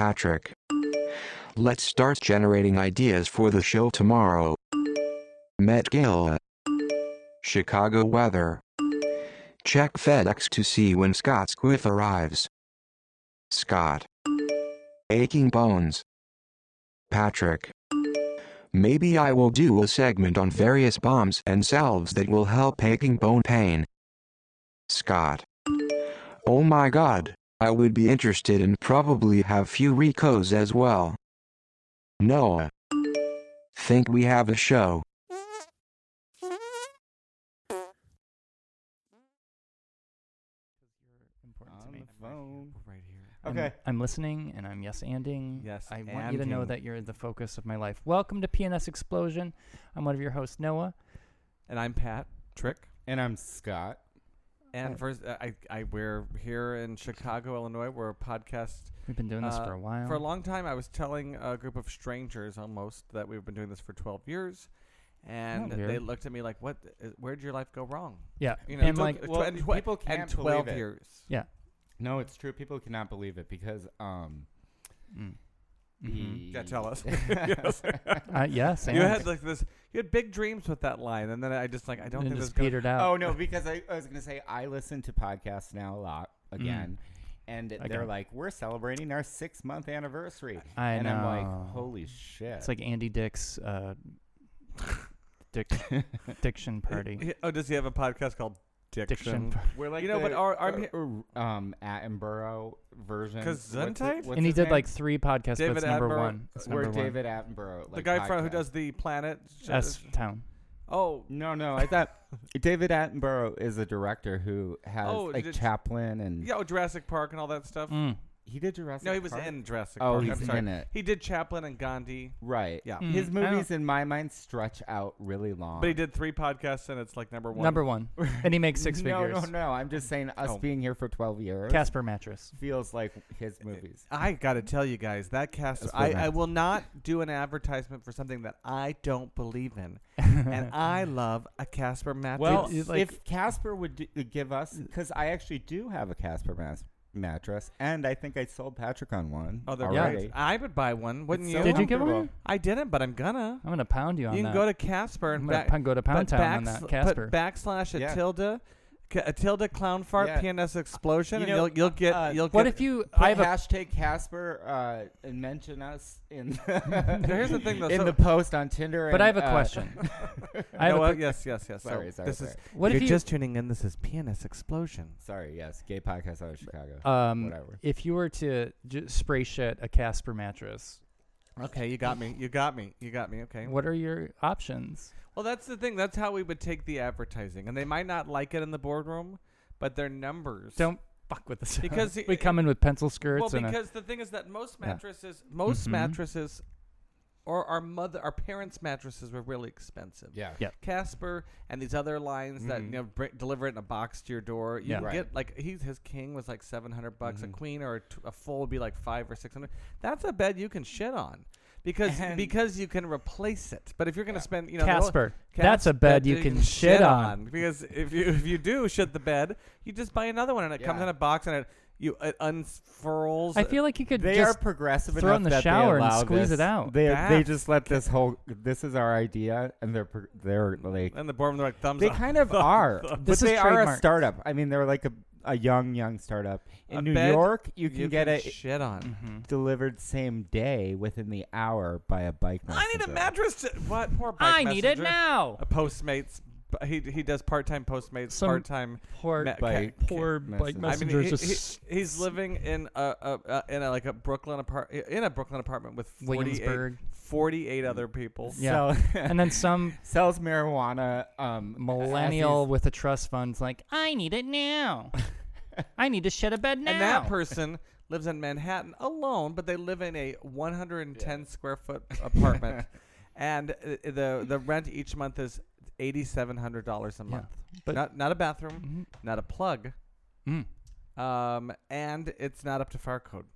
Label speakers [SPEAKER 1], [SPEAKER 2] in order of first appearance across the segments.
[SPEAKER 1] Patrick. Let's start generating ideas for the show tomorrow. Met Gala. Chicago weather. Check FedEx to see when Scott Squiff arrives. Scott. Aching bones. Patrick. Maybe I will do a segment on various bombs and salves that will help aching bone pain. Scott. Oh my god, I would be interested and probably have few Ricos as well. Noah. Think we have a show.
[SPEAKER 2] important to
[SPEAKER 3] On
[SPEAKER 2] me.
[SPEAKER 3] the phone.
[SPEAKER 4] Right here.
[SPEAKER 2] I'm-
[SPEAKER 3] Okay.
[SPEAKER 2] I'm, listening and I'm yes anding.
[SPEAKER 3] Yes
[SPEAKER 2] I want you to know
[SPEAKER 3] anding.
[SPEAKER 2] that you're the focus of my life. Welcome to PNS Explosion. I'm one of your hosts, Noah.
[SPEAKER 4] And I'm Pat Trick.
[SPEAKER 3] And I'm Scott.
[SPEAKER 4] And
[SPEAKER 2] Right.
[SPEAKER 4] first, uh, I, I we're here in Chicago, Illinois. We're a podcast
[SPEAKER 2] We've been doing this
[SPEAKER 4] Uh,
[SPEAKER 2] for a while.
[SPEAKER 4] for a long time. I was telling a group of strangers almost that we've been doing this for 12 years, and
[SPEAKER 2] Not
[SPEAKER 4] they
[SPEAKER 2] weird.
[SPEAKER 4] looked at me like, "What? uh, Where'd your life go wrong?"
[SPEAKER 2] yeah.
[SPEAKER 4] You know,
[SPEAKER 2] and
[SPEAKER 4] tw-
[SPEAKER 2] like,
[SPEAKER 4] tw-
[SPEAKER 3] Well,
[SPEAKER 4] and tw-
[SPEAKER 3] people
[SPEAKER 4] and
[SPEAKER 3] can't
[SPEAKER 4] 12
[SPEAKER 3] believe it.
[SPEAKER 4] years.
[SPEAKER 2] yeah.
[SPEAKER 3] No, it's true. People cannot believe it because um
[SPEAKER 2] Mm. Mhm.
[SPEAKER 3] the-
[SPEAKER 4] Yeah, Mm-hmm. tell us. Yes.
[SPEAKER 2] Uh, yes.
[SPEAKER 4] You
[SPEAKER 2] and-
[SPEAKER 4] had like this. You had big dreams with that line, and then I just like I don't
[SPEAKER 2] and
[SPEAKER 4] think this
[SPEAKER 2] just
[SPEAKER 4] gonna-
[SPEAKER 2] petered out.
[SPEAKER 3] oh no, because I, I was gonna say I listen to podcasts now a lot
[SPEAKER 4] Mm.
[SPEAKER 3] again. And
[SPEAKER 2] Again.
[SPEAKER 3] they're like, we're celebrating our six month anniversary.
[SPEAKER 2] I
[SPEAKER 3] and I'm
[SPEAKER 2] know.
[SPEAKER 3] like, holy shit.
[SPEAKER 2] It's like Andy Dick's uh, dic- diction party.
[SPEAKER 4] He- Oh, does he have a podcast called
[SPEAKER 2] Diction.
[SPEAKER 4] Diction?
[SPEAKER 2] par-
[SPEAKER 3] we're like
[SPEAKER 4] you know, but
[SPEAKER 3] the,
[SPEAKER 4] our- our-
[SPEAKER 3] uh, um Attenborough version. What's it-
[SPEAKER 4] Gesundheit?
[SPEAKER 3] what's
[SPEAKER 2] and he
[SPEAKER 3] his
[SPEAKER 2] did
[SPEAKER 3] name?
[SPEAKER 2] like three podcasts, but
[SPEAKER 4] David
[SPEAKER 2] it's number
[SPEAKER 4] Attenborough-
[SPEAKER 2] one. It's
[SPEAKER 3] we're
[SPEAKER 2] number one.
[SPEAKER 3] David Attenborough.
[SPEAKER 4] the
[SPEAKER 3] like,
[SPEAKER 4] guy from who
[SPEAKER 3] podcast.
[SPEAKER 4] does the planet. sh-
[SPEAKER 2] S
[SPEAKER 4] sh-
[SPEAKER 2] Town.
[SPEAKER 4] Oh,
[SPEAKER 3] No, no, I thought David Attenborough is a director who has
[SPEAKER 4] Oh,
[SPEAKER 3] like
[SPEAKER 4] did-
[SPEAKER 3] Chaplin and
[SPEAKER 4] yeah, oh, Jurassic Park and all that stuff.
[SPEAKER 2] Mm.
[SPEAKER 3] he did Jurassic.
[SPEAKER 4] No, he was
[SPEAKER 3] Park?
[SPEAKER 4] in Jurassic
[SPEAKER 3] Oh,
[SPEAKER 4] Park.
[SPEAKER 3] he's
[SPEAKER 4] I'm sorry.
[SPEAKER 3] in it.
[SPEAKER 4] He did Chaplin and Gandhi.
[SPEAKER 3] Right.
[SPEAKER 4] Yeah. Oh.
[SPEAKER 2] Mm.
[SPEAKER 3] His
[SPEAKER 2] I don't-
[SPEAKER 3] movies in my mind stretch out really long.
[SPEAKER 4] But he did three podcasts and it's like number one.
[SPEAKER 2] Number one. And he makes six
[SPEAKER 3] no,
[SPEAKER 2] figures.
[SPEAKER 3] No, no, I'm just saying us
[SPEAKER 4] Oh.
[SPEAKER 3] being here for 12 years
[SPEAKER 2] Casper Mattress.
[SPEAKER 3] feels like
[SPEAKER 4] Uh,
[SPEAKER 3] his movies.
[SPEAKER 4] I gotta tell you guys that cast.
[SPEAKER 3] That's
[SPEAKER 4] I,
[SPEAKER 3] what
[SPEAKER 4] I
[SPEAKER 3] I'm-
[SPEAKER 4] will not do an advertisement for something that I don't believe in, and I love a Casper mattress.
[SPEAKER 3] Well,
[SPEAKER 2] It- it, like-
[SPEAKER 3] if Casper would do, give us,
[SPEAKER 4] Mm.
[SPEAKER 3] because I actually do have a Casper mas- mattress, and I think I sold Patrick on one
[SPEAKER 4] oh, they're
[SPEAKER 3] already.
[SPEAKER 4] great. I would buy one, wouldn't
[SPEAKER 3] It's
[SPEAKER 4] you?
[SPEAKER 3] so
[SPEAKER 2] Did you get
[SPEAKER 3] comfortable.
[SPEAKER 2] one?
[SPEAKER 4] I didn't, but I'm gonna.
[SPEAKER 2] I'm gonna pound you on
[SPEAKER 4] You
[SPEAKER 2] that.
[SPEAKER 4] can go to Casper and
[SPEAKER 2] I'm gonna
[SPEAKER 4] back-
[SPEAKER 2] pun- go to Pound
[SPEAKER 4] but
[SPEAKER 2] Town on
[SPEAKER 4] backs-
[SPEAKER 2] that Casper.
[SPEAKER 4] Put backslash
[SPEAKER 3] Yeah.
[SPEAKER 4] Atilda, ca- Atilda clown fart
[SPEAKER 3] Yeah.
[SPEAKER 4] PNS explosion,
[SPEAKER 3] You
[SPEAKER 4] and
[SPEAKER 3] know,
[SPEAKER 4] you'll you'll get
[SPEAKER 3] uh,
[SPEAKER 4] you'll
[SPEAKER 2] what
[SPEAKER 4] get.
[SPEAKER 2] if you?
[SPEAKER 3] Put
[SPEAKER 2] I have a
[SPEAKER 3] hashtag Casper uh, and mention us in.
[SPEAKER 4] Here's the thing, though,
[SPEAKER 3] in
[SPEAKER 4] so-
[SPEAKER 3] the post on Tinder.
[SPEAKER 2] But I
[SPEAKER 3] and,
[SPEAKER 2] have a
[SPEAKER 3] uh,
[SPEAKER 2] question. I
[SPEAKER 4] I
[SPEAKER 2] have a
[SPEAKER 4] know
[SPEAKER 2] quick-
[SPEAKER 4] uh, yes, yes, yes. So
[SPEAKER 3] Sorry, sorry,
[SPEAKER 4] this is
[SPEAKER 3] sorry.
[SPEAKER 2] What
[SPEAKER 4] you're
[SPEAKER 2] if you?
[SPEAKER 4] just tuning in. This is PNS explosion.
[SPEAKER 3] Sorry, yes, gay podcast out of Chicago.
[SPEAKER 2] um,
[SPEAKER 3] Whatever.
[SPEAKER 2] if you were to ju- spray shit a Casper mattress,
[SPEAKER 4] Okay, you got me. You got me. You got me. Okay.
[SPEAKER 2] what are your options?
[SPEAKER 4] Well, that's the thing. That's how we would take the advertising, and they might not like it in the boardroom, but their numbers
[SPEAKER 2] Don't fuck with this.
[SPEAKER 4] Because
[SPEAKER 2] we
[SPEAKER 4] it-
[SPEAKER 2] come in with pencil skirts
[SPEAKER 4] Well,
[SPEAKER 2] and a,
[SPEAKER 4] because the thing is that most
[SPEAKER 2] Yeah.
[SPEAKER 4] mattresses, most
[SPEAKER 2] Mhm.
[SPEAKER 4] mattresses, or our mother, our parents' mattresses were really expensive.
[SPEAKER 3] yeah.
[SPEAKER 2] Yeah.
[SPEAKER 4] Casper and these other lines that you
[SPEAKER 3] Mhm.
[SPEAKER 4] know br- deliver it in a box to your door. You
[SPEAKER 2] Mm-hmm. Yeah. Mm-hmm.
[SPEAKER 4] can
[SPEAKER 3] Right.
[SPEAKER 4] get like he's his king was like seven hundred bucks. A
[SPEAKER 3] Mhm.
[SPEAKER 4] queen or a, t- a full would be like five or six hundred. That's a bed you can shit on. Because
[SPEAKER 3] And-
[SPEAKER 4] because you can replace it, but if you're gonna
[SPEAKER 3] Yeah.
[SPEAKER 4] spend you know the only-
[SPEAKER 2] Casper. That's a bed you can shit on.
[SPEAKER 4] because if you if you do shit the bed, you just buy another one and it comes
[SPEAKER 3] Yeah.
[SPEAKER 4] in a box and it you it unfurls.
[SPEAKER 2] I feel like you could
[SPEAKER 3] They are
[SPEAKER 2] just
[SPEAKER 3] progressive
[SPEAKER 2] throw it
[SPEAKER 3] enough
[SPEAKER 2] in the
[SPEAKER 3] that
[SPEAKER 2] shower
[SPEAKER 3] they
[SPEAKER 2] and
[SPEAKER 3] allow
[SPEAKER 2] squeeze it
[SPEAKER 3] this-
[SPEAKER 2] out.
[SPEAKER 3] They they
[SPEAKER 4] That's-
[SPEAKER 3] just let this whole this is our idea, and they're pro- they're like
[SPEAKER 4] and the boardroom they're like thumbs
[SPEAKER 3] they
[SPEAKER 4] up.
[SPEAKER 3] kind of are, but
[SPEAKER 2] This is
[SPEAKER 3] they are a
[SPEAKER 2] trademarked.
[SPEAKER 3] startup. I mean, they're like a, a young young startup in
[SPEAKER 4] A
[SPEAKER 3] New
[SPEAKER 4] bed
[SPEAKER 3] York. You can get it
[SPEAKER 4] shit on.
[SPEAKER 2] Mhm.
[SPEAKER 3] delivered same day within the hour by a bike.
[SPEAKER 4] I need a
[SPEAKER 3] messenger.
[SPEAKER 4] mattress. To, what poor bike
[SPEAKER 2] I need it
[SPEAKER 4] messenger.
[SPEAKER 2] now.
[SPEAKER 4] A Postmates. b- He he does part time Postmates,
[SPEAKER 2] Some
[SPEAKER 4] part time.
[SPEAKER 2] Poor,
[SPEAKER 4] Ma-
[SPEAKER 3] bike
[SPEAKER 2] poor bike
[SPEAKER 4] I
[SPEAKER 3] messenger.
[SPEAKER 4] mean,
[SPEAKER 2] messenger
[SPEAKER 4] he-
[SPEAKER 2] is
[SPEAKER 4] he-
[SPEAKER 2] just
[SPEAKER 4] he's living in a, a, a in a like a Brooklyn apart in a Brooklyn apartment with 48,
[SPEAKER 2] Williamsburg.
[SPEAKER 4] 48 other people.
[SPEAKER 2] Yeah. and then some
[SPEAKER 3] sells marijuana. Um,
[SPEAKER 2] millennial with a trust fund's like, I need it now. I need to shit a bed now.
[SPEAKER 4] And that person lives in Manhattan alone, but they live in a 110 square foot apartment, and uh, the the rent each month is eighty seven hundred dollars a
[SPEAKER 2] Yeah.
[SPEAKER 4] month.
[SPEAKER 2] But-
[SPEAKER 4] not not a bathroom,
[SPEAKER 2] Mhm.
[SPEAKER 4] not a plug,
[SPEAKER 2] Mm.
[SPEAKER 4] um, and it's not up to fire code.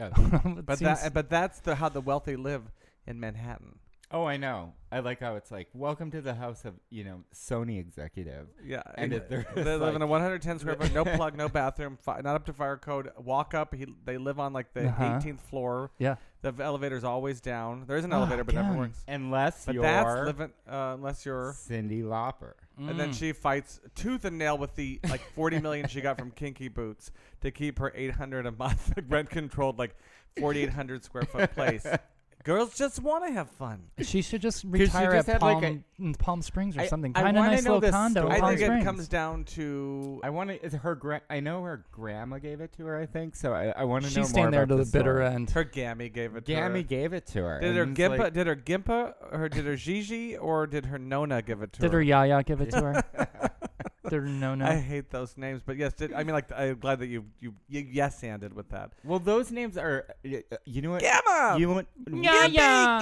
[SPEAKER 3] yeah.
[SPEAKER 2] It
[SPEAKER 4] But
[SPEAKER 2] seems-
[SPEAKER 4] that but that's the how the wealthy live in Manhattan.
[SPEAKER 3] Oh, I know. I like how it's like, welcome to the house of, you know, Sony executive.
[SPEAKER 4] Yeah,
[SPEAKER 3] And
[SPEAKER 4] ex-
[SPEAKER 3] if there
[SPEAKER 4] they
[SPEAKER 3] is,
[SPEAKER 4] live in
[SPEAKER 3] like-
[SPEAKER 4] a 110 square foot, no plug, no bathroom, fi- not up to fire code. Walk up. He, they live on like the
[SPEAKER 2] Uh-huh.
[SPEAKER 4] 18th floor.
[SPEAKER 2] Yeah.
[SPEAKER 4] The v- elevator's always down. There is an
[SPEAKER 2] Ah,
[SPEAKER 4] elevator, but it never
[SPEAKER 2] damn.
[SPEAKER 4] works.
[SPEAKER 3] Unless
[SPEAKER 4] But
[SPEAKER 3] you're
[SPEAKER 4] that's living uh, unless you're.
[SPEAKER 3] Cindy Lauper.
[SPEAKER 4] And then
[SPEAKER 2] Mm.
[SPEAKER 4] she fights tooth and nail with the like 40 million she got from Kinky Boots to keep her 800 a month rent controlled like 4800 square foot place. Girls just want to have fun.
[SPEAKER 2] She should just
[SPEAKER 3] she
[SPEAKER 2] retire
[SPEAKER 3] just
[SPEAKER 2] at
[SPEAKER 3] had,
[SPEAKER 2] Palm,
[SPEAKER 3] like, a-
[SPEAKER 2] in Palm Springs or
[SPEAKER 3] I-
[SPEAKER 2] something.
[SPEAKER 3] I
[SPEAKER 2] Kind of
[SPEAKER 3] wanna
[SPEAKER 2] nice
[SPEAKER 3] know
[SPEAKER 2] little
[SPEAKER 3] this
[SPEAKER 2] condo. in
[SPEAKER 3] story.
[SPEAKER 4] I
[SPEAKER 2] Palm
[SPEAKER 4] think
[SPEAKER 2] Springs.
[SPEAKER 4] it comes down to
[SPEAKER 3] I want to. Her gra- I know her grandma gave it to her. I think so. I, I want to know
[SPEAKER 2] She's
[SPEAKER 3] more
[SPEAKER 2] staying there
[SPEAKER 3] about
[SPEAKER 2] to the
[SPEAKER 3] this
[SPEAKER 2] bitter
[SPEAKER 3] story.
[SPEAKER 2] end.
[SPEAKER 4] her gammy gave it.
[SPEAKER 3] Gammy
[SPEAKER 4] to
[SPEAKER 3] gave it to her.
[SPEAKER 4] her. did her
[SPEAKER 3] and it's
[SPEAKER 4] gimpa?
[SPEAKER 3] like-
[SPEAKER 4] did her gimpa? Or did her Gigi? Or did her Nona give it to
[SPEAKER 2] Did her yaya give it to her? Did her no
[SPEAKER 4] I
[SPEAKER 2] no?
[SPEAKER 4] hate those names, but yes, did, I mean like I'm glad that you you, you yes anded with that.
[SPEAKER 3] well, those names are. y- uh, You know what?
[SPEAKER 4] Gamma.
[SPEAKER 3] You want?
[SPEAKER 2] Yeah, yeah.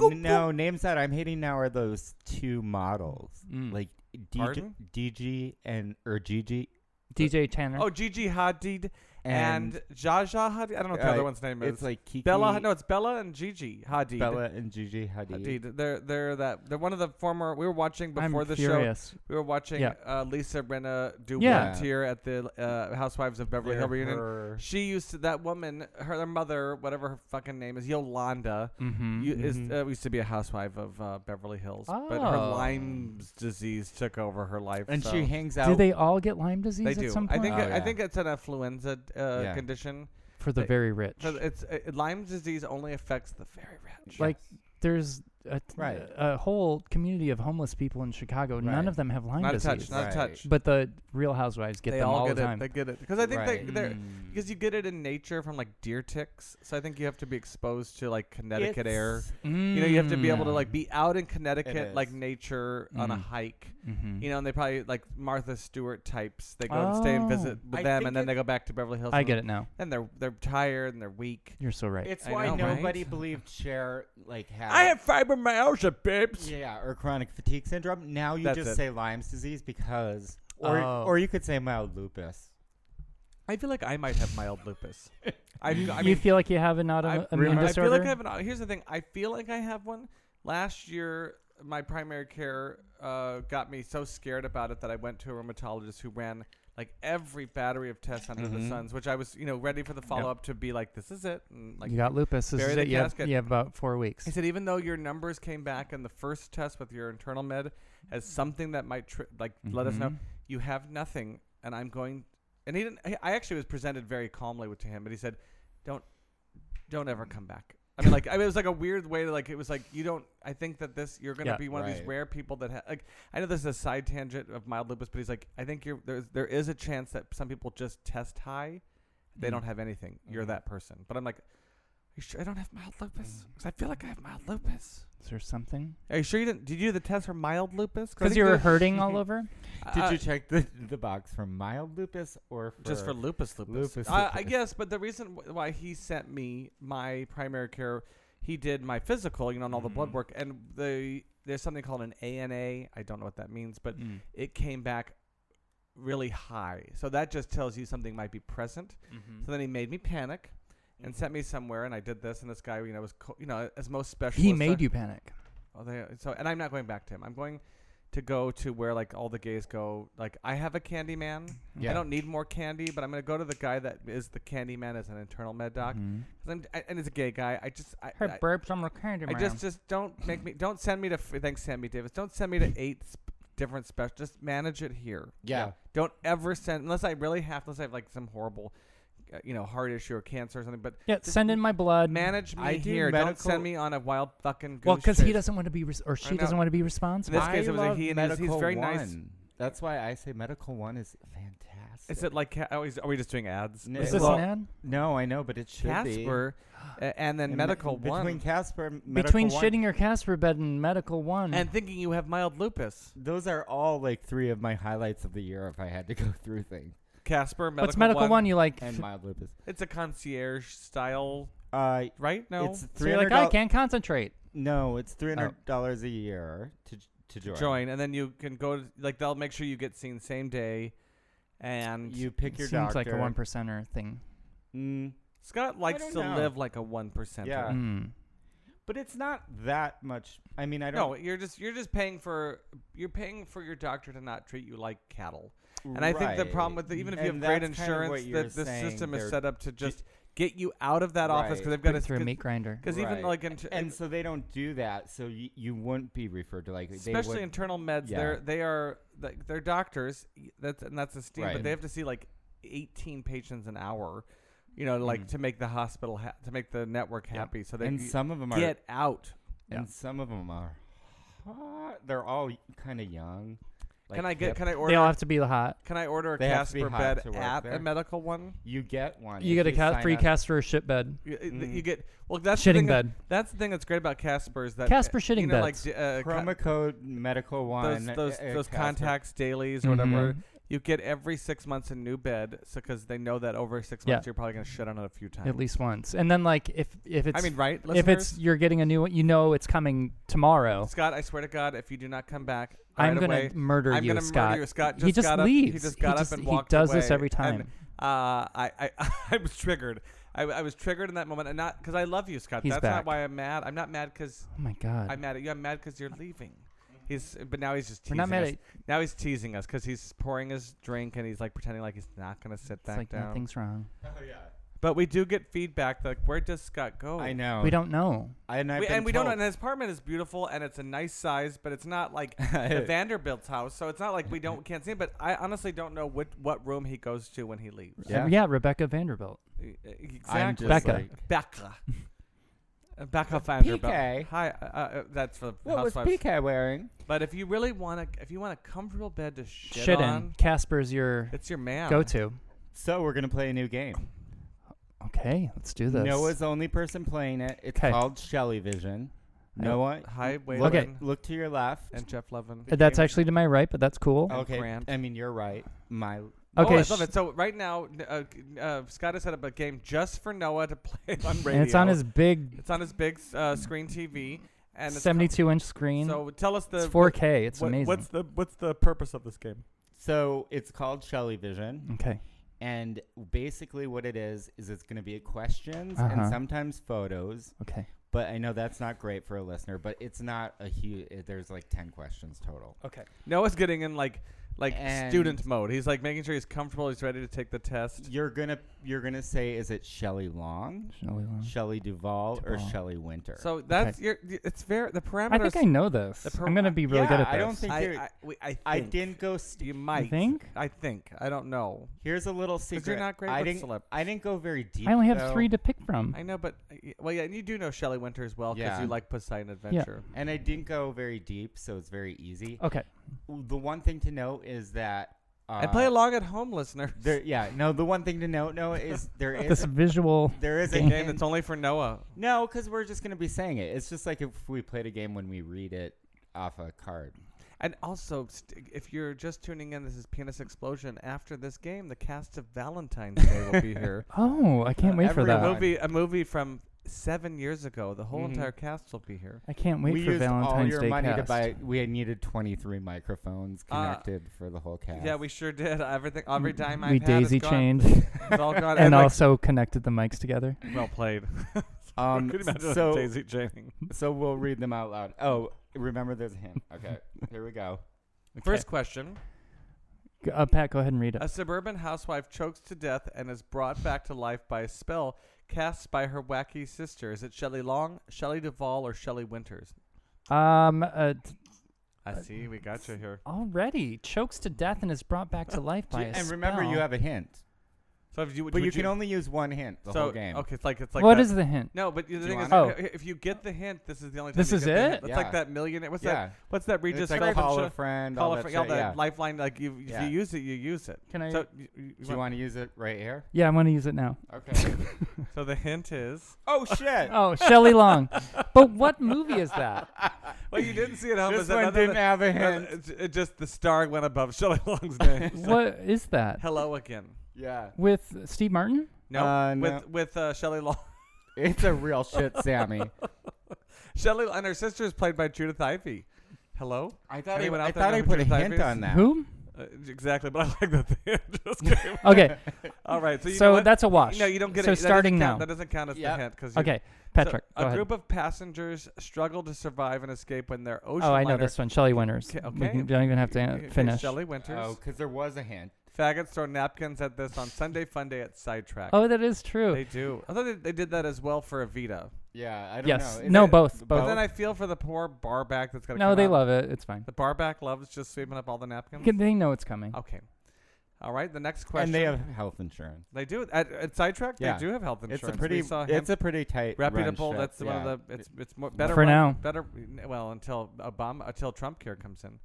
[SPEAKER 3] No names that I'm hating now are those two models,
[SPEAKER 2] Mm.
[SPEAKER 3] like DJ,
[SPEAKER 4] Hmm. Pardon?
[SPEAKER 3] DG and or Gigi.
[SPEAKER 2] DJ Tanner.
[SPEAKER 4] Oh, Gigi Hadid and,
[SPEAKER 3] And-
[SPEAKER 4] Jaja Hadid. I don't know what the
[SPEAKER 3] Uh,
[SPEAKER 4] other one's name is.
[SPEAKER 3] It's like Kiki,
[SPEAKER 4] Bella. No, it's Bella and Gigi Hadid.
[SPEAKER 3] Bella and Gigi Hadid.
[SPEAKER 4] Hadid. They're they're that they're one of the former. We were watching
[SPEAKER 2] I'm
[SPEAKER 4] before the show.
[SPEAKER 2] furious.
[SPEAKER 4] We were watching
[SPEAKER 2] Yeah.
[SPEAKER 4] uh, Lisa Renna do
[SPEAKER 2] Yeah.
[SPEAKER 4] one tier at the uh, Housewives of Beverly
[SPEAKER 3] They're
[SPEAKER 4] Hill reunion.
[SPEAKER 3] her-
[SPEAKER 4] She used to that woman, her, her mother, whatever her fucking name is, Yolanda.
[SPEAKER 2] Mm-hmm.
[SPEAKER 4] You, is,
[SPEAKER 3] Mhm.
[SPEAKER 4] uh, used to be a housewife of uh, Beverly Hills, but her
[SPEAKER 2] Oh.
[SPEAKER 4] Lyme's disease took over her life.
[SPEAKER 3] and
[SPEAKER 4] so
[SPEAKER 3] she hangs out.
[SPEAKER 2] do they all get Lyme disease
[SPEAKER 4] they
[SPEAKER 2] at
[SPEAKER 4] do.
[SPEAKER 2] some point?
[SPEAKER 4] I
[SPEAKER 2] Uh,
[SPEAKER 4] think
[SPEAKER 3] Oh,
[SPEAKER 4] it- I
[SPEAKER 3] yeah.
[SPEAKER 4] think it's an affluenza uh,
[SPEAKER 3] Yeah.
[SPEAKER 4] condition.
[SPEAKER 2] For the
[SPEAKER 4] they-
[SPEAKER 2] very rich.
[SPEAKER 4] 'Cause It's uh, Lyme's disease only affects the very rich.
[SPEAKER 2] Like, There's a, t-
[SPEAKER 3] Right.
[SPEAKER 2] a whole community of homeless people in Chicago. None
[SPEAKER 3] Right.
[SPEAKER 2] of them have Lyme
[SPEAKER 4] not
[SPEAKER 2] disease.
[SPEAKER 4] a touch, not
[SPEAKER 3] Right.
[SPEAKER 4] a touch.
[SPEAKER 2] But the Real Housewives get
[SPEAKER 4] they
[SPEAKER 2] them
[SPEAKER 4] all, get
[SPEAKER 2] the
[SPEAKER 4] it.
[SPEAKER 2] time.
[SPEAKER 4] They get it because I think
[SPEAKER 3] Right.
[SPEAKER 4] they, they're
[SPEAKER 2] Mm.
[SPEAKER 4] because you get it in nature from like deer ticks. So I think you have to be exposed to like Connecticut air.
[SPEAKER 2] Mm-hmm.
[SPEAKER 4] You know, you have to be able to
[SPEAKER 2] Mm.
[SPEAKER 4] like be out in Connecticut, like
[SPEAKER 3] is.
[SPEAKER 4] nature, on a
[SPEAKER 2] Mm.
[SPEAKER 4] hike.
[SPEAKER 2] Mhm.
[SPEAKER 4] You know, and they probably like Martha Stewart types. They go and stay and
[SPEAKER 2] Oh.
[SPEAKER 4] visit with
[SPEAKER 3] I
[SPEAKER 4] them,
[SPEAKER 3] think
[SPEAKER 4] and then
[SPEAKER 3] it-
[SPEAKER 4] they go back to Beverly Hills.
[SPEAKER 2] I
[SPEAKER 4] and-
[SPEAKER 2] get it now.
[SPEAKER 4] And they're they're tired and they're weak.
[SPEAKER 2] You're so right.
[SPEAKER 3] It's
[SPEAKER 4] I
[SPEAKER 3] why
[SPEAKER 4] know, right?
[SPEAKER 3] nobody believed Cher like had.
[SPEAKER 4] fibromyalgia, babes.
[SPEAKER 3] Yeah, or chronic fatigue syndrome. Now you
[SPEAKER 4] That's
[SPEAKER 3] just
[SPEAKER 4] it.
[SPEAKER 3] say Lyme's disease because, or
[SPEAKER 2] Oh.
[SPEAKER 3] or you could say mild lupus.
[SPEAKER 4] I feel like I might have mild lupus. I've, I
[SPEAKER 2] you
[SPEAKER 4] mean,
[SPEAKER 2] feel like you have an autoimmune
[SPEAKER 4] I, remember- I feel
[SPEAKER 2] disorder?
[SPEAKER 4] like I have an. au- Here's the thing. I feel like I have one. Last year, my primary care uh, got me so scared about it that I went to a rheumatologist who ran like every battery of tests under the suns, which I was, you know, ready for the follow up to be like, this is it. And, like,
[SPEAKER 2] you got lupus. This
[SPEAKER 4] bury
[SPEAKER 2] is
[SPEAKER 4] the
[SPEAKER 2] it. You have,
[SPEAKER 4] casket.
[SPEAKER 2] you have about four weeks.
[SPEAKER 4] He said, even though your numbers came back in the first test with your internal med as something that might tri- like let us know
[SPEAKER 2] Mhm.
[SPEAKER 4] you have nothing, and I'm going. And he didn't. he- I actually was presented very calmly with- to him, but he said, "Don't, don't ever come back." I mean, like, I mean, it was like a weird way to like. It was like you don't. I think that this you're going to
[SPEAKER 2] Yeah.
[SPEAKER 4] be one of these
[SPEAKER 3] Right.
[SPEAKER 4] rare people that ha- like. I know this is a side tangent of mild lupus, but he's like, I think you're there's there is a chance that some people just test high, they
[SPEAKER 2] Mm.
[SPEAKER 4] don't have anything. You're
[SPEAKER 3] Mhm.
[SPEAKER 4] that person. But I'm like, are you sure I don't have mild lupus? Because I feel like I have mild lupus.
[SPEAKER 2] Is there something?
[SPEAKER 4] Mm. Are you sure you didn't? Did you do the test for mild lupus? I
[SPEAKER 2] Because
[SPEAKER 4] think
[SPEAKER 2] you were
[SPEAKER 4] there-
[SPEAKER 2] hurting all over?
[SPEAKER 3] Did
[SPEAKER 4] uh,
[SPEAKER 3] you check the the box for mild lupus or for
[SPEAKER 4] just for lupus lupus,
[SPEAKER 3] lupus
[SPEAKER 4] I, I
[SPEAKER 3] lupus.
[SPEAKER 4] guess but the reason wh- why he sent me my primary care he did my physical you know and all the blood work and the there's something called an ana i don't know what that means but
[SPEAKER 3] Mm.
[SPEAKER 4] it came back really high so that just tells you something might be present
[SPEAKER 2] Mm-hmm.
[SPEAKER 4] so then he made me panic and sent me somewhere and i did this and this guy you know was co- you know as most special
[SPEAKER 2] He made you panic.
[SPEAKER 4] Oh, they, so, and I'm not going back to him. I'm going to go to where like all the gays go. Like I have a candy man.
[SPEAKER 2] Mm-hmm.
[SPEAKER 3] Yeah.
[SPEAKER 4] I don't need more candy, but I'm going to go to the guy that is the candy man as an internal med doc.
[SPEAKER 2] Mm-hmm.
[SPEAKER 4] Cause I'm, I, and it's a gay guy. I just, I, I,
[SPEAKER 2] burps on the candy
[SPEAKER 4] I just, just don't make me, don't send me to. f- Thanks, Sammy Davis. Don't send me to eight sp- different special. Just manage it here.
[SPEAKER 3] yeah.
[SPEAKER 4] Don't ever send unless I really have, unless I have like some horrible, uh, you know, heart issue or cancer or something. But
[SPEAKER 2] yeah,
[SPEAKER 4] just
[SPEAKER 2] send in my blood.
[SPEAKER 4] manage me
[SPEAKER 3] I do
[SPEAKER 4] here. Don't
[SPEAKER 3] medical-
[SPEAKER 4] send me on a wild fucking goose.
[SPEAKER 2] well, because he
[SPEAKER 4] chase.
[SPEAKER 2] doesn't want to be, res- or she
[SPEAKER 4] know.
[SPEAKER 2] doesn't want to be responsible.
[SPEAKER 4] this case, it was a
[SPEAKER 3] love
[SPEAKER 4] he and he's- he's
[SPEAKER 3] Medical
[SPEAKER 4] very nice.
[SPEAKER 3] One. That's why I say medical one is fantastic.
[SPEAKER 4] Is it like ca- oh, is- are we just doing ads?
[SPEAKER 3] No,
[SPEAKER 2] Is this
[SPEAKER 3] well,
[SPEAKER 2] an ad?
[SPEAKER 3] No, I know, but it should be
[SPEAKER 4] Casper, uh, and then
[SPEAKER 3] And me-
[SPEAKER 4] medical
[SPEAKER 3] between
[SPEAKER 4] one,
[SPEAKER 3] Casper and medical
[SPEAKER 2] Between
[SPEAKER 3] one,
[SPEAKER 2] shitting your Casper bed and medical one.
[SPEAKER 4] and thinking you have mild lupus.
[SPEAKER 3] Those are all like three of my highlights of the year. If I had to go through things
[SPEAKER 4] Casper, medical
[SPEAKER 2] what's medical one, you like?
[SPEAKER 3] and
[SPEAKER 2] f-
[SPEAKER 3] mild lupus,
[SPEAKER 4] It's a concierge style,
[SPEAKER 3] uh,
[SPEAKER 4] right? No,
[SPEAKER 3] it's
[SPEAKER 2] so
[SPEAKER 3] three
[SPEAKER 2] you're
[SPEAKER 3] hundred.
[SPEAKER 2] like, "Oh, I can't concentrate.
[SPEAKER 3] No, it's three hundred dollars a year to to join.
[SPEAKER 4] Oh. join, and then you can go. To, like they'll make sure you get seen same day. And
[SPEAKER 3] You pick your
[SPEAKER 2] Seems
[SPEAKER 3] doctor.
[SPEAKER 2] like a one percenter thing.
[SPEAKER 3] Mm,
[SPEAKER 4] Scott likes
[SPEAKER 3] don't
[SPEAKER 4] to
[SPEAKER 3] know.
[SPEAKER 4] live like a one percenter.
[SPEAKER 3] Yeah.
[SPEAKER 2] Mm.
[SPEAKER 3] But it's not that much. I mean, I don't.
[SPEAKER 4] No, you're just you're just paying for you're paying for your doctor to not treat you like cattle. And I think the problem with the, even if you have
[SPEAKER 3] And
[SPEAKER 4] great
[SPEAKER 3] that's kind of what
[SPEAKER 4] insurance,
[SPEAKER 3] you're
[SPEAKER 4] that the
[SPEAKER 3] saying
[SPEAKER 4] system
[SPEAKER 3] they're
[SPEAKER 4] is set up to
[SPEAKER 3] ju-
[SPEAKER 4] just get you out of that office
[SPEAKER 3] Right.
[SPEAKER 4] because they've got
[SPEAKER 2] Put it through a meat grinder.
[SPEAKER 4] because even
[SPEAKER 3] Right.
[SPEAKER 4] like inter-
[SPEAKER 3] and so they don't do that, so you, you wouldn't be referred to like they would-
[SPEAKER 4] especially internal meds,
[SPEAKER 3] yeah.
[SPEAKER 4] they're they are like, they're doctors. y- That's and that's esteemed,
[SPEAKER 3] Right.
[SPEAKER 4] but they have to see like 18 patients an hour, you know, like to make the hospital ha- to make the network happy. So they
[SPEAKER 3] Mm-hmm. and
[SPEAKER 4] y-
[SPEAKER 3] some of them are
[SPEAKER 4] get out.
[SPEAKER 3] and some of them are hot. They're all kind of young. like
[SPEAKER 4] can I get?
[SPEAKER 3] hip.
[SPEAKER 4] Can I order?
[SPEAKER 2] They all have to be hot.
[SPEAKER 4] can I order a
[SPEAKER 3] They have to be
[SPEAKER 4] Casper
[SPEAKER 3] hot
[SPEAKER 4] bed
[SPEAKER 3] to work
[SPEAKER 4] at
[SPEAKER 3] there.
[SPEAKER 4] a medical one?
[SPEAKER 3] you get one?
[SPEAKER 2] You
[SPEAKER 3] if
[SPEAKER 2] get a ca-
[SPEAKER 3] sign
[SPEAKER 2] free
[SPEAKER 3] up.
[SPEAKER 2] Casper shit bed.
[SPEAKER 4] You, it-
[SPEAKER 3] Mm.
[SPEAKER 4] you get well. That's the
[SPEAKER 2] Shitting
[SPEAKER 4] thing that-
[SPEAKER 2] bed.
[SPEAKER 4] That's the thing that's great about Casper is that
[SPEAKER 2] Casper
[SPEAKER 4] uh,
[SPEAKER 2] shitting
[SPEAKER 4] you know, like,
[SPEAKER 2] beds.
[SPEAKER 4] d- uh, ca-
[SPEAKER 3] promo code medical one.
[SPEAKER 4] those those,
[SPEAKER 2] eh,
[SPEAKER 3] uh,
[SPEAKER 4] those
[SPEAKER 3] Casper.
[SPEAKER 4] contacts
[SPEAKER 2] Mm-hmm.
[SPEAKER 4] dailies or whatever. You get every six months a new bed, so because they know that over six
[SPEAKER 2] Yeah.
[SPEAKER 4] months you're probably gonna shit on it a few times.
[SPEAKER 2] At least once. And then like if if it's
[SPEAKER 4] I mean, right?
[SPEAKER 2] if it's
[SPEAKER 4] listeners?
[SPEAKER 2] you're getting a new one, you know it's coming tomorrow.
[SPEAKER 4] Scott, I swear to God, if you do not come back,
[SPEAKER 2] I'm
[SPEAKER 4] right
[SPEAKER 2] gonna
[SPEAKER 4] away,
[SPEAKER 2] murder
[SPEAKER 4] I'm
[SPEAKER 2] you,
[SPEAKER 4] gonna
[SPEAKER 2] Scott.
[SPEAKER 4] Murder you. Scott
[SPEAKER 2] He
[SPEAKER 4] just
[SPEAKER 2] just
[SPEAKER 4] got up-
[SPEAKER 2] leaves.
[SPEAKER 4] He just
[SPEAKER 2] He
[SPEAKER 4] got
[SPEAKER 2] just-
[SPEAKER 4] up and
[SPEAKER 2] he
[SPEAKER 4] walked
[SPEAKER 2] does this
[SPEAKER 4] away,
[SPEAKER 2] every
[SPEAKER 4] and,
[SPEAKER 2] time.
[SPEAKER 4] uh, I, I I was triggered. I, I was triggered in that moment, and not because I love you, Scott.
[SPEAKER 2] He's
[SPEAKER 4] That's
[SPEAKER 2] back.
[SPEAKER 4] not why I'm mad. I'm not mad because
[SPEAKER 2] Oh my god.
[SPEAKER 4] I'm mad at you. I'm mad because you're leaving. He's, but now he's just
[SPEAKER 2] Mm-hmm. We're not
[SPEAKER 4] teasing
[SPEAKER 2] mad
[SPEAKER 4] us.
[SPEAKER 2] at-
[SPEAKER 4] now he's teasing us because he's pouring his drink and he's like pretending like he's not gonna sit
[SPEAKER 2] it's
[SPEAKER 4] back
[SPEAKER 2] like
[SPEAKER 4] down.
[SPEAKER 2] nothing's wrong.
[SPEAKER 4] But we do get feedback like, where does Scott go?
[SPEAKER 3] I know.
[SPEAKER 2] We don't know.
[SPEAKER 3] And, I've
[SPEAKER 4] We,
[SPEAKER 3] been
[SPEAKER 4] and we
[SPEAKER 3] told,
[SPEAKER 4] don't. And his apartment is beautiful, and it's a nice size, but it's not like the Vanderbilt's house. So it's not like we don't can't see it. But I honestly don't know what what room he goes to when he leaves.
[SPEAKER 2] Yeah,
[SPEAKER 3] Yeah.
[SPEAKER 2] Rebecca Vanderbilt.
[SPEAKER 4] E-
[SPEAKER 3] I'm
[SPEAKER 4] Exactly.
[SPEAKER 3] just
[SPEAKER 2] Becca.
[SPEAKER 3] like,
[SPEAKER 4] Becca. Uh, Becca Vanderbilt.
[SPEAKER 3] PK.
[SPEAKER 4] Hi. Uh, uh, that's for
[SPEAKER 3] what was
[SPEAKER 4] housewives.
[SPEAKER 3] PK wearing?
[SPEAKER 4] But if you really want a if you want a comfortable bed to shit,
[SPEAKER 2] Shit in.
[SPEAKER 4] on,
[SPEAKER 2] Casper's your
[SPEAKER 4] it's your man.
[SPEAKER 2] go to.
[SPEAKER 3] So we're gonna play a new game.
[SPEAKER 2] Okay, let's do this.
[SPEAKER 3] Noah's the only person playing it. It's
[SPEAKER 2] 'Kay.
[SPEAKER 3] called Shelly Vision. Noah,
[SPEAKER 4] Hi, Waylon
[SPEAKER 3] look,
[SPEAKER 2] Okay.
[SPEAKER 3] look to your left.
[SPEAKER 4] and Jeff Levin.
[SPEAKER 2] Uh, That's actually to my right, but that's cool.
[SPEAKER 4] Oh,
[SPEAKER 3] okay,
[SPEAKER 4] cramped.
[SPEAKER 3] I mean you're right. My
[SPEAKER 2] Okay,
[SPEAKER 4] oh, I
[SPEAKER 2] sh-
[SPEAKER 4] love it. So right now, n- uh, uh, Scott has set up a game just for Noah to play on radio.
[SPEAKER 2] and it's on his big
[SPEAKER 4] It's on his big uh, screen TV, and it's com-
[SPEAKER 2] 72 inch screen.
[SPEAKER 4] So tell us the
[SPEAKER 2] it's 4K. It's
[SPEAKER 4] what-
[SPEAKER 2] amazing.
[SPEAKER 4] What's the what's the purpose of this game?
[SPEAKER 3] so it's called Shelly Vision.
[SPEAKER 2] okay.
[SPEAKER 3] And basically, what it is is it's going to be questions
[SPEAKER 2] Uh-huh.
[SPEAKER 3] and sometimes photos.
[SPEAKER 2] Okay.
[SPEAKER 3] But I know that's not great for a listener. But it's not a huge. There's like ten questions total.
[SPEAKER 2] Okay.
[SPEAKER 4] Noah's getting in like like
[SPEAKER 3] And-
[SPEAKER 4] student mode. He's like making sure he's comfortable. He's ready to take the test.
[SPEAKER 3] You're gonna you're gonna say is it Shelley Long, Shelley Duvall, or
[SPEAKER 2] Duvall.
[SPEAKER 3] Shelley Winter?
[SPEAKER 4] So that's your. It's very the parameters.
[SPEAKER 2] I think I know this.
[SPEAKER 4] The per-
[SPEAKER 2] I'm gonna be really
[SPEAKER 3] Yeah,
[SPEAKER 2] good at this.
[SPEAKER 3] I don't think-
[SPEAKER 4] I,
[SPEAKER 3] you're-
[SPEAKER 4] I, we- I,
[SPEAKER 3] I
[SPEAKER 4] think.
[SPEAKER 3] didn't go. St-
[SPEAKER 4] You might
[SPEAKER 2] think?
[SPEAKER 4] I think. I don't know.
[SPEAKER 3] Here's a little
[SPEAKER 4] you're
[SPEAKER 3] secret.
[SPEAKER 4] not great
[SPEAKER 3] I
[SPEAKER 4] with
[SPEAKER 3] didn't.
[SPEAKER 4] celeb-
[SPEAKER 3] I didn't go very deep.
[SPEAKER 2] I only have
[SPEAKER 3] though.
[SPEAKER 2] three to pick from.
[SPEAKER 4] I know, but I- well, yeah, and you do know Shelley Winter as well because
[SPEAKER 3] Yeah.
[SPEAKER 4] you like Poseidon Adventure.
[SPEAKER 3] and I didn't go very deep, so it's very easy.
[SPEAKER 2] Okay.
[SPEAKER 3] The one thing to note is that uh,
[SPEAKER 4] And play along at home, listeners.
[SPEAKER 3] There, yeah, no. The one thing to note, no, is there is
[SPEAKER 2] This visual.
[SPEAKER 3] there is a
[SPEAKER 4] It's a game
[SPEAKER 3] hint-
[SPEAKER 4] that's only for Noah.
[SPEAKER 3] No, because we're just gonna be saying it. It's just like if we played a game when we read it off a card.
[SPEAKER 4] And also, st- if you're just tuning in, this is Penis Explosion. After this game, the cast of Valentine's Day will be here.
[SPEAKER 2] Oh, I can't
[SPEAKER 3] Uh,
[SPEAKER 2] wait for
[SPEAKER 3] every
[SPEAKER 4] A
[SPEAKER 2] that.
[SPEAKER 3] Fine.
[SPEAKER 4] movie, a movie from seven years ago. The whole
[SPEAKER 3] Mhm.
[SPEAKER 4] entire cast will be here.
[SPEAKER 2] I can't wait
[SPEAKER 3] we
[SPEAKER 2] for
[SPEAKER 3] used
[SPEAKER 2] Valentine's
[SPEAKER 3] all your
[SPEAKER 2] Day
[SPEAKER 3] money to
[SPEAKER 2] cast.
[SPEAKER 3] buy. We had needed twenty three microphones
[SPEAKER 4] Uh,
[SPEAKER 3] connected for the whole cast.
[SPEAKER 4] Yeah, we sure did. Everything, every dime
[SPEAKER 2] Mm, we
[SPEAKER 4] I've had is
[SPEAKER 2] daisy
[SPEAKER 4] gone.
[SPEAKER 2] chained
[SPEAKER 4] It's all gone.
[SPEAKER 2] and,
[SPEAKER 4] like,
[SPEAKER 2] also connected the mics together.
[SPEAKER 4] well played.
[SPEAKER 3] Um,
[SPEAKER 4] Could you imagine
[SPEAKER 3] so-
[SPEAKER 4] daisy chaining.
[SPEAKER 3] So we'll read them out loud. Oh, remember there's a hint. Okay, here we go.
[SPEAKER 4] First question:
[SPEAKER 2] G- Uh, Pat, go ahead and read it.
[SPEAKER 4] A suburban housewife chokes to death and is brought back to life by a spell cast by her wacky sister. Is it Shelley Long, Shelley Duvall, or Shelley Winters?
[SPEAKER 2] Um, uh, t-
[SPEAKER 4] I see. We got you here.
[SPEAKER 2] already chokes to death and is brought back to life by a
[SPEAKER 3] and remember, you
[SPEAKER 2] spell.
[SPEAKER 3] have a hint,
[SPEAKER 4] So if you,
[SPEAKER 3] but you can only use one hint the
[SPEAKER 4] so,
[SPEAKER 3] whole game.
[SPEAKER 4] Okay, it's like it's like
[SPEAKER 2] What
[SPEAKER 4] that-
[SPEAKER 2] is the hint?
[SPEAKER 4] No, but the
[SPEAKER 3] you
[SPEAKER 4] thing is,
[SPEAKER 2] wanna-
[SPEAKER 4] i- if you get the hint, this is the only time.
[SPEAKER 2] This
[SPEAKER 4] you
[SPEAKER 2] is
[SPEAKER 4] get the hint.
[SPEAKER 2] it?
[SPEAKER 4] It's like
[SPEAKER 3] Yeah.
[SPEAKER 4] that millionaire. What's
[SPEAKER 3] Yeah.
[SPEAKER 4] that? What's that Regis
[SPEAKER 3] it's like
[SPEAKER 4] Philbin
[SPEAKER 3] call
[SPEAKER 4] show?
[SPEAKER 3] a friend.
[SPEAKER 4] Call
[SPEAKER 3] all
[SPEAKER 4] a
[SPEAKER 3] that
[SPEAKER 4] friend.
[SPEAKER 3] shit,
[SPEAKER 4] all that
[SPEAKER 3] yeah.
[SPEAKER 4] lifeline. Like you, if
[SPEAKER 3] Yeah.
[SPEAKER 4] you use it, you use it.
[SPEAKER 2] Can I-
[SPEAKER 4] So, you, you- you
[SPEAKER 3] Do you
[SPEAKER 4] want-
[SPEAKER 3] want to use it right here?
[SPEAKER 2] Yeah, I'm gonna use it now.
[SPEAKER 3] Okay.
[SPEAKER 4] so the hint is.
[SPEAKER 3] oh shit!
[SPEAKER 2] Oh, Shelley Long. but what movie is that?
[SPEAKER 4] Well, you didn't see it. Home
[SPEAKER 3] this
[SPEAKER 4] is another-
[SPEAKER 3] one didn't have a hint.
[SPEAKER 4] another- it's- It just the star went above Shelley Long's name. So,
[SPEAKER 2] What is that?
[SPEAKER 4] Hello again.
[SPEAKER 3] Yeah.
[SPEAKER 2] With Steve Martin?
[SPEAKER 4] No,
[SPEAKER 3] Uh,
[SPEAKER 4] with
[SPEAKER 3] no.
[SPEAKER 4] with uh, Shelley Long.
[SPEAKER 3] It's a real shit, Sammy.
[SPEAKER 4] Shelley and her sister is played by Judith Ivy. Hello.
[SPEAKER 3] I thought
[SPEAKER 4] Anyone
[SPEAKER 3] I,
[SPEAKER 4] out there
[SPEAKER 3] thought
[SPEAKER 4] know
[SPEAKER 3] I
[SPEAKER 4] who
[SPEAKER 3] put a
[SPEAKER 4] Judith
[SPEAKER 3] hint
[SPEAKER 4] Ivy is?
[SPEAKER 3] on that.
[SPEAKER 2] Who?
[SPEAKER 4] Uh, exactly, but I like that they just gave-
[SPEAKER 2] Okay,
[SPEAKER 4] All right, so you know
[SPEAKER 2] so
[SPEAKER 4] what?
[SPEAKER 2] that's a wash.
[SPEAKER 4] no, you don't get
[SPEAKER 2] so
[SPEAKER 4] it. That doesn't
[SPEAKER 2] starting
[SPEAKER 4] count.
[SPEAKER 2] now.
[SPEAKER 4] That doesn't count as
[SPEAKER 3] Yep.
[SPEAKER 4] the hint because
[SPEAKER 2] Okay, Patrick,
[SPEAKER 4] a
[SPEAKER 2] go ahead.
[SPEAKER 4] group of passengers struggled to survive and escape when their ocean.
[SPEAKER 2] Oh, I know
[SPEAKER 4] liner-
[SPEAKER 2] this one. Shelley Winters.
[SPEAKER 4] Okay,
[SPEAKER 2] We
[SPEAKER 4] okay.
[SPEAKER 2] can- don't even have to uh,
[SPEAKER 4] Okay,
[SPEAKER 2] finish.
[SPEAKER 4] Shelley Winters.
[SPEAKER 3] Oh, because there was a hint.
[SPEAKER 4] Faggots throw napkins at this on Sunday Fun Day at Sidetrack.
[SPEAKER 2] Oh, that is true.
[SPEAKER 4] They do. I thought they, they did that as well for Evita.
[SPEAKER 3] Yeah, I don't
[SPEAKER 2] Yes.
[SPEAKER 3] know. Is
[SPEAKER 2] No,
[SPEAKER 3] it
[SPEAKER 2] both,
[SPEAKER 3] the
[SPEAKER 2] both.
[SPEAKER 4] But then I feel for the poor barback that's got to
[SPEAKER 2] No, they love it. It's fine.
[SPEAKER 4] The barback loves just sweeping up all the napkins.
[SPEAKER 2] They know it's coming.
[SPEAKER 4] Okay. All right, the next question.
[SPEAKER 3] and they have health insurance.
[SPEAKER 4] They do at, at sidetrack.
[SPEAKER 3] Yeah.
[SPEAKER 4] They do have health insurance.
[SPEAKER 3] It's a
[SPEAKER 4] We
[SPEAKER 3] pretty.
[SPEAKER 4] saw him
[SPEAKER 3] It's a pretty tight. run
[SPEAKER 4] reputable.
[SPEAKER 3] ship,
[SPEAKER 4] That's one
[SPEAKER 3] yeah.
[SPEAKER 4] of the. It's it's more better
[SPEAKER 2] For
[SPEAKER 4] run-
[SPEAKER 2] now.
[SPEAKER 4] Better well until Obama until Trump care comes in,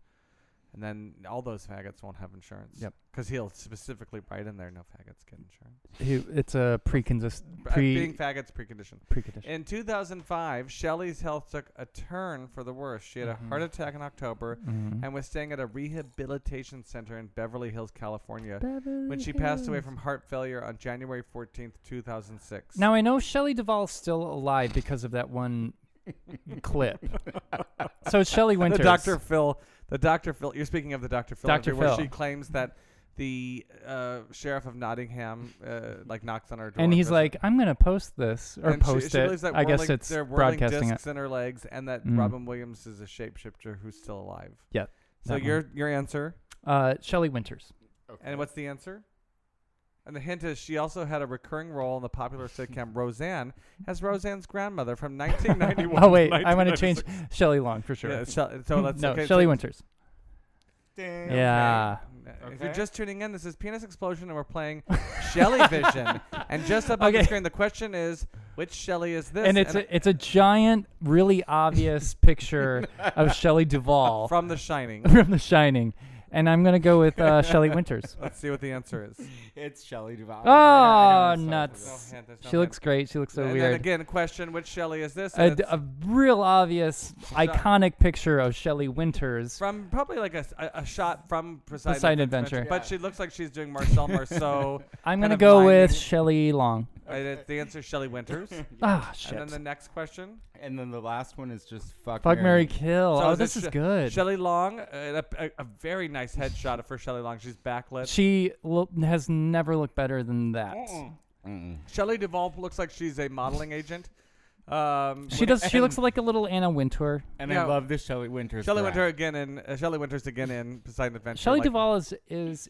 [SPEAKER 4] and then all those faggots won't have insurance.
[SPEAKER 2] Yep.
[SPEAKER 4] Because he'll specifically write in there, no faggots get insurance.
[SPEAKER 2] He- It's a pre-consist-
[SPEAKER 4] B- uh, Being
[SPEAKER 2] pre
[SPEAKER 4] faggots precondition.
[SPEAKER 2] precondition.
[SPEAKER 4] In 2005, Shelley's health took a turn for the worse. She had a
[SPEAKER 3] Mm-hmm.
[SPEAKER 4] heart attack in October
[SPEAKER 2] Mhm.
[SPEAKER 4] and was staying at a rehabilitation center in Beverly Hills, California,
[SPEAKER 2] Mm-hmm.
[SPEAKER 4] when she passed away from heart failure on January 14th, 2006.
[SPEAKER 2] Now I know Shelley Duvall's still alive because of that one clip. So Shelley Winters.
[SPEAKER 4] The Dr. Phil, the Dr. Phil, you're speaking of the Dr. Phil,
[SPEAKER 2] Dr.
[SPEAKER 4] interview where
[SPEAKER 2] Phil.
[SPEAKER 4] she claims that the uh, sheriff of Nottingham uh, like knocks on her door,
[SPEAKER 2] And he's
[SPEAKER 4] doesn't-
[SPEAKER 2] like, I'm gonna post this or
[SPEAKER 4] and she-
[SPEAKER 2] post
[SPEAKER 4] she
[SPEAKER 2] it.
[SPEAKER 4] believes that
[SPEAKER 2] I guess
[SPEAKER 4] whirling-
[SPEAKER 2] it's
[SPEAKER 4] they're whirling
[SPEAKER 2] broadcasting it.
[SPEAKER 4] discs in her legs, and that
[SPEAKER 2] Mm.
[SPEAKER 4] Robin Williams is a shapeshifter who's still alive.
[SPEAKER 2] Yeah, that
[SPEAKER 4] So
[SPEAKER 2] one.
[SPEAKER 4] your your answer,
[SPEAKER 2] Uh, Shelley Winters.
[SPEAKER 4] and what's the answer? And the hint is she also had a recurring role in the popular sitcom Roseanne as Roseanne's grandmother from 1991.
[SPEAKER 2] oh wait, I want to change Shelley Long for sure.
[SPEAKER 4] Yeah, so, so let's
[SPEAKER 2] no,
[SPEAKER 4] okay, so-
[SPEAKER 2] Shelley Winters.
[SPEAKER 3] Ding.
[SPEAKER 2] Yeah.
[SPEAKER 4] Uh, If you're
[SPEAKER 3] Okay.
[SPEAKER 4] just tuning in, this is Penis Explosion, and we're playing Shelly Vision. And just up on the
[SPEAKER 2] Okay.
[SPEAKER 4] screen, the question is, which Shelly is this?
[SPEAKER 2] and it's a, it's a giant, really obvious picture of Shelley Duvall from,
[SPEAKER 4] from The Shining.
[SPEAKER 2] The Shining, and I'm gonna go with uh, Shelley Winters.
[SPEAKER 4] Let's see what the answer is.
[SPEAKER 3] It's Shelley Duvall.
[SPEAKER 2] Oh,
[SPEAKER 3] I don't- I don't know
[SPEAKER 2] nuts.
[SPEAKER 3] so-
[SPEAKER 4] There's no hint, there's no
[SPEAKER 2] She
[SPEAKER 4] hint.
[SPEAKER 2] looks great. She looks so
[SPEAKER 4] and
[SPEAKER 2] weird.
[SPEAKER 4] Then again, question: Which Shelly is this?
[SPEAKER 2] a,
[SPEAKER 4] And
[SPEAKER 2] d-
[SPEAKER 4] it's
[SPEAKER 2] a real obvious, iconic picture of Shelley Winters.
[SPEAKER 4] from probably like a, a, a shot from Poseidon,
[SPEAKER 2] Poseidon Adventure.
[SPEAKER 4] But she looks like she's doing Marcel Marceau.
[SPEAKER 2] I'm gonna
[SPEAKER 4] kind of
[SPEAKER 2] go with
[SPEAKER 4] miming.
[SPEAKER 2] Shelley Long.
[SPEAKER 4] And it- the answer is Shelly Winters.
[SPEAKER 2] Ah,
[SPEAKER 4] And
[SPEAKER 2] shit.
[SPEAKER 4] then the next question:
[SPEAKER 3] And then the last one is just fuck.
[SPEAKER 2] Fuck Mary
[SPEAKER 3] Mary.
[SPEAKER 2] Kill.
[SPEAKER 4] So
[SPEAKER 2] oh,
[SPEAKER 4] is
[SPEAKER 2] this
[SPEAKER 4] it
[SPEAKER 2] is
[SPEAKER 4] Sh-
[SPEAKER 2] good.
[SPEAKER 4] Shelley Long, uh, a, a, a very nice headshot of her Shelley Long. She's backlit.
[SPEAKER 2] She lo- has never looked better than that.
[SPEAKER 4] Mm.
[SPEAKER 3] Mm-mm.
[SPEAKER 4] Shelley Duvall looks like she's a modeling agent. Um,
[SPEAKER 2] She does. She looks like a little Anna Wintour.
[SPEAKER 3] And
[SPEAKER 4] Yeah.
[SPEAKER 3] I love this Shelley Winters.
[SPEAKER 4] Shelley
[SPEAKER 3] brand.
[SPEAKER 4] Winter again in uh, Shelley Winters again in Poseidon Adventure.
[SPEAKER 2] Shelley
[SPEAKER 4] like-
[SPEAKER 2] Duvall is is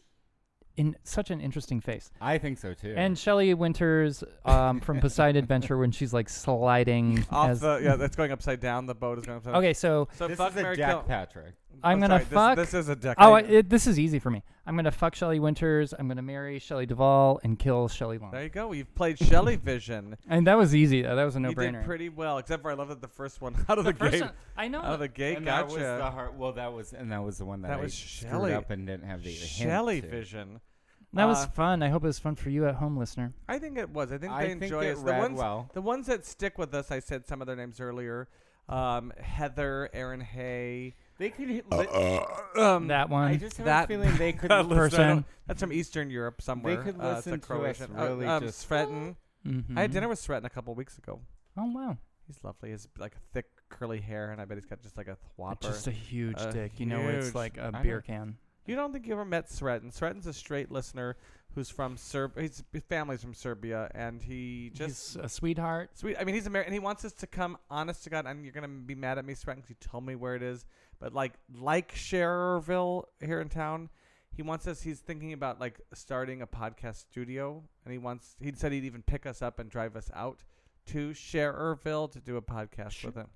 [SPEAKER 2] in such an interesting face,
[SPEAKER 3] I think so too.
[SPEAKER 2] and Shelley Winters um, from Poseidon Adventure when she's like sliding.
[SPEAKER 4] off
[SPEAKER 2] as-
[SPEAKER 4] the yeah, that's going upside down. The boat is going upside. down.
[SPEAKER 2] okay, so
[SPEAKER 4] so
[SPEAKER 3] this
[SPEAKER 4] fuck
[SPEAKER 3] is a
[SPEAKER 4] Mary
[SPEAKER 3] Jack
[SPEAKER 4] Kill.
[SPEAKER 3] Patrick.
[SPEAKER 2] I'm gonna
[SPEAKER 4] sorry, this-
[SPEAKER 2] fuck-
[SPEAKER 4] This, is a deck.
[SPEAKER 2] oh,
[SPEAKER 4] I-
[SPEAKER 2] it, this is easy for me. I'm gonna fuck Shelley Winters. I'm gonna marry Shelley Duvall and kill Shelley Long.
[SPEAKER 4] there you go. You've played Shelley Vision.
[SPEAKER 2] And that was easy. though. That was a
[SPEAKER 4] you did
[SPEAKER 2] no-brainer.
[SPEAKER 4] pretty well, except for I love that the first one out of the,
[SPEAKER 2] First
[SPEAKER 4] gate.
[SPEAKER 2] one- I know.
[SPEAKER 4] Out of the gate,
[SPEAKER 3] and
[SPEAKER 4] gotcha.
[SPEAKER 3] that was the heart. Well, that was and that was the one that,
[SPEAKER 4] That
[SPEAKER 3] I
[SPEAKER 4] was
[SPEAKER 3] screwed
[SPEAKER 4] Shelley-
[SPEAKER 3] up and didn't have the hint
[SPEAKER 4] Shelley
[SPEAKER 3] to.
[SPEAKER 4] Vision.
[SPEAKER 2] that was
[SPEAKER 4] uh,
[SPEAKER 2] fun. I hope it was fun for you at home, listener.
[SPEAKER 4] I think it was. I think
[SPEAKER 3] I
[SPEAKER 4] they
[SPEAKER 3] think
[SPEAKER 4] enjoy
[SPEAKER 3] it
[SPEAKER 4] us. The
[SPEAKER 3] read
[SPEAKER 4] ones,
[SPEAKER 3] well.
[SPEAKER 4] the ones that stick with us. I said some of their names earlier. Um, Heather, Aaron Hay.
[SPEAKER 3] They could. hit-
[SPEAKER 4] Um,
[SPEAKER 2] That
[SPEAKER 3] I
[SPEAKER 2] one.
[SPEAKER 3] just have
[SPEAKER 4] that-
[SPEAKER 3] a feeling they could.
[SPEAKER 4] God, listen, I
[SPEAKER 2] person.
[SPEAKER 4] don't- That's from Eastern Europe somewhere.
[SPEAKER 3] could
[SPEAKER 4] Uh,
[SPEAKER 3] listen
[SPEAKER 4] it's
[SPEAKER 3] to
[SPEAKER 4] a
[SPEAKER 3] us
[SPEAKER 4] Croatian. uh,
[SPEAKER 3] really
[SPEAKER 4] um,
[SPEAKER 3] just- Mm-hmm.
[SPEAKER 4] Sretton.
[SPEAKER 2] Mhm.
[SPEAKER 4] I had dinner with Sretton a couple weeks ago.
[SPEAKER 2] Oh wow!
[SPEAKER 4] He's lovely. He's like thick curly hair, and I bet he's got just like a whopper.
[SPEAKER 2] Just a huge
[SPEAKER 4] A
[SPEAKER 2] dick. You know, it's
[SPEAKER 4] huge-
[SPEAKER 2] like a
[SPEAKER 4] I
[SPEAKER 2] beer
[SPEAKER 4] know.
[SPEAKER 2] can.
[SPEAKER 4] you don't think you ever met Sretton? Sretton's a straight listener who's from Serb. His family's from Serbia, and he just
[SPEAKER 2] He's a sweetheart.
[SPEAKER 4] sweet. I mean, he's American. He wants us to come. Honest to God, and you're gonna be mad at me, Sretton, 'cause you told me where it is. But like, like Shererville here in town. He wants us. He's thinking about like starting a podcast studio, and he wants. He said he'd even pick us up and drive us out to Shererville to do a podcast with him.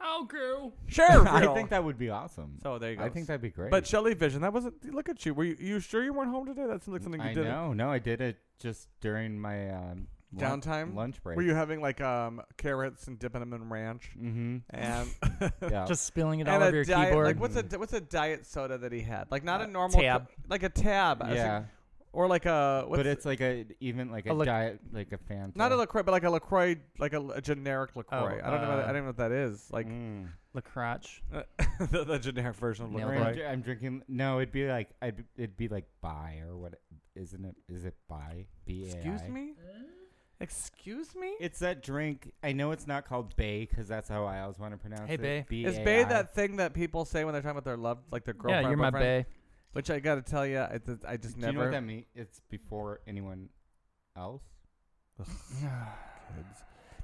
[SPEAKER 2] Oh, girl.
[SPEAKER 4] Shererville.
[SPEAKER 3] I think that would be awesome.
[SPEAKER 4] So there you go.
[SPEAKER 3] I think that'd be great.
[SPEAKER 4] But Shelley Vision, that wasn't. Look at you. Were you, you sure you weren't home today? That seemed like something you
[SPEAKER 3] I
[SPEAKER 4] did.
[SPEAKER 3] know. No, I did it just during my um, lun-
[SPEAKER 4] Downtime?
[SPEAKER 3] lunch break.
[SPEAKER 4] Were you having like um carrots and dipping them in ranch
[SPEAKER 3] Mm-hmm.
[SPEAKER 4] and
[SPEAKER 3] Yeah.
[SPEAKER 2] Just spilling it all
[SPEAKER 4] and
[SPEAKER 2] over your
[SPEAKER 4] a diet
[SPEAKER 2] keyboard. Uh,
[SPEAKER 4] like what's a di- what's a diet soda that he had? Like not a normal
[SPEAKER 2] tab.
[SPEAKER 4] co- like a tab. I was
[SPEAKER 3] yeah.
[SPEAKER 4] thinking- or like a what's
[SPEAKER 3] but it's like a even like a,
[SPEAKER 2] A Lac-
[SPEAKER 3] diet like a Fanta.
[SPEAKER 2] uh,
[SPEAKER 4] not a Lacroix, but like a Lacroix, like a, a generic Lacroix. I don't know. What, I
[SPEAKER 2] uh,
[SPEAKER 4] don't know what that is. Like
[SPEAKER 3] Mm.
[SPEAKER 2] Lacroche.
[SPEAKER 4] the, the generic version of
[SPEAKER 2] Nailed
[SPEAKER 3] Or
[SPEAKER 4] Lacroix.
[SPEAKER 2] it.
[SPEAKER 3] I'm, dr- I'm drinking. No, it'd be like I'd, b- it'd be like bi or what? Isn't it? Is it bi? B A I.
[SPEAKER 4] Excuse me. Excuse me.
[SPEAKER 3] It's that drink. I know it's not called bay because that's how I always want to pronounce
[SPEAKER 2] Hey,
[SPEAKER 3] it.
[SPEAKER 2] bae.
[SPEAKER 3] B
[SPEAKER 4] Is
[SPEAKER 3] A
[SPEAKER 4] bae
[SPEAKER 3] I.
[SPEAKER 4] that thing that people say when they're talking about their love, like their girlfriend?
[SPEAKER 2] yeah, you're my
[SPEAKER 4] boyfriend?
[SPEAKER 2] bae.
[SPEAKER 4] Which I got to tell you, I, th- I just
[SPEAKER 3] Do
[SPEAKER 4] never.
[SPEAKER 3] you know what that means? It's before anyone else.
[SPEAKER 4] Kids.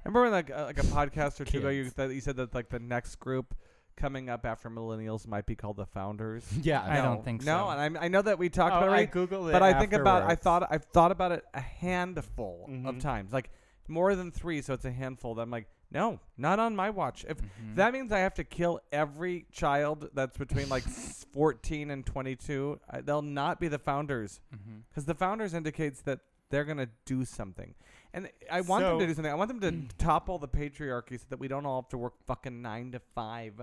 [SPEAKER 4] Remember when like a, like a podcast or two ago you,
[SPEAKER 3] Kids.
[SPEAKER 4] that you said that like the next group coming up after millennials might be called the founders.
[SPEAKER 3] Yeah,
[SPEAKER 2] I don't think
[SPEAKER 4] no,
[SPEAKER 2] so.
[SPEAKER 4] and I'm, I know that we talked about it,
[SPEAKER 3] Oh, I
[SPEAKER 4] already,
[SPEAKER 3] googled it,
[SPEAKER 4] but I think about I
[SPEAKER 3] afterwards.
[SPEAKER 4] thought I've thought about it a handful of
[SPEAKER 3] Mhm.
[SPEAKER 4] times, like more than three, so it's a handful. That I'm like, no, not on my watch. If
[SPEAKER 3] Mm-hmm.
[SPEAKER 4] that means I have to kill every child that's between like 14 and 22, I, they'll not be the founders
[SPEAKER 3] Mm-hmm.
[SPEAKER 4] because the founders indicates that they're going to do something and i want them to
[SPEAKER 3] So-
[SPEAKER 4] do something i want them to topple the patriarchy so that we don't all have to work fucking nine to five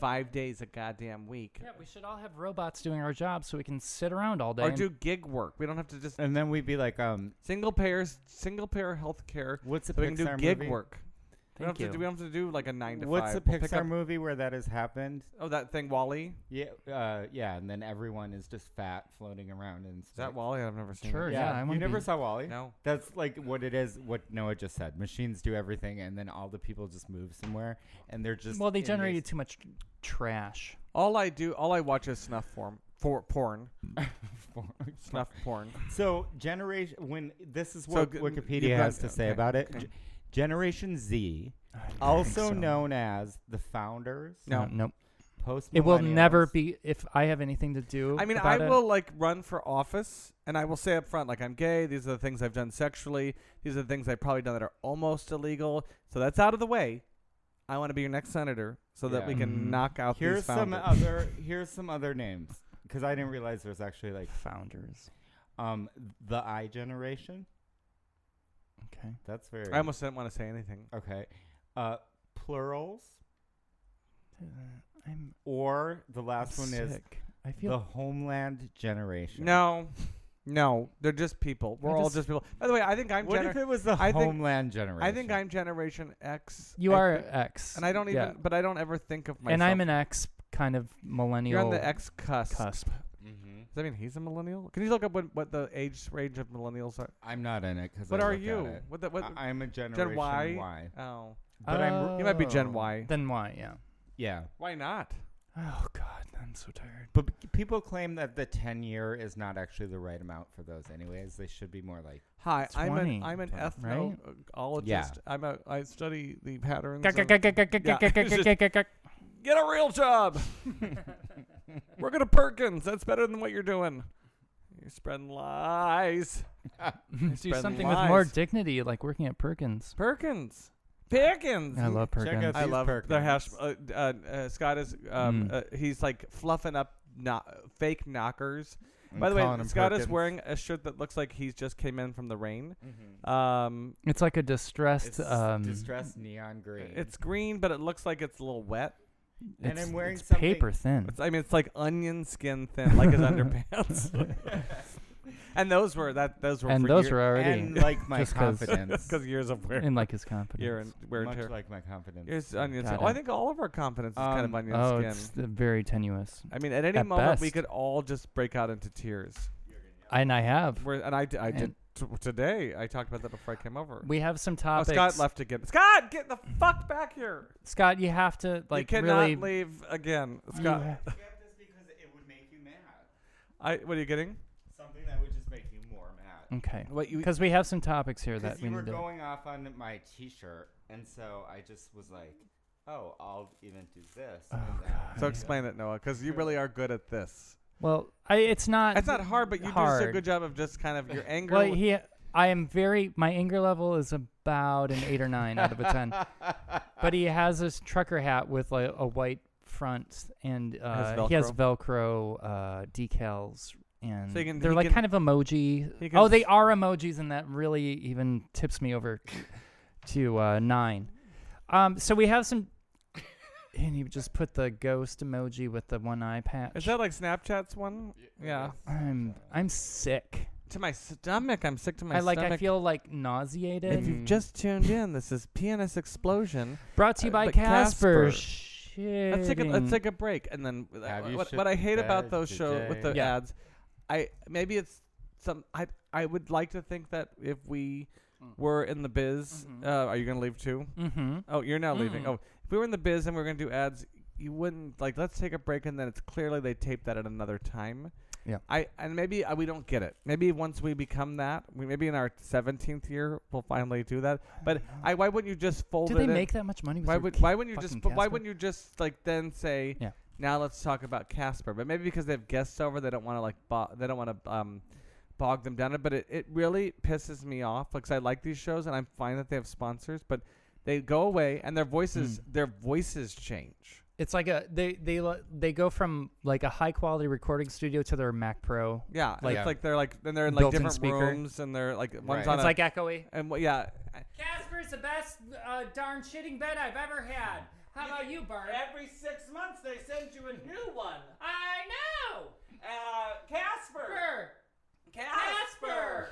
[SPEAKER 4] five days a goddamn week
[SPEAKER 2] Yeah, we should all have robots doing our jobs so we can sit around all day.
[SPEAKER 4] or
[SPEAKER 2] and-
[SPEAKER 4] do gig work we don't have to just
[SPEAKER 3] And then we'd be like, um,
[SPEAKER 4] single payers single payer health care
[SPEAKER 3] what's a
[SPEAKER 4] so we can
[SPEAKER 3] Pixar
[SPEAKER 4] do gig
[SPEAKER 3] movie?
[SPEAKER 4] work we don't,
[SPEAKER 2] Thank
[SPEAKER 4] have to do,
[SPEAKER 2] you.
[SPEAKER 4] we don't have to do like a nine to
[SPEAKER 3] What's a
[SPEAKER 4] five We'll pick
[SPEAKER 3] Pixar
[SPEAKER 4] up-
[SPEAKER 3] movie where that has happened?
[SPEAKER 4] oh that thing wally
[SPEAKER 3] Yeah, uh, yeah, and then everyone is just fat floating around and
[SPEAKER 4] is that wally i've never seen
[SPEAKER 2] Sure,
[SPEAKER 4] it.
[SPEAKER 2] yeah, I
[SPEAKER 3] you
[SPEAKER 2] wanna
[SPEAKER 3] never
[SPEAKER 2] be-
[SPEAKER 3] saw Wally.
[SPEAKER 4] no
[SPEAKER 3] That's like what it is. What Noah just said. Machines do everything, and then all the people just move somewhere, and they're just
[SPEAKER 2] well, they
[SPEAKER 3] in these-
[SPEAKER 2] generated too much trash.
[SPEAKER 4] all i do all i watch is snuff form for porn snuff porn
[SPEAKER 3] So generation when this is
[SPEAKER 4] So
[SPEAKER 3] what
[SPEAKER 4] g- you've
[SPEAKER 3] Wikipedia
[SPEAKER 4] got-
[SPEAKER 3] has to say
[SPEAKER 4] okay,
[SPEAKER 3] about it.
[SPEAKER 4] okay.
[SPEAKER 3] G- Generation Z, also
[SPEAKER 2] so.
[SPEAKER 3] known as the founders,
[SPEAKER 4] No.
[SPEAKER 2] Uh, nope.
[SPEAKER 3] post
[SPEAKER 2] It will never be if I have anything to do.
[SPEAKER 4] I mean, I
[SPEAKER 2] about it,
[SPEAKER 4] will like run for office, and I will say up front, like I'm gay. These are the things I've done sexually. These are the things I've probably done that are almost illegal. So that's out of the way. I want to be your next senator, so that we
[SPEAKER 3] Yeah.
[SPEAKER 4] can
[SPEAKER 2] Mhm.
[SPEAKER 4] knock out
[SPEAKER 3] Here's
[SPEAKER 4] these
[SPEAKER 3] some
[SPEAKER 4] founders.
[SPEAKER 3] other here's some other names because I didn't realize there's actually like
[SPEAKER 2] founders.
[SPEAKER 3] um the I generation.
[SPEAKER 2] Okay.
[SPEAKER 3] That's very
[SPEAKER 4] I almost didn't want to say anything.
[SPEAKER 3] okay. Uh, plurals
[SPEAKER 2] Uh, I'm
[SPEAKER 3] or the last one is
[SPEAKER 2] sick. I feel
[SPEAKER 3] the homeland generation.
[SPEAKER 4] No, no, they're just people. We're
[SPEAKER 2] I
[SPEAKER 4] all
[SPEAKER 2] just-
[SPEAKER 4] just, people. By the way, I think I'm.
[SPEAKER 3] What
[SPEAKER 4] gener-
[SPEAKER 3] if it was the
[SPEAKER 4] I think-
[SPEAKER 3] homeland generation?
[SPEAKER 4] I think I'm Generation X.
[SPEAKER 2] you
[SPEAKER 4] I
[SPEAKER 2] are
[SPEAKER 4] thi-
[SPEAKER 2] an X,
[SPEAKER 4] and I don't even.
[SPEAKER 2] yeah.
[SPEAKER 4] But I don't ever think of myself.
[SPEAKER 2] and I'm an X kind of millennial.
[SPEAKER 4] You're on the X cusp.
[SPEAKER 2] cusp.
[SPEAKER 3] hmm
[SPEAKER 4] Does that mean he's a millennial? Can you look up what, what the age range of millennials are?
[SPEAKER 3] I'm not in it because
[SPEAKER 4] What are you? What the, what?
[SPEAKER 3] I, am a generation
[SPEAKER 4] Gen Y?
[SPEAKER 3] Y.
[SPEAKER 4] oh.
[SPEAKER 3] But I'm
[SPEAKER 4] You might be Gen
[SPEAKER 2] Oh.
[SPEAKER 4] Y.
[SPEAKER 2] Then Y, yeah.
[SPEAKER 3] yeah.
[SPEAKER 4] Why not?
[SPEAKER 2] Oh God, I'm so tired.
[SPEAKER 3] But p- people claim that the 10 year is not actually the right amount for those anyways. They should be more like
[SPEAKER 4] Hi, I'm an
[SPEAKER 2] 20,
[SPEAKER 4] I'm an
[SPEAKER 2] right?
[SPEAKER 4] ethnologist.
[SPEAKER 3] Yeah.
[SPEAKER 4] I'm a I study the patterns. of-
[SPEAKER 2] That's
[SPEAKER 4] Get a real job. We're gonna Perkins. That's better than what you're doing. You're spreading lies.
[SPEAKER 2] Do
[SPEAKER 4] spreading
[SPEAKER 2] something with more
[SPEAKER 4] lies.
[SPEAKER 2] dignity, like working at Perkins.
[SPEAKER 4] Perkins. Perkins.
[SPEAKER 2] I love
[SPEAKER 3] Check
[SPEAKER 2] Perkins.
[SPEAKER 3] out
[SPEAKER 4] I
[SPEAKER 3] These
[SPEAKER 4] love their hash. Uh,
[SPEAKER 3] Perkins.
[SPEAKER 4] uh, uh, Scott is um,
[SPEAKER 2] Mm.
[SPEAKER 4] uh, he's like fluffing up no- fake knockers.
[SPEAKER 3] I'm
[SPEAKER 4] By the way,
[SPEAKER 3] calling 'em
[SPEAKER 4] Scott is
[SPEAKER 3] Perkins.
[SPEAKER 4] wearing a shirt that looks like he's just came in from the rain.
[SPEAKER 3] Mhm.
[SPEAKER 4] Um,
[SPEAKER 2] It's like a distressed.
[SPEAKER 3] It's
[SPEAKER 2] um,
[SPEAKER 3] distressed neon green.
[SPEAKER 4] It's green, but it looks like it's a little wet.
[SPEAKER 3] and
[SPEAKER 2] it's-
[SPEAKER 3] I'm wearing
[SPEAKER 2] it's
[SPEAKER 3] something-
[SPEAKER 2] paper thin.
[SPEAKER 4] It's, I mean, it's like onion skin thin, like his underpants. and those were that. Those were
[SPEAKER 2] And
[SPEAKER 4] for
[SPEAKER 2] those were already
[SPEAKER 3] and like my
[SPEAKER 2] Just 'cause-
[SPEAKER 3] confidence.
[SPEAKER 4] because years of wear,
[SPEAKER 2] in like his confidence.
[SPEAKER 4] year and wear and
[SPEAKER 3] much
[SPEAKER 4] tear.
[SPEAKER 3] like my confidence.
[SPEAKER 4] Years onion skin.
[SPEAKER 2] Got
[SPEAKER 4] Oh, I
[SPEAKER 2] it.
[SPEAKER 4] think all of our confidence is kind of
[SPEAKER 3] Um,
[SPEAKER 4] onion
[SPEAKER 2] oh,
[SPEAKER 4] skin.
[SPEAKER 2] it's uh, very tenuous.
[SPEAKER 4] I mean, at any
[SPEAKER 2] at
[SPEAKER 4] moment we
[SPEAKER 2] best.
[SPEAKER 4] could all just break out into tears.
[SPEAKER 2] And I have.
[SPEAKER 4] We're, and I, d- I did
[SPEAKER 2] And-
[SPEAKER 4] t- today. I talked about that before I came over.
[SPEAKER 2] We have some
[SPEAKER 4] Oh,
[SPEAKER 2] topics.
[SPEAKER 4] Scott left again. Scott, get the fuck back here!
[SPEAKER 2] Scott, you have to like
[SPEAKER 4] you cannot
[SPEAKER 2] really.
[SPEAKER 4] leave again,
[SPEAKER 2] you
[SPEAKER 4] Scott.
[SPEAKER 2] ha-
[SPEAKER 3] because it would make you mad.
[SPEAKER 4] I, what are you getting?
[SPEAKER 3] Something that would just make you more mad.
[SPEAKER 2] Okay.
[SPEAKER 4] What you?
[SPEAKER 2] Because we have some topics here that
[SPEAKER 3] Because
[SPEAKER 2] we
[SPEAKER 3] you were
[SPEAKER 2] need to.
[SPEAKER 3] going off on my T-shirt, and so I just was like, "Oh, I'll even do this." and
[SPEAKER 2] Oh,
[SPEAKER 3] then-
[SPEAKER 2] God.
[SPEAKER 4] So explain it, Noah, because
[SPEAKER 3] Uh,
[SPEAKER 4] you really are good at this.
[SPEAKER 2] Well, I, it's not.
[SPEAKER 4] It's not hard, but you do such a
[SPEAKER 2] hard.
[SPEAKER 4] good job of just kind of your anger.
[SPEAKER 2] Well, he, I am very. My anger level is about an eight or nine out of a ten. But he has this trucker hat with like a white front, and uh, he has Velcro uh, decals, and
[SPEAKER 4] So he can-
[SPEAKER 2] they're
[SPEAKER 4] he
[SPEAKER 2] like
[SPEAKER 4] can-
[SPEAKER 2] kind of emoji.
[SPEAKER 4] he can
[SPEAKER 2] Oh,
[SPEAKER 4] s-
[SPEAKER 2] they are emojis, and that really even tips me over to uh, nine. Um, so we have some. And he just put the ghost emoji with the one eye patch.
[SPEAKER 4] is that like Snapchat's one? Yeah.
[SPEAKER 2] I'm I'm sick.
[SPEAKER 4] To my stomach, I'm sick to my
[SPEAKER 2] I like.
[SPEAKER 4] stomach.
[SPEAKER 2] I feel like nauseated.
[SPEAKER 4] If you've
[SPEAKER 3] Mm.
[SPEAKER 4] just tuned in, this is PNS Explosion.
[SPEAKER 2] Brought to
[SPEAKER 4] Uh,
[SPEAKER 2] you by
[SPEAKER 4] but Casper.
[SPEAKER 2] Casper.
[SPEAKER 4] Let's take a, let's
[SPEAKER 2] Shitting.
[SPEAKER 4] take a break, and then uh,
[SPEAKER 3] Have you
[SPEAKER 4] what,
[SPEAKER 3] shit
[SPEAKER 4] what I
[SPEAKER 3] the
[SPEAKER 4] hate about
[SPEAKER 3] bed
[SPEAKER 4] those shows with the
[SPEAKER 3] today?
[SPEAKER 2] Yeah.
[SPEAKER 4] ads, I maybe it's some. I I would like to think that if we
[SPEAKER 2] Mm.
[SPEAKER 4] were in the biz,
[SPEAKER 2] Mhm.
[SPEAKER 4] uh, are you gonna leave too?
[SPEAKER 2] Mhm.
[SPEAKER 4] Oh, you're now leaving.
[SPEAKER 2] Mm.
[SPEAKER 4] Oh, if we were in the biz and we were gonna do ads, you wouldn't like. Let's take a break, and then it's clearly they taped that at another time.
[SPEAKER 2] Yeah.
[SPEAKER 4] I and maybe uh, we don't get it. Maybe once we become that, we maybe in our seventeenth year we'll finally do that. But I, why wouldn't you just fold
[SPEAKER 2] Do
[SPEAKER 4] it?
[SPEAKER 2] they
[SPEAKER 4] in?
[SPEAKER 2] make that much money? With
[SPEAKER 4] Why
[SPEAKER 2] your
[SPEAKER 4] would
[SPEAKER 2] ca-
[SPEAKER 4] Why wouldn't you just?
[SPEAKER 2] fucking
[SPEAKER 4] But why
[SPEAKER 2] Casper?
[SPEAKER 4] wouldn't you just like then say?
[SPEAKER 2] Yeah.
[SPEAKER 4] Now let's talk about Casper. But maybe because they have guests over, they don't want to like bo- they don't want to um bog them down. But it, it really pisses me off because I like these shows and I'm fine that they have sponsors, but they go away and their voices
[SPEAKER 2] Hmm.
[SPEAKER 4] their voices change.
[SPEAKER 2] It's like a they they lo- they go from like a high quality recording studio to their Mac Pro.
[SPEAKER 4] Yeah, and
[SPEAKER 2] Like-
[SPEAKER 4] it's like they're like and they're in like
[SPEAKER 2] Built-in
[SPEAKER 4] different
[SPEAKER 2] speaker.
[SPEAKER 4] rooms and they're like one's
[SPEAKER 3] Right.
[SPEAKER 4] on
[SPEAKER 2] It's
[SPEAKER 4] a,
[SPEAKER 2] like echoey.
[SPEAKER 4] and wh- yeah.
[SPEAKER 2] Casper's the best uh, darn shitting bed I've ever had. How about you, Bart?
[SPEAKER 5] Every six months they send you a new one.
[SPEAKER 2] I know.
[SPEAKER 5] Uh, Casper. Casper.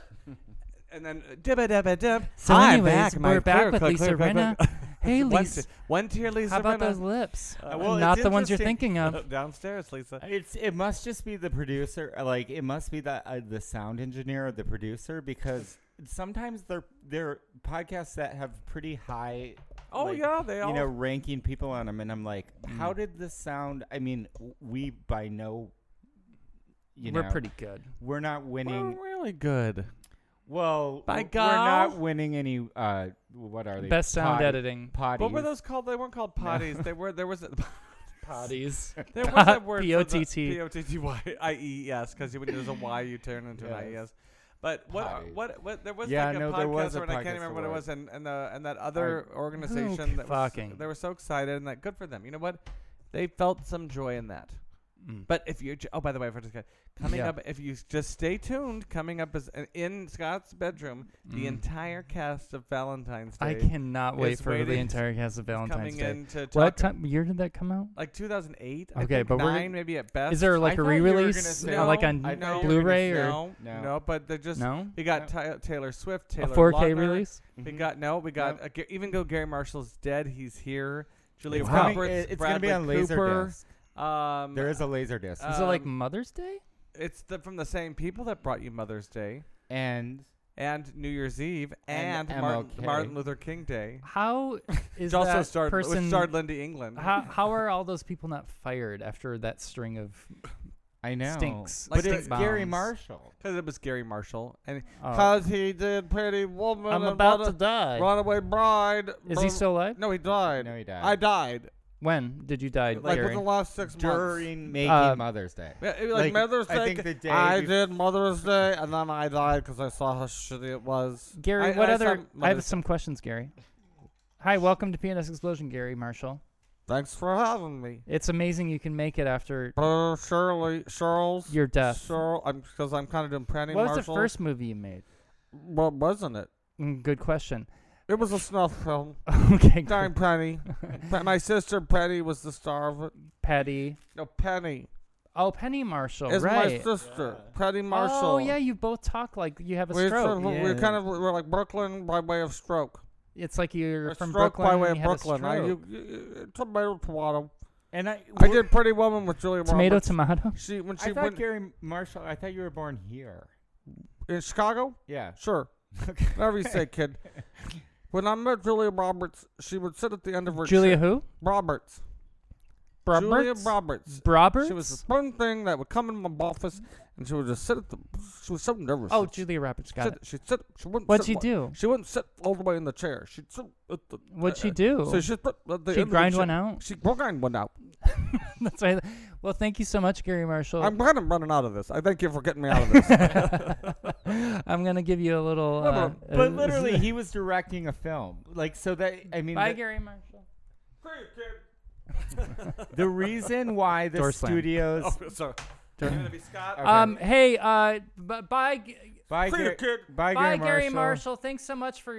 [SPEAKER 4] And then uh, dibba dabba dib.
[SPEAKER 2] So
[SPEAKER 4] Hi,
[SPEAKER 2] anyways,
[SPEAKER 4] back, my
[SPEAKER 2] we're back
[SPEAKER 4] clear,
[SPEAKER 2] with
[SPEAKER 4] clear,
[SPEAKER 2] Lisa
[SPEAKER 4] clear, clear,
[SPEAKER 2] Rinna.
[SPEAKER 4] clear.
[SPEAKER 2] Hey,
[SPEAKER 4] One
[SPEAKER 2] Lisa.
[SPEAKER 4] tier- One tier, Lisa.
[SPEAKER 2] How about
[SPEAKER 4] Rinna.
[SPEAKER 2] those lips?
[SPEAKER 4] Uh, well,
[SPEAKER 2] Not
[SPEAKER 4] it's
[SPEAKER 2] the ones you're
[SPEAKER 4] interesting- Uh,
[SPEAKER 2] thinking of.
[SPEAKER 4] Downstairs, Lisa.
[SPEAKER 3] It's it must just be the producer, uh, like it must be the uh, the sound engineer or the producer because sometimes they're they're podcasts that have pretty high.
[SPEAKER 4] Oh,
[SPEAKER 3] like,
[SPEAKER 4] yeah, they
[SPEAKER 3] you
[SPEAKER 4] all-
[SPEAKER 3] know ranking people on them, and I'm like, how did this sound? I mean, w- we by no, you
[SPEAKER 2] We're
[SPEAKER 3] know,
[SPEAKER 2] pretty good.
[SPEAKER 3] We're not winning.
[SPEAKER 4] really good.
[SPEAKER 3] Well,
[SPEAKER 4] By
[SPEAKER 3] w- we're not
[SPEAKER 4] golf.
[SPEAKER 3] winning any. Uh, what are they?
[SPEAKER 2] Best sound
[SPEAKER 3] Potty-
[SPEAKER 2] editing.
[SPEAKER 3] Potties.
[SPEAKER 4] What were those called? They weren't called potties. They were. There was. A,
[SPEAKER 2] Potties.
[SPEAKER 4] there was a word.
[SPEAKER 2] P-O-T-T.
[SPEAKER 4] P o t t y i e s because when there's a y, you turn into an i e
[SPEAKER 3] Yes.
[SPEAKER 4] s. But what,
[SPEAKER 3] Potties.
[SPEAKER 4] what what there was
[SPEAKER 3] Yeah,
[SPEAKER 4] like a
[SPEAKER 3] no,
[SPEAKER 4] podcast
[SPEAKER 3] there was a
[SPEAKER 4] where- and I can't
[SPEAKER 3] podcast
[SPEAKER 4] remember what it
[SPEAKER 3] award.
[SPEAKER 4] was and, and the and that other organization that was
[SPEAKER 2] fucking-
[SPEAKER 4] they were so excited and that good for them. You know what? They felt some joy in that.
[SPEAKER 2] Mm.
[SPEAKER 4] But if you oh by the way, I forgot to say, coming
[SPEAKER 2] Yeah.
[SPEAKER 4] up if you just stay tuned, coming up is uh, in Scott's bedroom, the entire cast of Valentine's Day.
[SPEAKER 2] Mm. I cannot wait
[SPEAKER 4] is
[SPEAKER 2] for the
[SPEAKER 4] waiting-
[SPEAKER 2] entire cast of
[SPEAKER 4] is
[SPEAKER 2] Valentine's
[SPEAKER 4] coming
[SPEAKER 2] Day.
[SPEAKER 4] in to talk
[SPEAKER 2] What time year did that come out?
[SPEAKER 4] like 2008. I
[SPEAKER 2] Okay,
[SPEAKER 4] think
[SPEAKER 2] but we're-
[SPEAKER 4] nine maybe at best.
[SPEAKER 2] Is there like
[SPEAKER 3] I
[SPEAKER 2] a
[SPEAKER 3] thought you were gonna
[SPEAKER 2] re-release,
[SPEAKER 3] say-
[SPEAKER 2] uh, like
[SPEAKER 4] No,
[SPEAKER 2] on
[SPEAKER 3] I thought you were gonna
[SPEAKER 2] Blu-ray or
[SPEAKER 4] no,
[SPEAKER 3] No.
[SPEAKER 4] no, but they're just
[SPEAKER 2] No?
[SPEAKER 4] We got Ty- Taylor Swift,
[SPEAKER 2] a
[SPEAKER 4] Taylor
[SPEAKER 2] 4K
[SPEAKER 4] Lautner.
[SPEAKER 2] release?
[SPEAKER 3] Mm-hmm.
[SPEAKER 4] We got no, we got
[SPEAKER 3] No.
[SPEAKER 4] uh, Ga- even though Gary Marshall's dead, he's here. Julia
[SPEAKER 3] It's
[SPEAKER 4] Roberts,
[SPEAKER 3] coming- it- it's gonna be
[SPEAKER 4] Bradley
[SPEAKER 3] on
[SPEAKER 4] Cooper.
[SPEAKER 3] Laserdisc.
[SPEAKER 4] Um,
[SPEAKER 3] There is a laser disc,
[SPEAKER 4] Uh,
[SPEAKER 2] Is it like
[SPEAKER 4] Um,
[SPEAKER 2] Mother's Day?
[SPEAKER 4] it's the, from the same people that brought you Mother's Day
[SPEAKER 3] and
[SPEAKER 4] and New Year's Eve and,
[SPEAKER 3] And
[SPEAKER 4] Martin,
[SPEAKER 3] MLK.
[SPEAKER 4] Martin Luther King Day.
[SPEAKER 2] How is
[SPEAKER 4] Which also
[SPEAKER 2] that
[SPEAKER 4] starred, which
[SPEAKER 2] person?
[SPEAKER 4] starred Lindy England.
[SPEAKER 2] how how are all those people not fired after that string of?
[SPEAKER 3] I know
[SPEAKER 2] Stinks.
[SPEAKER 3] but
[SPEAKER 2] Like
[SPEAKER 3] it's
[SPEAKER 2] stink
[SPEAKER 3] Gary
[SPEAKER 2] bombs.
[SPEAKER 3] Marshall.
[SPEAKER 4] Because it was Gary Marshall, and
[SPEAKER 2] Oh.
[SPEAKER 4] because he did Pretty Woman,
[SPEAKER 2] I'm
[SPEAKER 4] and
[SPEAKER 2] about
[SPEAKER 4] Run-
[SPEAKER 2] to die.
[SPEAKER 4] Runaway Bride.
[SPEAKER 2] Is he
[SPEAKER 4] Bro-
[SPEAKER 2] still alive?
[SPEAKER 4] No, he died.
[SPEAKER 3] No, he died.
[SPEAKER 4] I died.
[SPEAKER 2] When did you die,
[SPEAKER 4] Like
[SPEAKER 2] Gary?
[SPEAKER 4] within the last six months.
[SPEAKER 3] during making
[SPEAKER 2] Uh,
[SPEAKER 3] Mother's Day.
[SPEAKER 4] Yeah, it- Like, Mother's Day,
[SPEAKER 3] I think the day
[SPEAKER 4] I
[SPEAKER 3] bef-
[SPEAKER 4] did Mother's Day, and then I died because I saw how shitty it was.
[SPEAKER 2] Gary,
[SPEAKER 4] I-
[SPEAKER 2] what
[SPEAKER 4] I saw
[SPEAKER 2] other? I have
[SPEAKER 4] Mother's-
[SPEAKER 2] some questions, Gary. Hi, welcome to PNS Explosion, Gary Marshall.
[SPEAKER 4] Thanks for having me.
[SPEAKER 2] It's amazing you can make it after
[SPEAKER 4] Uh, Shirley, Charles.
[SPEAKER 2] your death.
[SPEAKER 4] Cheryl, I'm because I'm kind of doing Pretty
[SPEAKER 2] what was
[SPEAKER 4] Marshall.
[SPEAKER 2] the first movie you made?
[SPEAKER 4] Well, wasn't it?
[SPEAKER 2] Mm, Good question.
[SPEAKER 4] It was a snuff film.
[SPEAKER 2] okay,
[SPEAKER 4] Darn
[SPEAKER 2] good.
[SPEAKER 4] Penny. Pe- My sister Penny was the star of it.
[SPEAKER 2] Patty.
[SPEAKER 4] No, Penny
[SPEAKER 2] Oh, Penny Marshall,
[SPEAKER 4] is
[SPEAKER 2] right?
[SPEAKER 4] my sister. Penny Marshall.
[SPEAKER 2] Oh yeah, you both talk like you have a
[SPEAKER 4] We're,
[SPEAKER 2] stroke.
[SPEAKER 4] sort of- we're kind of we're like Brooklyn by way of stroke.
[SPEAKER 2] It's like you're
[SPEAKER 4] Or
[SPEAKER 2] from
[SPEAKER 4] stroke
[SPEAKER 2] Brooklyn.
[SPEAKER 4] by
[SPEAKER 2] and
[SPEAKER 4] way
[SPEAKER 2] you
[SPEAKER 4] of
[SPEAKER 2] had a
[SPEAKER 4] Brooklyn. I,
[SPEAKER 2] stroke.
[SPEAKER 4] you, you, tomato, tomato.
[SPEAKER 3] And I,
[SPEAKER 4] I did Pretty Woman with Julia
[SPEAKER 2] tomato,
[SPEAKER 4] Roberts.
[SPEAKER 2] tomato.
[SPEAKER 4] She when
[SPEAKER 3] I
[SPEAKER 4] she
[SPEAKER 3] thought
[SPEAKER 4] went
[SPEAKER 3] Gary Marshall. I thought you were born here.
[SPEAKER 4] in Chicago.
[SPEAKER 3] Yeah.
[SPEAKER 4] Sure,
[SPEAKER 3] Okay.
[SPEAKER 4] whatever you say, kid. When I met Julia Roberts, she would sit at the end of her
[SPEAKER 2] Julia
[SPEAKER 4] chair-
[SPEAKER 2] who?
[SPEAKER 4] Roberts. Julia
[SPEAKER 2] Roberts.
[SPEAKER 4] Roberts.
[SPEAKER 2] Roberts.
[SPEAKER 4] She was this one thing that would come in my office, and she would just sit at the. She was so nervous.
[SPEAKER 2] Oh,
[SPEAKER 4] she
[SPEAKER 2] Julia Roberts got
[SPEAKER 4] sit,
[SPEAKER 2] it.
[SPEAKER 4] She'd sit. She wouldn't.
[SPEAKER 2] What'd
[SPEAKER 4] sit
[SPEAKER 2] she
[SPEAKER 4] wa-
[SPEAKER 2] do?
[SPEAKER 4] She wouldn't sit all the way in the chair. She'd sit. At the,
[SPEAKER 2] What'd she
[SPEAKER 4] uh,
[SPEAKER 2] do?
[SPEAKER 4] So she'd put at the
[SPEAKER 2] She'd
[SPEAKER 4] end of the
[SPEAKER 2] grind
[SPEAKER 4] chair-
[SPEAKER 2] one out?
[SPEAKER 4] She grind one out.
[SPEAKER 2] That's right. Well, thank you so much, Gary Marshall.
[SPEAKER 4] I'm kind of running out of this. I thank you for getting me out of this.
[SPEAKER 2] I'm gonna give you a little. Uh,
[SPEAKER 3] But
[SPEAKER 2] uh,
[SPEAKER 3] literally, he was directing a film. Like so that I mean,
[SPEAKER 2] Bye,
[SPEAKER 3] the,
[SPEAKER 2] Gary Marshall.
[SPEAKER 3] the reason why the
[SPEAKER 2] Door slam.
[SPEAKER 3] studios.
[SPEAKER 4] Sorry. be Scott.
[SPEAKER 3] Okay.
[SPEAKER 2] Um. Hey. Uh. b- bye. G-
[SPEAKER 3] bye,
[SPEAKER 4] free
[SPEAKER 3] Gary,
[SPEAKER 4] kick.
[SPEAKER 3] bye,
[SPEAKER 2] Bye, Gary
[SPEAKER 3] Marshall.
[SPEAKER 2] Marshall. Thanks so much for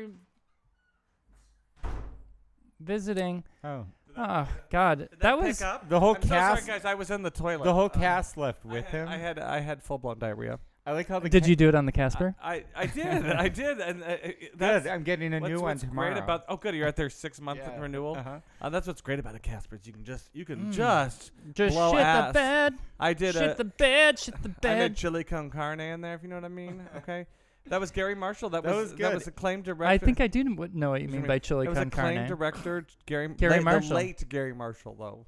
[SPEAKER 2] visiting.
[SPEAKER 3] Oh,
[SPEAKER 2] Oh God, that, was.
[SPEAKER 3] the whole
[SPEAKER 4] I'm so sorry,
[SPEAKER 3] cast.
[SPEAKER 4] guys. I was in the toilet.
[SPEAKER 3] the whole
[SPEAKER 4] Uh,
[SPEAKER 3] cast left with
[SPEAKER 4] I had,
[SPEAKER 3] him.
[SPEAKER 4] I had I had full blown diarrhea.
[SPEAKER 3] I like how the
[SPEAKER 2] Did
[SPEAKER 3] ca-
[SPEAKER 2] you do it on the Casper?
[SPEAKER 4] I, I did I did and uh, uh, that's
[SPEAKER 3] Good. I'm getting a
[SPEAKER 4] what's,
[SPEAKER 3] new one
[SPEAKER 4] what's
[SPEAKER 3] tomorrow.
[SPEAKER 4] great about oh good you're at their six month
[SPEAKER 3] Yeah.
[SPEAKER 4] renewal.
[SPEAKER 3] Uh-huh.
[SPEAKER 4] Uh, that's what's great about a Casper is you can just you can just
[SPEAKER 2] Just
[SPEAKER 4] blow
[SPEAKER 2] shit
[SPEAKER 4] ass.
[SPEAKER 2] the bed.
[SPEAKER 4] I did
[SPEAKER 2] Mm. Shit
[SPEAKER 4] a,
[SPEAKER 2] the bed. Shit the
[SPEAKER 4] I made
[SPEAKER 2] bed.
[SPEAKER 4] chili con carne in there if you know what I mean. Okay, that was Gary Marshall. That,
[SPEAKER 3] That
[SPEAKER 4] was,
[SPEAKER 3] was
[SPEAKER 4] that
[SPEAKER 3] good.
[SPEAKER 4] was acclaimed director.
[SPEAKER 2] I, think I do kn- what- know what you mean by chili
[SPEAKER 4] It was
[SPEAKER 2] con
[SPEAKER 4] acclaimed
[SPEAKER 2] carne.
[SPEAKER 4] director Gary
[SPEAKER 2] Gary
[SPEAKER 4] late- the
[SPEAKER 2] Marshall.
[SPEAKER 4] late Gary Marshall though.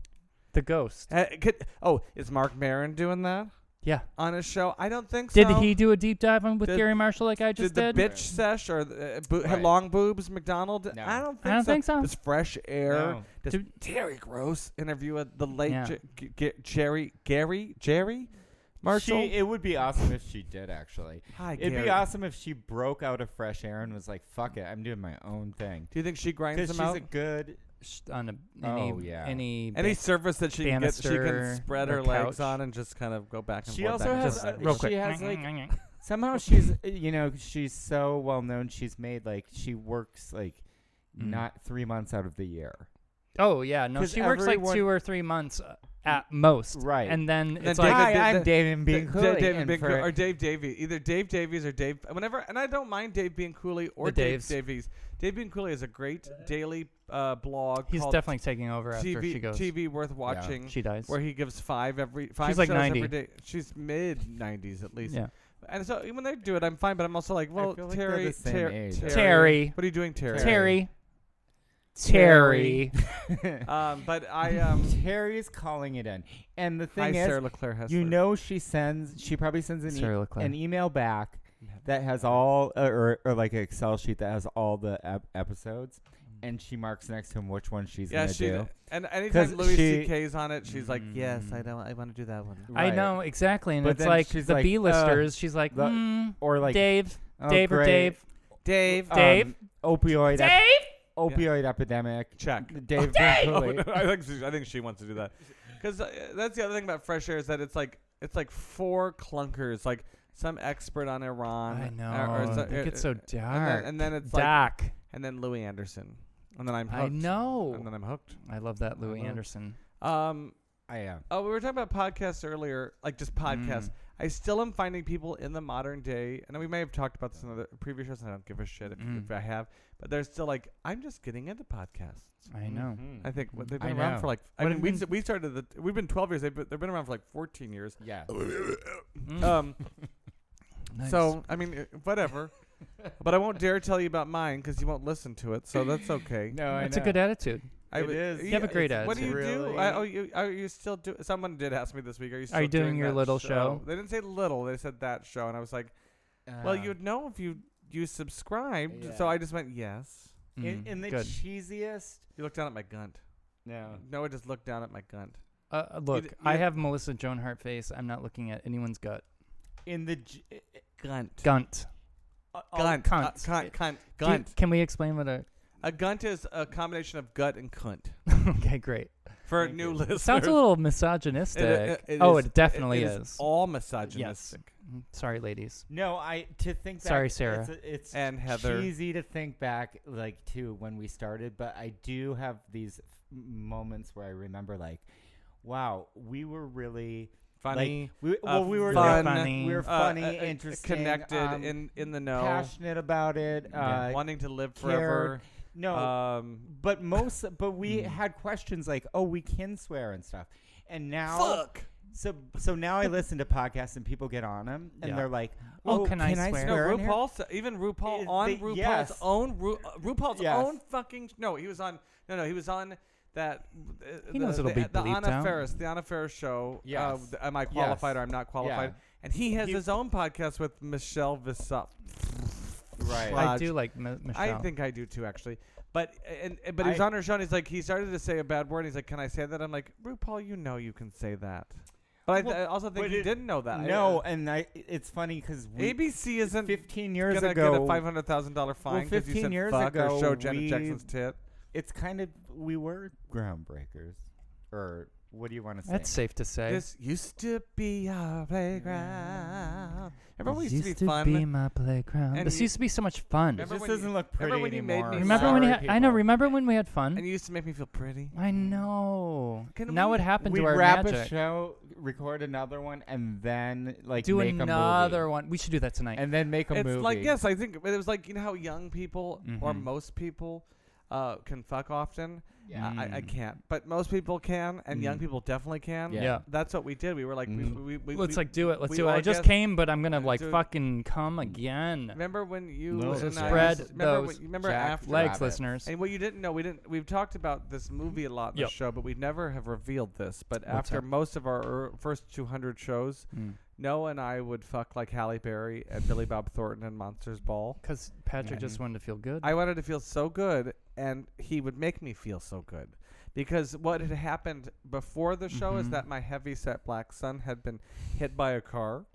[SPEAKER 2] the ghost.
[SPEAKER 4] Uh, could, oh, is Mark Maron doing that?
[SPEAKER 2] Yeah.
[SPEAKER 4] on his show? I don't think
[SPEAKER 2] Did
[SPEAKER 4] so.
[SPEAKER 2] he do a deep dive on with
[SPEAKER 4] Did-
[SPEAKER 2] Gary Marshall like I
[SPEAKER 4] Did
[SPEAKER 2] just
[SPEAKER 4] the
[SPEAKER 2] did?
[SPEAKER 4] bitch sesh or the, uh, bo-
[SPEAKER 3] Right.
[SPEAKER 4] long boobs McDonald?
[SPEAKER 3] No.
[SPEAKER 4] I don't think
[SPEAKER 2] I don't
[SPEAKER 4] so.
[SPEAKER 2] think so.
[SPEAKER 4] Does fresh air?
[SPEAKER 3] No.
[SPEAKER 4] Does
[SPEAKER 2] Dude.
[SPEAKER 4] Terry Gross interview a, the late
[SPEAKER 2] Yeah.
[SPEAKER 4] J- G- G- Jerry Gary Jerry Marshall?
[SPEAKER 3] She, it would be awesome if she did actually.
[SPEAKER 4] Hi,
[SPEAKER 3] It'd
[SPEAKER 4] Gary.
[SPEAKER 3] be awesome if she broke out of fresh air and was like, "Fuck it, I'm doing my own thing."
[SPEAKER 4] Do you think she grinds
[SPEAKER 3] Because
[SPEAKER 4] them
[SPEAKER 3] she's
[SPEAKER 4] out?
[SPEAKER 3] a good.
[SPEAKER 2] Sh- on a, any,
[SPEAKER 3] Oh, yeah.
[SPEAKER 2] any,
[SPEAKER 4] Any
[SPEAKER 2] bit-
[SPEAKER 4] surface that she can get, she
[SPEAKER 2] Bannister,
[SPEAKER 4] can spread
[SPEAKER 2] the
[SPEAKER 4] her legs
[SPEAKER 2] couch.
[SPEAKER 4] on and just kind of go back and
[SPEAKER 3] She
[SPEAKER 4] forth.
[SPEAKER 3] also
[SPEAKER 4] back and
[SPEAKER 3] has
[SPEAKER 4] forth,
[SPEAKER 3] a-
[SPEAKER 4] back and
[SPEAKER 3] real
[SPEAKER 4] forth.
[SPEAKER 3] quick. she has, like- Somehow she's, uh, you know, she's so well known. She's made like she works like
[SPEAKER 2] Mm.
[SPEAKER 3] not three months out of the year.
[SPEAKER 2] oh yeah, no,
[SPEAKER 3] 'Cause
[SPEAKER 2] she works like
[SPEAKER 3] everyone-
[SPEAKER 2] two or three months uh, at most,
[SPEAKER 3] Right.
[SPEAKER 2] And then
[SPEAKER 4] Then
[SPEAKER 2] it's
[SPEAKER 4] David-
[SPEAKER 2] like
[SPEAKER 4] David-
[SPEAKER 3] Hi, I'm
[SPEAKER 4] the-
[SPEAKER 3] David
[SPEAKER 4] Da-
[SPEAKER 3] Bean
[SPEAKER 4] Da-
[SPEAKER 3] Cooley.
[SPEAKER 4] David
[SPEAKER 3] and
[SPEAKER 4] Bean Cooley
[SPEAKER 3] for-
[SPEAKER 4] or Dave Davies, either Dave Davies or Dave. Whenever, and I don't mind Dave being Cooley or
[SPEAKER 2] The
[SPEAKER 4] Dave
[SPEAKER 2] Daves.
[SPEAKER 4] Davies. Dave Bean Cooley is a great daily uh, blog.
[SPEAKER 2] he's
[SPEAKER 4] called
[SPEAKER 2] definitely taking over after
[SPEAKER 4] TV,
[SPEAKER 2] she goes.
[SPEAKER 4] TV worth watching.
[SPEAKER 2] She dies.
[SPEAKER 4] where he gives five every five
[SPEAKER 2] like
[SPEAKER 4] shows
[SPEAKER 2] 90.
[SPEAKER 4] every day. She's mid nineties at least.
[SPEAKER 2] Yeah.
[SPEAKER 4] And so when they do it, I'm fine. But I'm also like, well,
[SPEAKER 3] feel like they're
[SPEAKER 4] Terry,
[SPEAKER 3] the same
[SPEAKER 4] Ter-
[SPEAKER 3] age.
[SPEAKER 4] Terry,
[SPEAKER 2] Terry.
[SPEAKER 4] what are you doing, Terry?
[SPEAKER 2] Terry.
[SPEAKER 3] Terry.
[SPEAKER 2] Terry.
[SPEAKER 4] Um, but I um,
[SPEAKER 3] Terry's calling it in, and the
[SPEAKER 4] hi
[SPEAKER 3] thing is,
[SPEAKER 4] Sarah Leclerc Hessler.
[SPEAKER 3] you know, she sends. She probably sends an,
[SPEAKER 2] Sarah
[SPEAKER 3] e-
[SPEAKER 2] Leclerc.
[SPEAKER 3] an email back that has all, uh, or or like an Excel sheet that has all the ep- episodes, and she marks next to him which one she's
[SPEAKER 4] yeah,
[SPEAKER 3] gonna
[SPEAKER 4] she
[SPEAKER 3] do.
[SPEAKER 4] and anytime
[SPEAKER 3] 'Cause
[SPEAKER 4] Louis
[SPEAKER 3] she-
[SPEAKER 4] C.K.'s on it, she's like, yes, I don't, I want to do that one.
[SPEAKER 2] I
[SPEAKER 3] Right.
[SPEAKER 2] know exactly, and
[SPEAKER 3] But
[SPEAKER 2] it's
[SPEAKER 3] then
[SPEAKER 2] like
[SPEAKER 3] she's
[SPEAKER 2] the
[SPEAKER 3] like, uh,
[SPEAKER 2] B-listers. she's like,
[SPEAKER 3] the-
[SPEAKER 2] mm,
[SPEAKER 3] or like
[SPEAKER 2] Dave,
[SPEAKER 3] oh,
[SPEAKER 2] Dave or
[SPEAKER 3] great,
[SPEAKER 2] Dave,
[SPEAKER 4] Dave,
[SPEAKER 3] um,
[SPEAKER 2] Dave?
[SPEAKER 3] opioid, ep-
[SPEAKER 2] Dave.
[SPEAKER 3] opioid epidemic.
[SPEAKER 4] check.
[SPEAKER 3] Dave, Bernoulli.
[SPEAKER 4] Oh, I think she, I think she wants to do that because that's the other thing about fresh air is that it's like it's like four clunkers, like some expert on Iran. uh,
[SPEAKER 2] I know.
[SPEAKER 4] or- or so-
[SPEAKER 2] I think it's so
[SPEAKER 4] and
[SPEAKER 2] dark.
[SPEAKER 4] then, and then it's like
[SPEAKER 2] Doc.
[SPEAKER 4] And then Louis Anderson. And then I'm hooked.
[SPEAKER 2] I know.
[SPEAKER 4] And then I'm hooked.
[SPEAKER 2] I love that Louis
[SPEAKER 4] I know.
[SPEAKER 2] Anderson.
[SPEAKER 4] Um,
[SPEAKER 3] I am.
[SPEAKER 4] oh, we were talking about podcasts earlier, like just podcasts.
[SPEAKER 2] Mm.
[SPEAKER 4] I still am finding people in the modern day, and we may have talked about this in other previous shows, and I don't give a shit if,
[SPEAKER 2] Mm.
[SPEAKER 4] if I have, but they're still like, I'm just getting into podcasts.
[SPEAKER 2] I know.
[SPEAKER 4] Mm-hmm. I think what they've
[SPEAKER 3] I
[SPEAKER 4] been around
[SPEAKER 3] know.
[SPEAKER 4] for like, I
[SPEAKER 2] What
[SPEAKER 4] mean,
[SPEAKER 2] have
[SPEAKER 4] we,
[SPEAKER 2] been-
[SPEAKER 4] s- we started, the, we've been 12 years, they've been, they've been around for like 14 years.
[SPEAKER 3] Yeah.
[SPEAKER 2] Mm,
[SPEAKER 4] Um,
[SPEAKER 2] nice.
[SPEAKER 4] So, I mean, uh, whatever. but I won't dare tell you about mine because you won't listen to it, so that's okay.
[SPEAKER 3] No, I
[SPEAKER 2] that's a
[SPEAKER 3] know.
[SPEAKER 2] good attitude.
[SPEAKER 4] I
[SPEAKER 3] It
[SPEAKER 4] would-
[SPEAKER 3] is.
[SPEAKER 2] You have a great
[SPEAKER 4] it's- What do you
[SPEAKER 3] attitude.
[SPEAKER 4] do?
[SPEAKER 3] Really?
[SPEAKER 4] I, oh, you, are you still do? Someone did ask me this week. Are you? Still
[SPEAKER 2] you doing your
[SPEAKER 4] that
[SPEAKER 2] little show?
[SPEAKER 4] They didn't say little. They said that show, and I was like,
[SPEAKER 3] Uh,
[SPEAKER 4] well, you'd know if you you subscribed. So
[SPEAKER 3] Ah. Yeah.
[SPEAKER 4] I just went yes.
[SPEAKER 3] in,
[SPEAKER 2] Mm,
[SPEAKER 3] in the
[SPEAKER 2] good.
[SPEAKER 3] cheesiest.
[SPEAKER 4] You looked down at my gunt.
[SPEAKER 3] No.
[SPEAKER 4] Noah just looked down at my gunt.
[SPEAKER 2] Uh, uh, look,
[SPEAKER 4] d-
[SPEAKER 2] I
[SPEAKER 4] you-
[SPEAKER 2] have Melissa Joan Hart face. I'm not looking at anyone's gut.
[SPEAKER 3] In the j-
[SPEAKER 4] Gunt.
[SPEAKER 2] Gunt.
[SPEAKER 4] Gunt.
[SPEAKER 2] cunt.
[SPEAKER 4] Uh, cunt. Cunt.
[SPEAKER 2] Do you-
[SPEAKER 4] Gunt.
[SPEAKER 2] can we explain what a?
[SPEAKER 4] A gunt is a combination of gut and cunt.
[SPEAKER 2] okay, great.
[SPEAKER 4] For
[SPEAKER 3] Thank
[SPEAKER 4] new
[SPEAKER 3] you.
[SPEAKER 4] listeners.
[SPEAKER 2] Sounds a little misogynistic. oh, it definitely
[SPEAKER 4] it
[SPEAKER 2] is.
[SPEAKER 4] All misogynistic.
[SPEAKER 2] Mm, Sorry, ladies.
[SPEAKER 3] No, I to think. Back,
[SPEAKER 2] Sorry, Sarah.
[SPEAKER 3] It's, a- it's
[SPEAKER 4] And Heather.
[SPEAKER 3] cheesy to think back like to when we started, but I do have these f- moments where I remember like, wow, we were really
[SPEAKER 4] Funny.
[SPEAKER 3] Like, we, well, we were
[SPEAKER 2] fun,
[SPEAKER 3] funny. We were
[SPEAKER 4] uh,
[SPEAKER 3] funny,
[SPEAKER 4] uh, uh,
[SPEAKER 3] interesting,
[SPEAKER 4] connected,
[SPEAKER 3] um,
[SPEAKER 4] in in the know,
[SPEAKER 3] passionate about it.
[SPEAKER 4] yeah,
[SPEAKER 3] Uh,
[SPEAKER 4] wanting to live
[SPEAKER 3] cared.
[SPEAKER 4] forever.
[SPEAKER 3] no,
[SPEAKER 4] um,
[SPEAKER 3] but most, but we
[SPEAKER 4] Mm.
[SPEAKER 3] had questions like, oh, we can swear and stuff, and now. So so now I listen to podcasts and people get on them and
[SPEAKER 2] Yeah.
[SPEAKER 3] they're like,
[SPEAKER 2] Oh,
[SPEAKER 3] "Oh,
[SPEAKER 2] can I swear?"
[SPEAKER 4] No,
[SPEAKER 3] on here?"
[SPEAKER 4] RuPaul. sa- Even RuPaul
[SPEAKER 3] Is
[SPEAKER 4] on
[SPEAKER 3] the-
[SPEAKER 4] RuPaul's
[SPEAKER 3] yes.
[SPEAKER 4] own Ru, uh, RuPaul's
[SPEAKER 3] Yes.
[SPEAKER 4] own fucking. No, he was on. No, no, he was on that. Uh,
[SPEAKER 2] He
[SPEAKER 4] the,
[SPEAKER 2] knows it'll
[SPEAKER 4] the,
[SPEAKER 2] be
[SPEAKER 4] the
[SPEAKER 2] bleeped
[SPEAKER 4] Anna
[SPEAKER 2] out.
[SPEAKER 4] Ferris, the Anna Ferris show. Yeah.
[SPEAKER 3] Yes.
[SPEAKER 4] am I qualified
[SPEAKER 3] Yes.
[SPEAKER 4] or I'm not qualified? And he has
[SPEAKER 3] He-
[SPEAKER 4] his own podcast with Michelle Visap.
[SPEAKER 3] Right.
[SPEAKER 4] Fuck.
[SPEAKER 2] I do like M- Michelle.
[SPEAKER 4] I think I do too, actually. But and and- but he's
[SPEAKER 3] I-
[SPEAKER 4] on her show. and He's like he started to say a bad word. And he's like, "Can I say that?" I'm like, "RuPaul, you know you can say that." But I, th-
[SPEAKER 3] Well,
[SPEAKER 4] I also think
[SPEAKER 3] but
[SPEAKER 4] he
[SPEAKER 3] it-
[SPEAKER 4] didn't know that. I-
[SPEAKER 3] No, and I it's funny because
[SPEAKER 4] uh, ABC isn't
[SPEAKER 3] 15 years
[SPEAKER 4] gonna
[SPEAKER 3] ago.
[SPEAKER 4] get a five hundred thousand dollar fine because you
[SPEAKER 3] 15
[SPEAKER 4] said
[SPEAKER 3] years
[SPEAKER 4] fuck or
[SPEAKER 3] ago,
[SPEAKER 4] show Janet
[SPEAKER 3] we-
[SPEAKER 4] Jackson's tit.
[SPEAKER 3] it's kind of we were groundbreakers, or what do you want to say?
[SPEAKER 2] That's safe to say.
[SPEAKER 4] This used to be our playground. Remember when
[SPEAKER 2] This
[SPEAKER 4] it used to be
[SPEAKER 2] used
[SPEAKER 4] fun.
[SPEAKER 2] be my playground.
[SPEAKER 4] And
[SPEAKER 2] This
[SPEAKER 4] you-
[SPEAKER 2] used to be so much fun.
[SPEAKER 3] it
[SPEAKER 4] Remember
[SPEAKER 3] just
[SPEAKER 4] when you-
[SPEAKER 3] doesn't look pretty
[SPEAKER 4] remember when you made
[SPEAKER 3] anymore.
[SPEAKER 4] me
[SPEAKER 2] Remember when?
[SPEAKER 4] Sorry,
[SPEAKER 2] you ha- I know. Remember when we had fun?
[SPEAKER 4] and you used to make me feel pretty.
[SPEAKER 2] I know.
[SPEAKER 4] Can
[SPEAKER 2] now
[SPEAKER 4] we-
[SPEAKER 2] what happened
[SPEAKER 3] we
[SPEAKER 2] to our
[SPEAKER 3] wrap a
[SPEAKER 2] magic?
[SPEAKER 3] show, record another one, and then like
[SPEAKER 2] do
[SPEAKER 3] make a
[SPEAKER 2] another
[SPEAKER 3] movie,
[SPEAKER 2] one. We should do that tonight.
[SPEAKER 3] and then make a
[SPEAKER 4] it's
[SPEAKER 3] movie.
[SPEAKER 4] like yes, I think it was like you know how young people or
[SPEAKER 2] Mhm.
[SPEAKER 4] most people uh, can fuck often. Yeah. I,
[SPEAKER 3] Mm.
[SPEAKER 4] I can't, but most people can, and young people definitely can.
[SPEAKER 3] Yeah.
[SPEAKER 2] Yeah.
[SPEAKER 4] That's what we did. We were like, we, we, we,
[SPEAKER 2] Let's
[SPEAKER 4] we-
[SPEAKER 2] like do it. Let's
[SPEAKER 4] we
[SPEAKER 2] do it.
[SPEAKER 4] all
[SPEAKER 2] I just
[SPEAKER 4] guessed-
[SPEAKER 2] came, but I'm gonna like
[SPEAKER 4] Dude.
[SPEAKER 2] fucking
[SPEAKER 4] Mm.
[SPEAKER 2] come again.
[SPEAKER 4] Remember when you
[SPEAKER 3] No,
[SPEAKER 4] and
[SPEAKER 3] Jack.
[SPEAKER 4] I
[SPEAKER 2] Spread
[SPEAKER 4] used- remember
[SPEAKER 2] those
[SPEAKER 4] when, remember
[SPEAKER 3] Jack
[SPEAKER 4] after
[SPEAKER 2] Legs,
[SPEAKER 3] rabbits.
[SPEAKER 2] listeners.
[SPEAKER 4] And what you didn't know, we didn't. We've talked about this movie a lot in
[SPEAKER 2] Mm-hmm. Yep.
[SPEAKER 4] the show, but we never have revealed this. But
[SPEAKER 2] What's Mm.
[SPEAKER 4] after
[SPEAKER 2] up?
[SPEAKER 4] most of our er, first 200 shows, Noah and I would fuck like Halle Berry and Billy Bob Thornton and Monsters Ball.
[SPEAKER 2] Because Patrick just wanted to feel good.
[SPEAKER 4] Mm. I wanted to feel so good, and he would make me feel so good. Because what had happened before the show
[SPEAKER 2] Mm-hmm.
[SPEAKER 4] is that my heavyset black son had been hit by a car,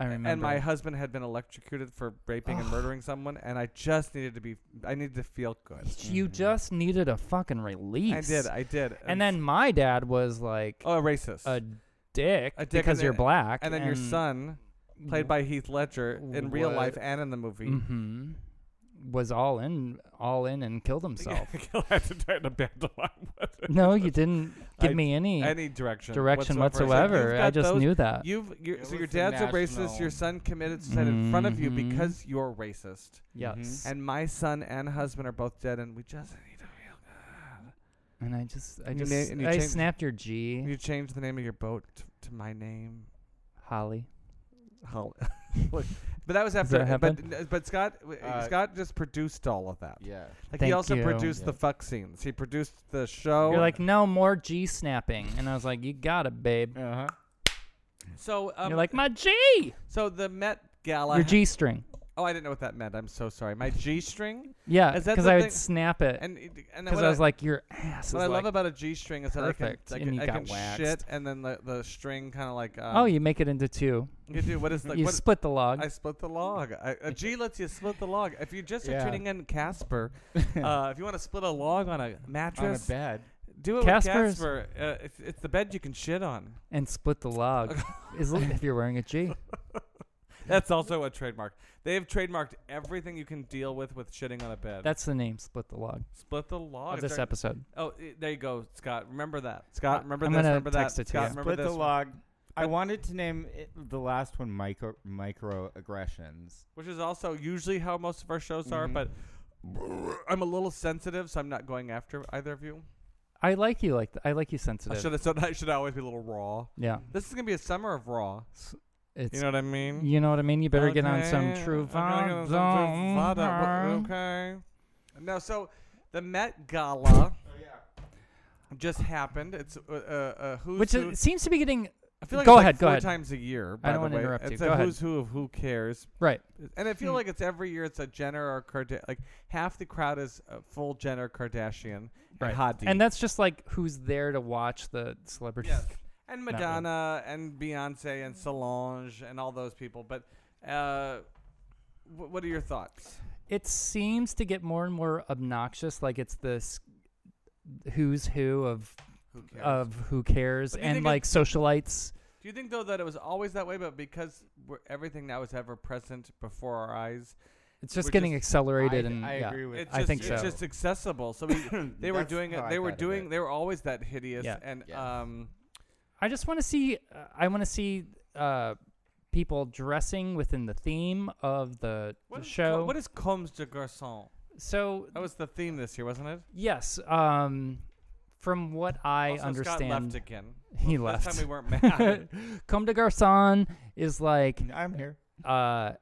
[SPEAKER 2] I remember.
[SPEAKER 4] and my husband had been electrocuted for raping and murdering someone, and I just needed to be, I needed to feel good.
[SPEAKER 2] you just needed a fucking release.
[SPEAKER 4] I did, I did.
[SPEAKER 2] and then my dad was like
[SPEAKER 4] oh, a racist.
[SPEAKER 2] a dick
[SPEAKER 4] A dick
[SPEAKER 2] because
[SPEAKER 4] and
[SPEAKER 2] you're
[SPEAKER 4] then-
[SPEAKER 2] black,
[SPEAKER 4] and then your son, played by Heath Ledger in real
[SPEAKER 2] What?
[SPEAKER 4] life and in the movie,
[SPEAKER 2] hmm was all in, all in, and killed himself.
[SPEAKER 4] I had to try to battle on what-
[SPEAKER 2] no, you didn't give
[SPEAKER 4] I-
[SPEAKER 2] me any.
[SPEAKER 4] any direction,
[SPEAKER 2] direction
[SPEAKER 4] So
[SPEAKER 2] whatsoever.
[SPEAKER 4] you've
[SPEAKER 2] I
[SPEAKER 4] got
[SPEAKER 2] just
[SPEAKER 4] those-
[SPEAKER 2] knew that.
[SPEAKER 4] You've you're,
[SPEAKER 3] It
[SPEAKER 4] so your
[SPEAKER 3] was the
[SPEAKER 4] dad's a racist.
[SPEAKER 3] national-
[SPEAKER 4] Your son committed suicide in front of you
[SPEAKER 2] Mhm.
[SPEAKER 4] because you're racist.
[SPEAKER 2] yes.
[SPEAKER 4] Mm-hmm. And my son and husband are both dead, and we just need to feel
[SPEAKER 2] And, I just, I
[SPEAKER 4] You
[SPEAKER 2] just,
[SPEAKER 4] na- and you
[SPEAKER 2] I
[SPEAKER 4] changed-
[SPEAKER 2] snapped your G,
[SPEAKER 4] good. You changed the name of your boat t- to my name.
[SPEAKER 2] Holly.
[SPEAKER 4] Hol- Look, but that was after.
[SPEAKER 2] that
[SPEAKER 4] but but Scott w-
[SPEAKER 3] Uh,
[SPEAKER 4] Scott just produced all of that.
[SPEAKER 3] Yeah.
[SPEAKER 4] Like
[SPEAKER 2] Thank
[SPEAKER 4] he also
[SPEAKER 2] you.
[SPEAKER 4] produced the
[SPEAKER 3] Yeah.
[SPEAKER 4] fuck scenes. He produced the show.
[SPEAKER 2] You're like, no more G snapping, and I was like, you got it, babe.
[SPEAKER 3] Uh huh.
[SPEAKER 4] so. Um,
[SPEAKER 2] You're like my G,
[SPEAKER 4] so the Met Gala.
[SPEAKER 2] your G string.
[SPEAKER 4] oh, I didn't know what that meant. I'm so sorry. My G string.
[SPEAKER 2] Yeah,
[SPEAKER 4] Is that
[SPEAKER 2] because
[SPEAKER 4] the
[SPEAKER 2] I
[SPEAKER 4] thing-
[SPEAKER 2] would snap it
[SPEAKER 4] And and
[SPEAKER 2] because
[SPEAKER 4] what
[SPEAKER 2] I was like, your ass is
[SPEAKER 4] What I
[SPEAKER 2] like,
[SPEAKER 4] love about a G string is that I can,
[SPEAKER 2] perfect,
[SPEAKER 4] I
[SPEAKER 2] and
[SPEAKER 4] can,
[SPEAKER 2] you
[SPEAKER 4] I
[SPEAKER 2] got
[SPEAKER 4] can
[SPEAKER 2] waxed.
[SPEAKER 4] shit, and then the, the string kind of like um,
[SPEAKER 2] oh, you make it into two.
[SPEAKER 4] you can do what is like
[SPEAKER 2] you
[SPEAKER 4] what,
[SPEAKER 2] split the log.
[SPEAKER 4] I split the log. I, a G lets you split the log. If you just
[SPEAKER 3] Yeah.
[SPEAKER 4] are tuning in, Casper, uh, if you want to split a log on a
[SPEAKER 3] On a
[SPEAKER 4] mattress,
[SPEAKER 3] bed.
[SPEAKER 4] do it
[SPEAKER 2] Casper's-
[SPEAKER 4] with Casper. Uh, it's, it's the bed you can shit on.
[SPEAKER 2] and split the log is if you're wearing a G.
[SPEAKER 4] That's also a trademark. They have trademarked everything you can deal with with shitting on a bed.
[SPEAKER 2] That's the name, split the log
[SPEAKER 4] split the log.
[SPEAKER 2] of this
[SPEAKER 4] Sorry.
[SPEAKER 2] episode.
[SPEAKER 4] Oh, i- there you go, Scott. Remember that, Scott. Remember
[SPEAKER 2] I'm
[SPEAKER 4] this.
[SPEAKER 2] gonna
[SPEAKER 4] Remember
[SPEAKER 2] text
[SPEAKER 4] that.
[SPEAKER 2] it to
[SPEAKER 4] Scott,
[SPEAKER 2] you.
[SPEAKER 4] remember
[SPEAKER 3] But the
[SPEAKER 4] this.
[SPEAKER 3] log. I
[SPEAKER 4] But-
[SPEAKER 3] wanted to name it, the last one micro microaggressions.
[SPEAKER 4] which is also usually how most of our shows are.
[SPEAKER 2] Mm-hmm.
[SPEAKER 3] Mhm.
[SPEAKER 4] But I'm a little sensitive, so I'm not going after either of you.
[SPEAKER 2] I like you like th- I like you
[SPEAKER 4] I
[SPEAKER 2] sensitive.
[SPEAKER 4] should have. So I should always be a little raw.
[SPEAKER 2] yeah,
[SPEAKER 4] This is gonna be a summer of raw.
[SPEAKER 2] it's
[SPEAKER 4] you know what I mean?
[SPEAKER 2] You know what I mean? You better get on some
[SPEAKER 4] Okay,
[SPEAKER 2] true
[SPEAKER 4] I'm gonna get on some true Vada.
[SPEAKER 2] vibe.
[SPEAKER 4] Wha- Okay. No, so the Met Gala
[SPEAKER 2] Oh,
[SPEAKER 4] just happened. It's uh, uh, uh, who's
[SPEAKER 2] Which
[SPEAKER 4] who.
[SPEAKER 2] is, seems to be getting
[SPEAKER 4] I feel like
[SPEAKER 2] go
[SPEAKER 4] it's
[SPEAKER 2] ahead,
[SPEAKER 4] like
[SPEAKER 2] go
[SPEAKER 4] four
[SPEAKER 2] ahead.
[SPEAKER 4] times a year. By
[SPEAKER 2] don't
[SPEAKER 4] the
[SPEAKER 2] wanna
[SPEAKER 4] way,
[SPEAKER 2] interrupt
[SPEAKER 4] it's
[SPEAKER 2] you.
[SPEAKER 4] a
[SPEAKER 2] Go ahead.
[SPEAKER 4] who's who of who cares.
[SPEAKER 2] right.
[SPEAKER 4] And I
[SPEAKER 2] Hmm.
[SPEAKER 4] feel like it's every year. It's a Jenner or Karda- like half the crowd is uh, full Jenner Kardashian
[SPEAKER 2] Right.
[SPEAKER 4] and Hadid
[SPEAKER 2] And that's just like who's there to watch the celebrities.
[SPEAKER 4] Yes. and
[SPEAKER 2] really.
[SPEAKER 4] Madonna and Beyonce and Solange and all those people. But uh, wh- what are your thoughts?
[SPEAKER 2] It seems to get more and more obnoxious. Like it's this who's who of
[SPEAKER 4] Who cares?
[SPEAKER 2] of who cares
[SPEAKER 4] But do you
[SPEAKER 2] and
[SPEAKER 4] think it-
[SPEAKER 2] like socialites.
[SPEAKER 4] Do you think though that it was always that way, but because we're, everything now is ever present before our eyes,
[SPEAKER 2] It's just
[SPEAKER 4] We're
[SPEAKER 2] getting
[SPEAKER 4] just-
[SPEAKER 2] accelerated
[SPEAKER 3] I,
[SPEAKER 2] and
[SPEAKER 3] I
[SPEAKER 2] yeah.
[SPEAKER 3] agree with.
[SPEAKER 4] it's
[SPEAKER 2] I
[SPEAKER 4] just,
[SPEAKER 2] think
[SPEAKER 4] it's
[SPEAKER 2] so.
[SPEAKER 4] just accessible. So we, they were
[SPEAKER 3] That's
[SPEAKER 4] doing
[SPEAKER 3] how
[SPEAKER 4] it.
[SPEAKER 3] I
[SPEAKER 4] They were
[SPEAKER 3] thought of
[SPEAKER 4] doing.
[SPEAKER 3] it.
[SPEAKER 4] They were always that hideous
[SPEAKER 2] Yeah.
[SPEAKER 4] and
[SPEAKER 3] Yes.
[SPEAKER 4] um.
[SPEAKER 2] I just want to see. Uh, I want to see uh, people dressing within the theme of the,
[SPEAKER 4] What
[SPEAKER 2] the
[SPEAKER 4] is,
[SPEAKER 2] show.
[SPEAKER 4] what is Combs de Garçon?
[SPEAKER 2] so
[SPEAKER 4] That was the theme this year, wasn't it?
[SPEAKER 2] Yes. Um, from what I
[SPEAKER 4] also,
[SPEAKER 2] understand,
[SPEAKER 4] Scott left again.
[SPEAKER 2] he
[SPEAKER 4] Last
[SPEAKER 2] left.
[SPEAKER 4] time we weren't mad.
[SPEAKER 2] Comme de Garçon is like
[SPEAKER 3] I'm here.
[SPEAKER 2] uh,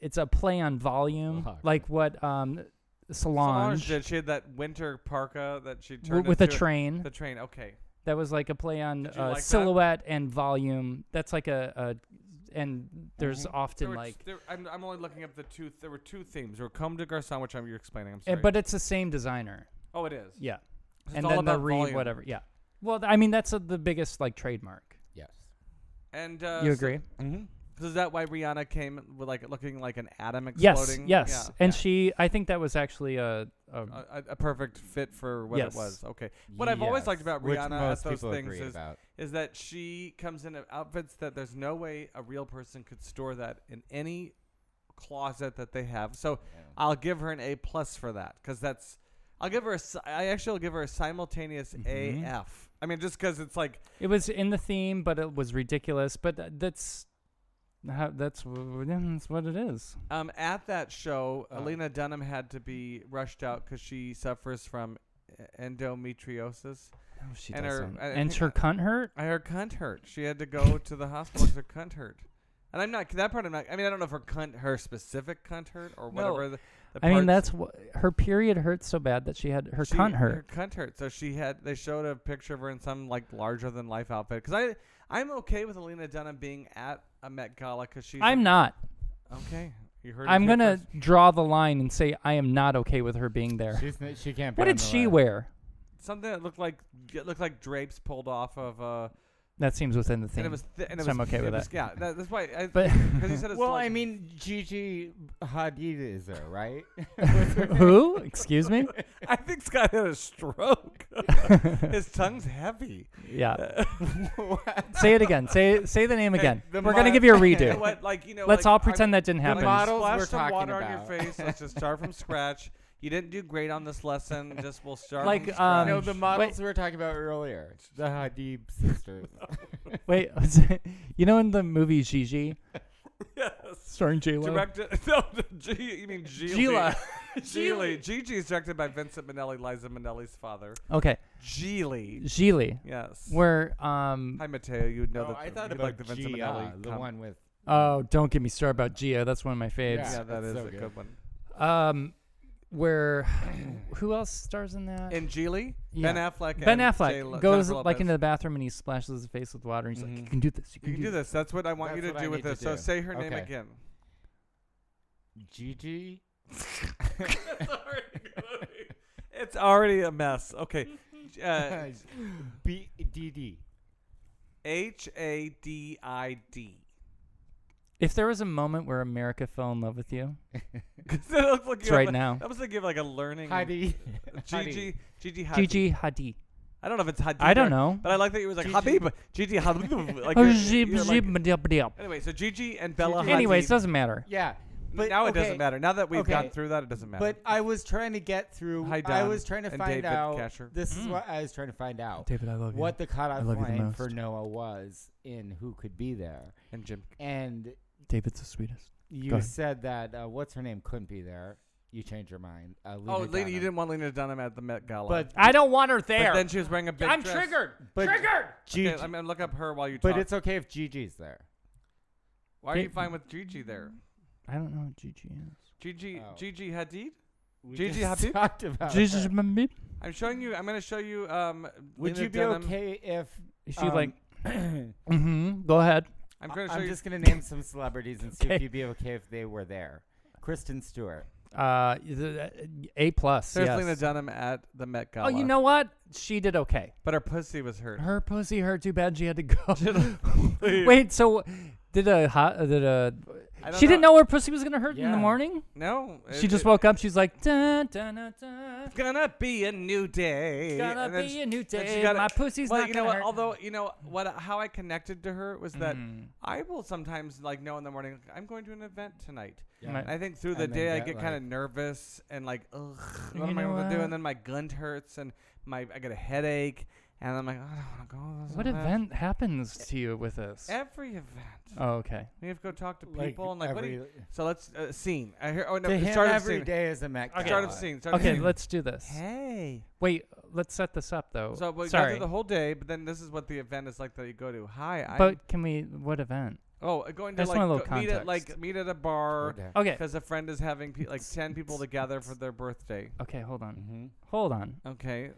[SPEAKER 2] it's a play on volume,
[SPEAKER 3] Fuck.
[SPEAKER 2] like what um, Solange,
[SPEAKER 4] Solange did. She had that winter parka that she
[SPEAKER 2] w-
[SPEAKER 4] turned
[SPEAKER 2] with a
[SPEAKER 4] into
[SPEAKER 2] train.
[SPEAKER 4] The train. Okay.
[SPEAKER 2] that was like a play on
[SPEAKER 4] Did you
[SPEAKER 2] uh,
[SPEAKER 4] like that?
[SPEAKER 2] silhouette and volume. That's like a, a and there's
[SPEAKER 4] Mm-hmm. There
[SPEAKER 2] often
[SPEAKER 4] were t-
[SPEAKER 2] like,
[SPEAKER 4] there- I'm, I'm only looking up the two. There were two themes. There were Comme de Garçon, which I'm you're explaining. I'm
[SPEAKER 2] eh,
[SPEAKER 4] sorry.
[SPEAKER 2] but it's the same designer.
[SPEAKER 4] oh, it is.
[SPEAKER 2] Yeah,
[SPEAKER 4] It's
[SPEAKER 2] and
[SPEAKER 4] all
[SPEAKER 2] then the
[SPEAKER 4] about
[SPEAKER 2] re
[SPEAKER 4] volume.
[SPEAKER 2] whatever. Yeah. Well, th- I mean that's uh the biggest like trademark.
[SPEAKER 3] Yes.
[SPEAKER 4] And uh,
[SPEAKER 2] you
[SPEAKER 4] so-
[SPEAKER 2] agree?
[SPEAKER 4] So, is that why Rihanna came with like looking like an atom
[SPEAKER 2] Yes,
[SPEAKER 4] exploding?
[SPEAKER 2] yes.
[SPEAKER 4] Yeah. Uh,
[SPEAKER 2] and she, I think that was actually a, a
[SPEAKER 4] A, a- a perfect fit for what
[SPEAKER 2] Yes.
[SPEAKER 4] it was. Okay. What I've always liked about
[SPEAKER 3] Which
[SPEAKER 4] Rihanna
[SPEAKER 3] most
[SPEAKER 4] at those
[SPEAKER 3] people
[SPEAKER 4] things
[SPEAKER 3] agreed
[SPEAKER 4] is
[SPEAKER 3] about.
[SPEAKER 4] is that she comes in in outfits that there's no way a real person could store that in any closet that they have. So I'll give her an A plus for that because that's I'll give her a si- I actually will give her a simultaneous
[SPEAKER 2] Mm-hmm.
[SPEAKER 4] AF. I mean, just because it's like
[SPEAKER 2] It was in the theme, but it was ridiculous. But th- that's how that's w- w- that's what it is. Oh.
[SPEAKER 4] um, at that show, Elena Dunham had to be rushed out because she suffers from endometriosis.
[SPEAKER 2] Oh, she
[SPEAKER 4] And
[SPEAKER 2] does
[SPEAKER 4] her- uh,
[SPEAKER 2] sound-
[SPEAKER 4] I- I
[SPEAKER 2] and
[SPEAKER 4] think-
[SPEAKER 2] her cunt hurt.
[SPEAKER 4] I her cunt hurt. She had to go to the hospital because her cunt hurt. And I'm not that part. I'm not. I mean, I don't know if her cunt, her specific cunt hurt or
[SPEAKER 2] No.
[SPEAKER 4] whatever. The, the
[SPEAKER 2] I mean,
[SPEAKER 4] parts-
[SPEAKER 2] that's what her period hurt so bad that she had her
[SPEAKER 4] She-
[SPEAKER 2] cunt hurt.
[SPEAKER 4] Her cunt hurt. So she had. They showed a picture of her in some like larger than life outfit. Because I, I'm okay with Elena Dunham being at a Met Gala because she's.
[SPEAKER 2] I'm not.
[SPEAKER 4] Okay. You heard. it
[SPEAKER 2] I'm
[SPEAKER 4] here
[SPEAKER 2] gonna
[SPEAKER 4] first.
[SPEAKER 2] draw the line and say I am not okay with her being there.
[SPEAKER 3] She's, n- she can't. Be
[SPEAKER 2] What
[SPEAKER 3] on
[SPEAKER 2] did
[SPEAKER 3] the
[SPEAKER 2] she
[SPEAKER 3] list.
[SPEAKER 2] wear?
[SPEAKER 4] Something that looked like it looked like drapes pulled off of a.
[SPEAKER 2] That seems within the
[SPEAKER 4] And it
[SPEAKER 2] theme.
[SPEAKER 4] was. Th- and it
[SPEAKER 2] So
[SPEAKER 4] was,
[SPEAKER 2] I'm okay
[SPEAKER 4] it
[SPEAKER 2] with
[SPEAKER 4] was,
[SPEAKER 2] that.
[SPEAKER 4] Yeah, that, that's why. I,
[SPEAKER 2] But
[SPEAKER 4] because he said it's
[SPEAKER 3] Well,
[SPEAKER 4] like,
[SPEAKER 3] I mean, Gigi Hadid is there, right?
[SPEAKER 2] who? Excuse me.
[SPEAKER 4] I think Scott had a stroke. His tongue's heavy.
[SPEAKER 2] Yeah. say it again. Say say the name again.
[SPEAKER 4] the
[SPEAKER 2] We're gonna
[SPEAKER 4] mo-
[SPEAKER 2] give you a redo.
[SPEAKER 4] What, like, you know,
[SPEAKER 2] Let's
[SPEAKER 4] like,
[SPEAKER 2] all
[SPEAKER 4] I
[SPEAKER 2] pretend
[SPEAKER 4] mean,
[SPEAKER 2] that didn't
[SPEAKER 4] the
[SPEAKER 2] happen.
[SPEAKER 3] models we're
[SPEAKER 4] Splash some
[SPEAKER 3] talking
[SPEAKER 4] water on your
[SPEAKER 3] about.
[SPEAKER 4] face. Let's just start from scratch. You didn't do great on this lesson. Just we'll start
[SPEAKER 2] Like,
[SPEAKER 4] from
[SPEAKER 2] um,
[SPEAKER 4] scratch.
[SPEAKER 3] no, Oh, the models we were talking about earlier, the Hadid sisters. Oh,
[SPEAKER 2] Wait, you know in the movie Gigi,
[SPEAKER 4] yes.
[SPEAKER 2] starring J Lo,
[SPEAKER 4] Directed. No, the G, you mean Gili.
[SPEAKER 2] Gila.
[SPEAKER 4] Gili. Gigi is directed by Vincent Minnelli, Liza Minnelli's father.
[SPEAKER 2] okay,
[SPEAKER 4] Gili.
[SPEAKER 2] Gili,
[SPEAKER 4] Yes.
[SPEAKER 2] where um
[SPEAKER 4] Hi, Mateo. You would know
[SPEAKER 3] oh,
[SPEAKER 4] that.
[SPEAKER 3] I
[SPEAKER 4] the-
[SPEAKER 3] thought
[SPEAKER 4] you'd
[SPEAKER 3] about
[SPEAKER 4] like the Vincent
[SPEAKER 3] Gia,
[SPEAKER 4] Minnelli.
[SPEAKER 3] the
[SPEAKER 4] com-
[SPEAKER 3] one with.
[SPEAKER 2] oh don't get me started about Gia, that's one of my faves.
[SPEAKER 4] Yeah, that
[SPEAKER 3] That's
[SPEAKER 4] is
[SPEAKER 3] so
[SPEAKER 4] a
[SPEAKER 3] good.
[SPEAKER 4] good one.
[SPEAKER 2] Um, where who else stars in that?
[SPEAKER 4] In Geely,
[SPEAKER 2] Yeah.
[SPEAKER 4] Ben Affleck.
[SPEAKER 2] ben
[SPEAKER 4] and
[SPEAKER 2] Affleck
[SPEAKER 4] J. Lo-
[SPEAKER 2] goes
[SPEAKER 4] Jennifer
[SPEAKER 2] like
[SPEAKER 4] Lopez.
[SPEAKER 2] into the bathroom and he splashes his face with water and he's like,
[SPEAKER 4] Mhm.
[SPEAKER 2] "You can do this. You can,
[SPEAKER 4] You can do this. That's what I want you
[SPEAKER 3] That's
[SPEAKER 4] to
[SPEAKER 3] what I
[SPEAKER 4] do with
[SPEAKER 3] need to
[SPEAKER 4] this. So
[SPEAKER 3] do.
[SPEAKER 4] say her name
[SPEAKER 3] Okay.
[SPEAKER 4] again.
[SPEAKER 3] Gigi.
[SPEAKER 4] It's already a mess. Okay. Uh,
[SPEAKER 3] B D D.
[SPEAKER 4] H A D I D.
[SPEAKER 2] If there was a moment where America fell in love with you,
[SPEAKER 4] That looks like
[SPEAKER 2] it's
[SPEAKER 4] you have
[SPEAKER 2] right
[SPEAKER 4] a-
[SPEAKER 2] now.
[SPEAKER 4] That was like you have like a learning.
[SPEAKER 3] Hadi.
[SPEAKER 4] Gigi. Gigi. Hadid.
[SPEAKER 2] Gigi Hadid.
[SPEAKER 4] I don't know if it's Hadid.
[SPEAKER 2] I don't
[SPEAKER 4] or-
[SPEAKER 2] know.
[SPEAKER 4] But I like that it was like
[SPEAKER 3] Gigi.
[SPEAKER 4] Habib. Gigi Habib. Like,
[SPEAKER 2] Oh,
[SPEAKER 4] you're-
[SPEAKER 2] Gigi-
[SPEAKER 4] you're like-
[SPEAKER 2] Gigi- Hadid.
[SPEAKER 4] Anyway, so Gigi and Bella
[SPEAKER 3] Gigi.
[SPEAKER 4] Hadid.
[SPEAKER 2] Anyways, doesn't matter.
[SPEAKER 3] Yeah, but
[SPEAKER 4] now it
[SPEAKER 3] okay,
[SPEAKER 4] doesn't matter. Now that we've
[SPEAKER 3] okay.
[SPEAKER 4] gotten through that, it doesn't matter.
[SPEAKER 3] But I was trying to get through.
[SPEAKER 4] Hi,
[SPEAKER 3] I
[SPEAKER 4] Don
[SPEAKER 3] was trying to
[SPEAKER 4] and
[SPEAKER 3] find
[SPEAKER 4] David
[SPEAKER 3] out.
[SPEAKER 4] Kasher.
[SPEAKER 3] This is what I was trying to find out.
[SPEAKER 2] Hmm. David, I love you.
[SPEAKER 3] what the cutoff
[SPEAKER 2] love you the
[SPEAKER 3] line
[SPEAKER 2] most.
[SPEAKER 3] for Noah was in who could be there,
[SPEAKER 4] and Jim.
[SPEAKER 3] and
[SPEAKER 2] David's the sweetest. Go
[SPEAKER 3] you
[SPEAKER 2] ahead.
[SPEAKER 3] said that uh, what's her name couldn't be there. You changed your mind. Uh, Lena
[SPEAKER 4] Oh, Lena, you
[SPEAKER 3] Dunham.
[SPEAKER 4] didn't want Lena Dunham at the Met Gala.
[SPEAKER 3] But
[SPEAKER 2] I don't want her
[SPEAKER 4] But
[SPEAKER 2] there.
[SPEAKER 4] then she was wearing a big
[SPEAKER 2] I'm
[SPEAKER 4] dress.
[SPEAKER 2] triggered.
[SPEAKER 3] but
[SPEAKER 2] Triggered.
[SPEAKER 3] Gigi,
[SPEAKER 4] Okay, I'm gonna look up her while you
[SPEAKER 3] but
[SPEAKER 4] talk.
[SPEAKER 3] it's okay if Gigi's there.
[SPEAKER 4] Why are you
[SPEAKER 2] Ga-
[SPEAKER 4] fine with Gigi there?
[SPEAKER 2] I don't know what Gigi is.
[SPEAKER 4] Gigi,
[SPEAKER 3] Oh.
[SPEAKER 4] Gigi Hadid.
[SPEAKER 3] We
[SPEAKER 4] Gigi
[SPEAKER 3] just
[SPEAKER 4] Hadid?
[SPEAKER 3] talked about.
[SPEAKER 2] Jesus,
[SPEAKER 3] her.
[SPEAKER 2] my
[SPEAKER 4] I'm showing you. I'm gonna show you. Um,
[SPEAKER 3] Would
[SPEAKER 4] Lena
[SPEAKER 3] you be
[SPEAKER 4] Dunham.
[SPEAKER 3] okay if
[SPEAKER 2] Is she
[SPEAKER 3] um,
[SPEAKER 2] like?
[SPEAKER 3] I'm
[SPEAKER 2] Mm-hmm. Go ahead.
[SPEAKER 4] I'm gonna show you.
[SPEAKER 3] just gonna name some celebrities and see if
[SPEAKER 2] Okay.
[SPEAKER 3] you'd be okay if they were there. Kristen Stewart.
[SPEAKER 2] Uh, the- a plus.
[SPEAKER 4] There's
[SPEAKER 2] yes.
[SPEAKER 4] Lena Dunham at the Met Gala.
[SPEAKER 2] Oh, you know what? She did okay.
[SPEAKER 4] but her pussy was hurt.
[SPEAKER 2] Her pussy hurt too bad she had to go. Wait, so did a hot? Did a?
[SPEAKER 4] I don't
[SPEAKER 2] She didn't
[SPEAKER 4] know.
[SPEAKER 2] know her pussy was gonna hurt in
[SPEAKER 3] Yeah.
[SPEAKER 2] the morning.
[SPEAKER 4] No,
[SPEAKER 2] She
[SPEAKER 4] it-
[SPEAKER 2] just
[SPEAKER 4] it-
[SPEAKER 2] woke up. She's like, dun, dun, dun, dun.
[SPEAKER 4] It's gonna be a new day.
[SPEAKER 2] Gonna
[SPEAKER 4] And then
[SPEAKER 2] be
[SPEAKER 4] she-
[SPEAKER 2] a new
[SPEAKER 4] then she
[SPEAKER 2] day.
[SPEAKER 4] got a-
[SPEAKER 2] My pussy's
[SPEAKER 4] well,
[SPEAKER 2] not
[SPEAKER 4] you know
[SPEAKER 2] gonna
[SPEAKER 4] what?
[SPEAKER 2] hurt. Mm-hmm.
[SPEAKER 4] Although you know what, how I connected to her was that I will sometimes like know in the morning I'm going to an event tonight.
[SPEAKER 2] My-
[SPEAKER 4] And I think through the
[SPEAKER 3] And then
[SPEAKER 4] day I
[SPEAKER 3] get,
[SPEAKER 4] get kind of
[SPEAKER 3] like-
[SPEAKER 4] nervous and like, ugh,
[SPEAKER 2] You
[SPEAKER 4] what am I
[SPEAKER 2] know
[SPEAKER 4] gonna do?
[SPEAKER 2] what?
[SPEAKER 4] And then my gun hurts and my I get a headache and I'm like, I don't want to go. to this
[SPEAKER 2] What event happens to you with this?
[SPEAKER 4] Every event.
[SPEAKER 2] Oh, okay.
[SPEAKER 4] We have to go talk to people
[SPEAKER 3] Like
[SPEAKER 4] and like, what do
[SPEAKER 3] every-
[SPEAKER 4] you? So let's uh, scene. I hear. Oh no,
[SPEAKER 3] to him,
[SPEAKER 4] start of
[SPEAKER 3] every
[SPEAKER 4] scene.
[SPEAKER 3] day is a Met Gala.
[SPEAKER 4] Start of scene. Start of
[SPEAKER 2] Okay,
[SPEAKER 4] scene.
[SPEAKER 2] let's do this.
[SPEAKER 4] Hey.
[SPEAKER 2] Wait, let's set this up though.
[SPEAKER 4] So we go
[SPEAKER 2] Sorry,
[SPEAKER 4] through the whole day, but then this is what the event is like that you go to. Hi, I.
[SPEAKER 2] but can we? What event?
[SPEAKER 4] oh, uh, going
[SPEAKER 2] I
[SPEAKER 4] to
[SPEAKER 2] just
[SPEAKER 4] like
[SPEAKER 2] want a little
[SPEAKER 4] go- meet at
[SPEAKER 2] context.
[SPEAKER 4] like meet at a bar
[SPEAKER 3] Okay.
[SPEAKER 2] Okay.
[SPEAKER 4] because a friend is having pe- like ten people together for their birthday.
[SPEAKER 2] Okay, hold on.
[SPEAKER 3] hmm
[SPEAKER 2] Hold on.
[SPEAKER 4] Okay.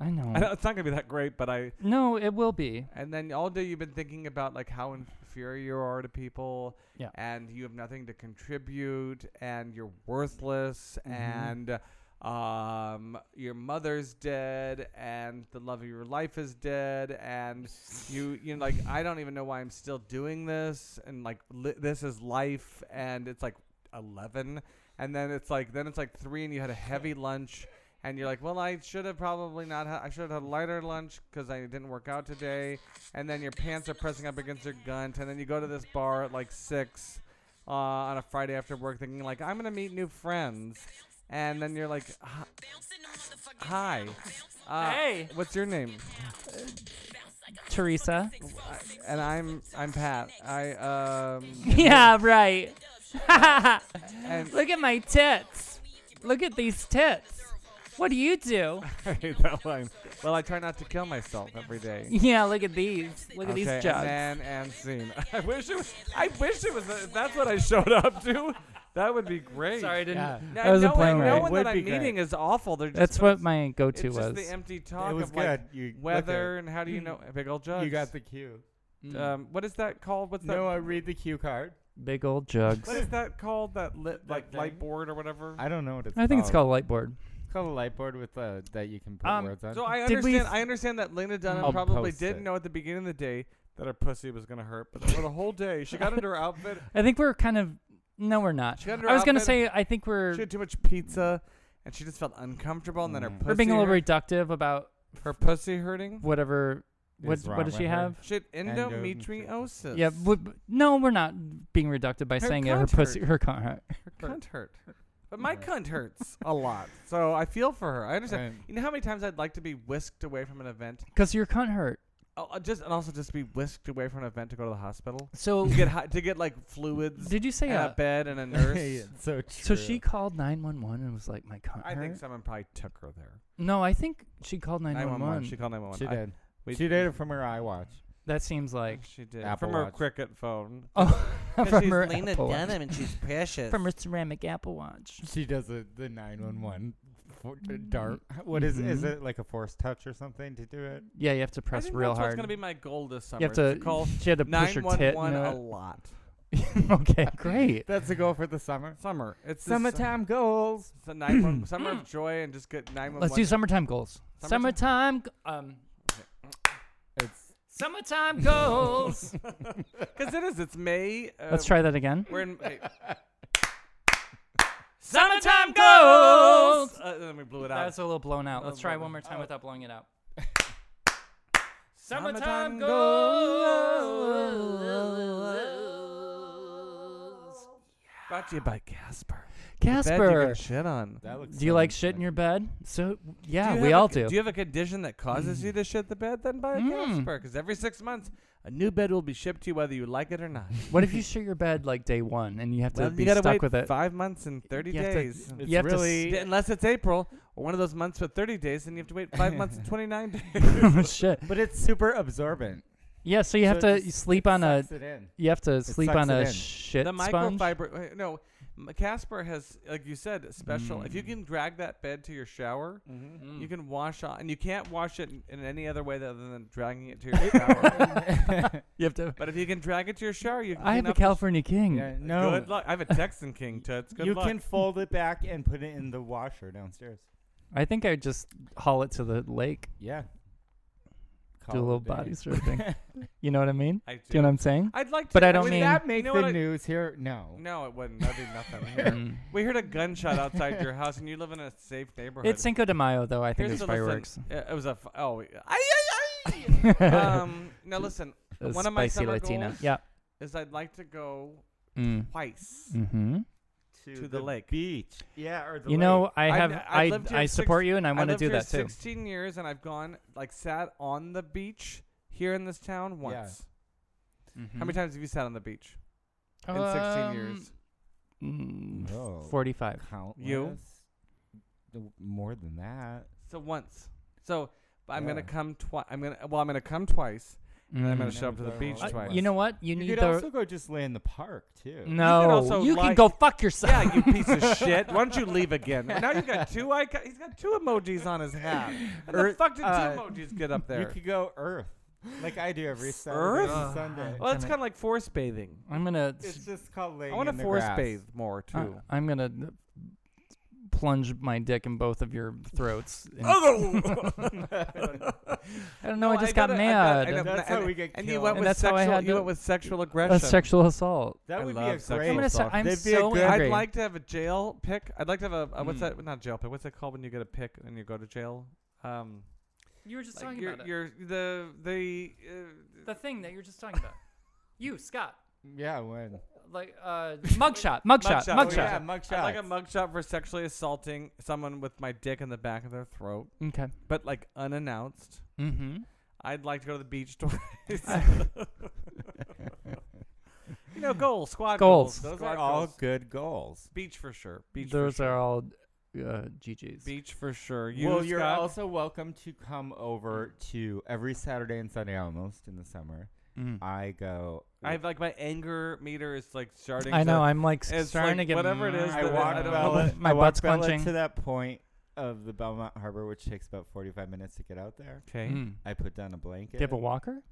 [SPEAKER 2] I know.
[SPEAKER 4] I know it's not gonna be that great, but I.
[SPEAKER 2] No, it will be.
[SPEAKER 4] And then all day you've been thinking about like how inferior you are to people,
[SPEAKER 2] Yeah.
[SPEAKER 4] and you have nothing to contribute, and you're worthless, and um, your mother's dead, and the love of your life is dead, and you you know, like I don't even know why I'm still doing this, and like li- this is life, and it's like eleven, and then it's like then it's like three, and you had a heavy lunch. And you're like, well, I should have probably not. Ha- I should have had a lighter lunch because I didn't work out today. And then your pants are pressing up against your gunt. And then you go to this bar at like six uh, on a Friday after work, thinking like, I'm gonna meet new friends. And then you're like, "Hi- hi, uh,
[SPEAKER 2] Hey.
[SPEAKER 4] what's your name?
[SPEAKER 2] Teresa.
[SPEAKER 4] I- and I'm I'm Pat. I um
[SPEAKER 2] Yeah, right.
[SPEAKER 4] and
[SPEAKER 2] Look at my tits. Look at these tits. What do you do?
[SPEAKER 4] I hate that line. Well, I try not to kill myself every day.
[SPEAKER 2] Yeah, look at these. Look at
[SPEAKER 4] okay,
[SPEAKER 2] these jugs.
[SPEAKER 4] And, then- and scene. I wish it was. I wish it was. if that's what I showed up to. That would be great.
[SPEAKER 2] Sorry, I didn't.
[SPEAKER 3] Yeah.
[SPEAKER 4] No,
[SPEAKER 2] That was a
[SPEAKER 4] no,
[SPEAKER 2] plan,
[SPEAKER 4] one-
[SPEAKER 2] right?
[SPEAKER 4] no one
[SPEAKER 3] Would
[SPEAKER 4] that
[SPEAKER 3] be
[SPEAKER 4] I'm
[SPEAKER 3] great.
[SPEAKER 4] meeting is awful. They're just
[SPEAKER 2] That's what my
[SPEAKER 4] it's
[SPEAKER 2] go-to
[SPEAKER 4] just
[SPEAKER 2] was.
[SPEAKER 4] the empty talk
[SPEAKER 3] was
[SPEAKER 4] of like
[SPEAKER 3] good. You got
[SPEAKER 4] weather
[SPEAKER 3] there.
[SPEAKER 4] and how do you know a big old jug.
[SPEAKER 3] You got the cue.
[SPEAKER 4] um, what is that called? What's that?
[SPEAKER 3] No, I read the cue card.
[SPEAKER 2] Big old jugs.
[SPEAKER 4] what is that called? That lit like
[SPEAKER 3] thing?
[SPEAKER 4] light board or whatever.
[SPEAKER 3] I don't know what it's.
[SPEAKER 2] I think
[SPEAKER 4] Oh.
[SPEAKER 2] it's called light board.
[SPEAKER 3] It's called a light board with uh, that you can put
[SPEAKER 2] Um,
[SPEAKER 3] words on.
[SPEAKER 4] So I
[SPEAKER 2] Did we
[SPEAKER 4] understand.
[SPEAKER 2] f-
[SPEAKER 4] I understand that Lena Dunham
[SPEAKER 3] I'll
[SPEAKER 4] probably
[SPEAKER 3] post
[SPEAKER 4] did
[SPEAKER 3] it.
[SPEAKER 4] know at the beginning of the day that her pussy was gonna hurt, but for the whole day she got into her outfit.
[SPEAKER 2] I think we're kind of. No, we're not.
[SPEAKER 4] She got her
[SPEAKER 2] I was gonna
[SPEAKER 4] outfit.
[SPEAKER 2] say I think
[SPEAKER 4] She
[SPEAKER 2] we're
[SPEAKER 4] had too much pizza, and she just felt uncomfortable. And then her pussy,
[SPEAKER 2] we're Mm. being a little
[SPEAKER 4] hurt-
[SPEAKER 2] reductive about
[SPEAKER 4] her pussy hurting.
[SPEAKER 2] whatever. What
[SPEAKER 3] Is
[SPEAKER 2] what
[SPEAKER 3] wrong
[SPEAKER 2] does she
[SPEAKER 3] with her?
[SPEAKER 2] have?
[SPEAKER 4] She had endometriosis.
[SPEAKER 2] Yeah, but, no, we're not being reductive by
[SPEAKER 4] Her
[SPEAKER 2] saying that her
[SPEAKER 4] cunt
[SPEAKER 2] pussy, her cunt.
[SPEAKER 4] her cunt hurt. But my cunt hurts a lot, so I feel for her. I understand.
[SPEAKER 3] Right.
[SPEAKER 4] You know how many times I'd like to be whisked away from an event,
[SPEAKER 2] Because your cunt hurt.
[SPEAKER 4] oh, uh, just and also just be whisked away from an event to go to the hospital
[SPEAKER 2] So
[SPEAKER 4] to get hi- to get like fluids
[SPEAKER 2] did you say
[SPEAKER 4] and
[SPEAKER 2] uh,
[SPEAKER 4] a bed and a nurse.
[SPEAKER 3] It's so true.
[SPEAKER 2] So she called 911 and was like, my cunt
[SPEAKER 4] I think
[SPEAKER 2] hurt."
[SPEAKER 4] someone probably took her there.
[SPEAKER 2] No, I think she called
[SPEAKER 4] 911.
[SPEAKER 2] 911.
[SPEAKER 4] She called 911.
[SPEAKER 3] She
[SPEAKER 4] I-
[SPEAKER 3] did.
[SPEAKER 4] we-
[SPEAKER 3] she did it from her iWatch.
[SPEAKER 2] that seems like.
[SPEAKER 4] She did.
[SPEAKER 3] Apple
[SPEAKER 4] From her
[SPEAKER 3] Watch.
[SPEAKER 4] cricket phone.
[SPEAKER 2] Oh, from her Apple Watch.
[SPEAKER 4] and she's precious.
[SPEAKER 2] From her ceramic Apple Watch.
[SPEAKER 3] She does a, the nine one one uh,
[SPEAKER 2] Mm-hmm.
[SPEAKER 3] dart. What is is
[SPEAKER 2] Mhm.
[SPEAKER 3] it like a force touch or something to do it?
[SPEAKER 2] Yeah, you have to
[SPEAKER 4] I
[SPEAKER 2] press
[SPEAKER 4] think
[SPEAKER 2] real
[SPEAKER 4] that's
[SPEAKER 2] hard.
[SPEAKER 4] going to be my goal this summer.
[SPEAKER 2] you have
[SPEAKER 4] is
[SPEAKER 2] to.
[SPEAKER 4] call
[SPEAKER 2] she had to push her tit.
[SPEAKER 4] 911 a
[SPEAKER 2] into
[SPEAKER 4] lot.
[SPEAKER 2] it. okay, great.
[SPEAKER 3] That's a goal for the summer.
[SPEAKER 4] Summer. It's the sum-
[SPEAKER 3] Summertime goals.
[SPEAKER 4] It's the 911 summer of joy and just get 911.
[SPEAKER 2] Let's do summertime goals. Summertime.
[SPEAKER 4] Summertime-
[SPEAKER 2] g- Um.
[SPEAKER 3] It's
[SPEAKER 2] Summertime goals.
[SPEAKER 4] Because it is. It's May. Uh,
[SPEAKER 2] Let's try that again.
[SPEAKER 4] We're in. Hey,
[SPEAKER 2] Summertime
[SPEAKER 4] goals! Uh, then we blew it out.
[SPEAKER 2] That's a little blown out. Let's
[SPEAKER 4] Little
[SPEAKER 2] try
[SPEAKER 4] blown
[SPEAKER 2] one more
[SPEAKER 4] out.
[SPEAKER 2] time without blowing it out.
[SPEAKER 4] Summertime
[SPEAKER 2] goals.
[SPEAKER 4] Brought to you by Casper. Bed you
[SPEAKER 2] Casper,
[SPEAKER 4] can shit on.
[SPEAKER 3] that looks.
[SPEAKER 2] do you like shit in your bed? So yeah,
[SPEAKER 4] you
[SPEAKER 2] we
[SPEAKER 4] have a
[SPEAKER 2] all
[SPEAKER 4] co-
[SPEAKER 2] do.
[SPEAKER 4] Do you have a condition that causes you to shit the bed? Then buy a
[SPEAKER 2] Mm.
[SPEAKER 4] Casper, because every six months a new bed will be shipped to you, whether you like it or not.
[SPEAKER 2] what if you shit your bed like day one and you have to
[SPEAKER 4] Well,
[SPEAKER 2] be
[SPEAKER 4] you gotta
[SPEAKER 2] stuck
[SPEAKER 4] wait
[SPEAKER 2] with it?
[SPEAKER 4] five months and thirty
[SPEAKER 2] You have to-
[SPEAKER 4] days.
[SPEAKER 3] It's
[SPEAKER 2] you have to
[SPEAKER 3] really.
[SPEAKER 4] D- Unless it's April, or one of those months with 30 days, then you have to wait five months and 29 days.
[SPEAKER 2] shit.
[SPEAKER 3] but it's super absorbent.
[SPEAKER 2] Yeah, so you have
[SPEAKER 3] So it
[SPEAKER 2] to
[SPEAKER 3] just-
[SPEAKER 2] sleep
[SPEAKER 3] it
[SPEAKER 2] on a
[SPEAKER 3] sucks it in.
[SPEAKER 2] you have to sleep on
[SPEAKER 3] sucks it
[SPEAKER 2] a
[SPEAKER 3] in.
[SPEAKER 2] shit
[SPEAKER 4] the
[SPEAKER 2] sponge.
[SPEAKER 4] microfiber. wait, No, m- Casper has, like you said, special. If you
[SPEAKER 2] Mm.
[SPEAKER 4] can drag that bed to your shower,
[SPEAKER 3] Mm-hmm.
[SPEAKER 4] you can wash off, and you can't wash it in, in any other way other than dragging it to your shower.
[SPEAKER 2] You have to.
[SPEAKER 4] but if you can drag it to your shower, you can
[SPEAKER 2] I have
[SPEAKER 4] clean
[SPEAKER 2] a
[SPEAKER 4] up the sh-
[SPEAKER 2] California king.
[SPEAKER 3] Yeah, no.
[SPEAKER 4] Hmm. Good luck. I have a Texan King Toots. Good
[SPEAKER 3] you
[SPEAKER 4] luck.
[SPEAKER 3] can fold it back and put it in the washer downstairs.
[SPEAKER 2] I think I would just haul it to the lake,
[SPEAKER 3] Yeah.
[SPEAKER 2] do a little body surfing. you know what I mean?
[SPEAKER 4] I
[SPEAKER 2] Do you know what I'm saying?
[SPEAKER 4] I'd like to.
[SPEAKER 2] But I don't
[SPEAKER 4] would
[SPEAKER 2] mean-
[SPEAKER 4] that
[SPEAKER 3] That make
[SPEAKER 4] you know
[SPEAKER 3] the
[SPEAKER 4] what I-
[SPEAKER 3] news here? No.
[SPEAKER 4] No, it wouldn't. That'd be nothing. Here.
[SPEAKER 2] Mm.
[SPEAKER 4] we heard a gunshot outside your house, and you live in a safe neighborhood.
[SPEAKER 2] It's Cinco de Mayo, though. I think
[SPEAKER 4] Here's
[SPEAKER 2] there's
[SPEAKER 4] the listen-
[SPEAKER 2] fireworks.
[SPEAKER 4] Uh, It was a f- oh. Ay, ay, ay! um, now listen.
[SPEAKER 2] A
[SPEAKER 4] One of my
[SPEAKER 2] spicy
[SPEAKER 4] summer
[SPEAKER 2] Latina.
[SPEAKER 4] goals
[SPEAKER 2] Yeah.
[SPEAKER 4] Is I'd like to go
[SPEAKER 2] Mm.
[SPEAKER 4] twice.
[SPEAKER 2] Mm-hmm.
[SPEAKER 4] To the lake.
[SPEAKER 3] beach. Yeah, or the
[SPEAKER 2] You know, I
[SPEAKER 4] I-
[SPEAKER 2] have
[SPEAKER 4] I
[SPEAKER 2] I
[SPEAKER 4] lived here
[SPEAKER 2] I,
[SPEAKER 4] six-
[SPEAKER 2] support you, and I want to
[SPEAKER 4] lived
[SPEAKER 2] do
[SPEAKER 4] here
[SPEAKER 2] that too.
[SPEAKER 4] 16 years, and I've gone like sat on the beach here in this town once.
[SPEAKER 2] Mm-hmm. Hmm.
[SPEAKER 4] How many times have you sat on the beach in 16
[SPEAKER 2] Um,
[SPEAKER 4] years?
[SPEAKER 2] Mm,
[SPEAKER 3] Whoa.
[SPEAKER 2] Forty-five.
[SPEAKER 3] count
[SPEAKER 4] You?
[SPEAKER 3] more than that.
[SPEAKER 4] So once. So I'm gonna
[SPEAKER 3] Yeah.
[SPEAKER 4] come twice. I'm gonna well, I'm gonna come twice, and I'm gonna
[SPEAKER 2] Mm.
[SPEAKER 4] show up to the
[SPEAKER 3] Uh,
[SPEAKER 4] beach
[SPEAKER 3] you
[SPEAKER 2] Uh,
[SPEAKER 4] twice.
[SPEAKER 2] you know what? You,
[SPEAKER 3] You
[SPEAKER 2] need
[SPEAKER 3] could
[SPEAKER 2] the Mm.
[SPEAKER 3] also go just lay in the park too.
[SPEAKER 2] no. You,
[SPEAKER 4] also
[SPEAKER 2] can
[SPEAKER 4] like-
[SPEAKER 2] go fuck yourself.
[SPEAKER 4] Yeah, you piece of shit. Why don't you leave again? Now you've got two icon. He's got two emojis on his hat.
[SPEAKER 2] Er,
[SPEAKER 4] And the
[SPEAKER 3] Or,
[SPEAKER 4] fuck did
[SPEAKER 3] uh,
[SPEAKER 4] two emojis get up there?
[SPEAKER 3] You could go Earth, like I do every Saturday
[SPEAKER 4] Earth?
[SPEAKER 3] and Sunday.
[SPEAKER 4] well, it's
[SPEAKER 2] Kinda-
[SPEAKER 4] kind of like force bathing.
[SPEAKER 2] I'm gonna.
[SPEAKER 3] it's just called laying.
[SPEAKER 4] I want to
[SPEAKER 3] in the
[SPEAKER 4] force
[SPEAKER 3] grass.
[SPEAKER 4] bathe more too.
[SPEAKER 2] I, I'm gonna plunge my dick in both of your throats. and- I don't know. I
[SPEAKER 4] No,
[SPEAKER 2] just got
[SPEAKER 4] gotta- I
[SPEAKER 2] mad.
[SPEAKER 4] gotta- I know,
[SPEAKER 3] That's
[SPEAKER 4] and-
[SPEAKER 3] how we get
[SPEAKER 4] And you
[SPEAKER 3] killed.
[SPEAKER 4] went
[SPEAKER 2] And
[SPEAKER 4] with
[SPEAKER 2] that's how I
[SPEAKER 4] sexual.
[SPEAKER 2] had
[SPEAKER 4] you
[SPEAKER 2] to-
[SPEAKER 4] went with sexual
[SPEAKER 2] a
[SPEAKER 4] aggression.
[SPEAKER 2] sexual assault.
[SPEAKER 3] That
[SPEAKER 4] I
[SPEAKER 3] would
[SPEAKER 4] love
[SPEAKER 3] be a
[SPEAKER 4] sexual
[SPEAKER 3] great.
[SPEAKER 2] I'm gonna. Say,
[SPEAKER 4] assault.
[SPEAKER 2] I'm
[SPEAKER 3] That'd be a
[SPEAKER 2] so
[SPEAKER 3] good-
[SPEAKER 2] angry.
[SPEAKER 4] I'd like to have a jail pick. I'd like to have a, a
[SPEAKER 2] Hmm.
[SPEAKER 4] what's that? Not jail pick. What's it called when you get a pick and you go to jail? Um,
[SPEAKER 2] You were just
[SPEAKER 4] like you're, you're the the uh,
[SPEAKER 2] The thing that you're just talking about. you, Scott.
[SPEAKER 3] yeah, when.
[SPEAKER 2] Like uh, mugshot, mugshot,
[SPEAKER 4] Mugshot, oh,
[SPEAKER 2] mugshot.
[SPEAKER 4] yeah.
[SPEAKER 3] Yeah,
[SPEAKER 4] I'd
[SPEAKER 3] mugshot.
[SPEAKER 4] like a mugshot for sexually assaulting someone with my dick in the back of their throat,
[SPEAKER 2] Okay.
[SPEAKER 4] but like unannounced.
[SPEAKER 2] Mm-hmm.
[SPEAKER 4] I'd like to go to the beach twice. you know, goals, squad
[SPEAKER 2] Goals.
[SPEAKER 4] goals. Those
[SPEAKER 3] Those are all good goals.
[SPEAKER 4] Beach for sure. Beach.
[SPEAKER 2] Those
[SPEAKER 4] for sure.
[SPEAKER 2] are all uh, Gigi's.
[SPEAKER 4] Beach for sure. You,
[SPEAKER 3] well, you're
[SPEAKER 4] Scott?
[SPEAKER 3] also welcome to come over to every Saturday and Sunday almost in the summer.
[SPEAKER 2] Mhm.
[SPEAKER 3] I go.
[SPEAKER 4] I have like my anger meter is like starting.
[SPEAKER 2] I know.
[SPEAKER 4] To,
[SPEAKER 2] I'm like
[SPEAKER 4] It's
[SPEAKER 2] starting
[SPEAKER 4] like
[SPEAKER 2] to get
[SPEAKER 4] whatever it is
[SPEAKER 3] I
[SPEAKER 4] that-
[SPEAKER 3] walk
[SPEAKER 4] I don't know.
[SPEAKER 3] Bella,
[SPEAKER 2] My
[SPEAKER 3] I walk
[SPEAKER 2] butt's
[SPEAKER 3] Bella
[SPEAKER 2] clenching.
[SPEAKER 3] to that point of the Belmont Harbor, which takes about 45 minutes to get out there.
[SPEAKER 4] okay.
[SPEAKER 2] Mm. Do
[SPEAKER 3] I put down a blanket.
[SPEAKER 2] you have a walker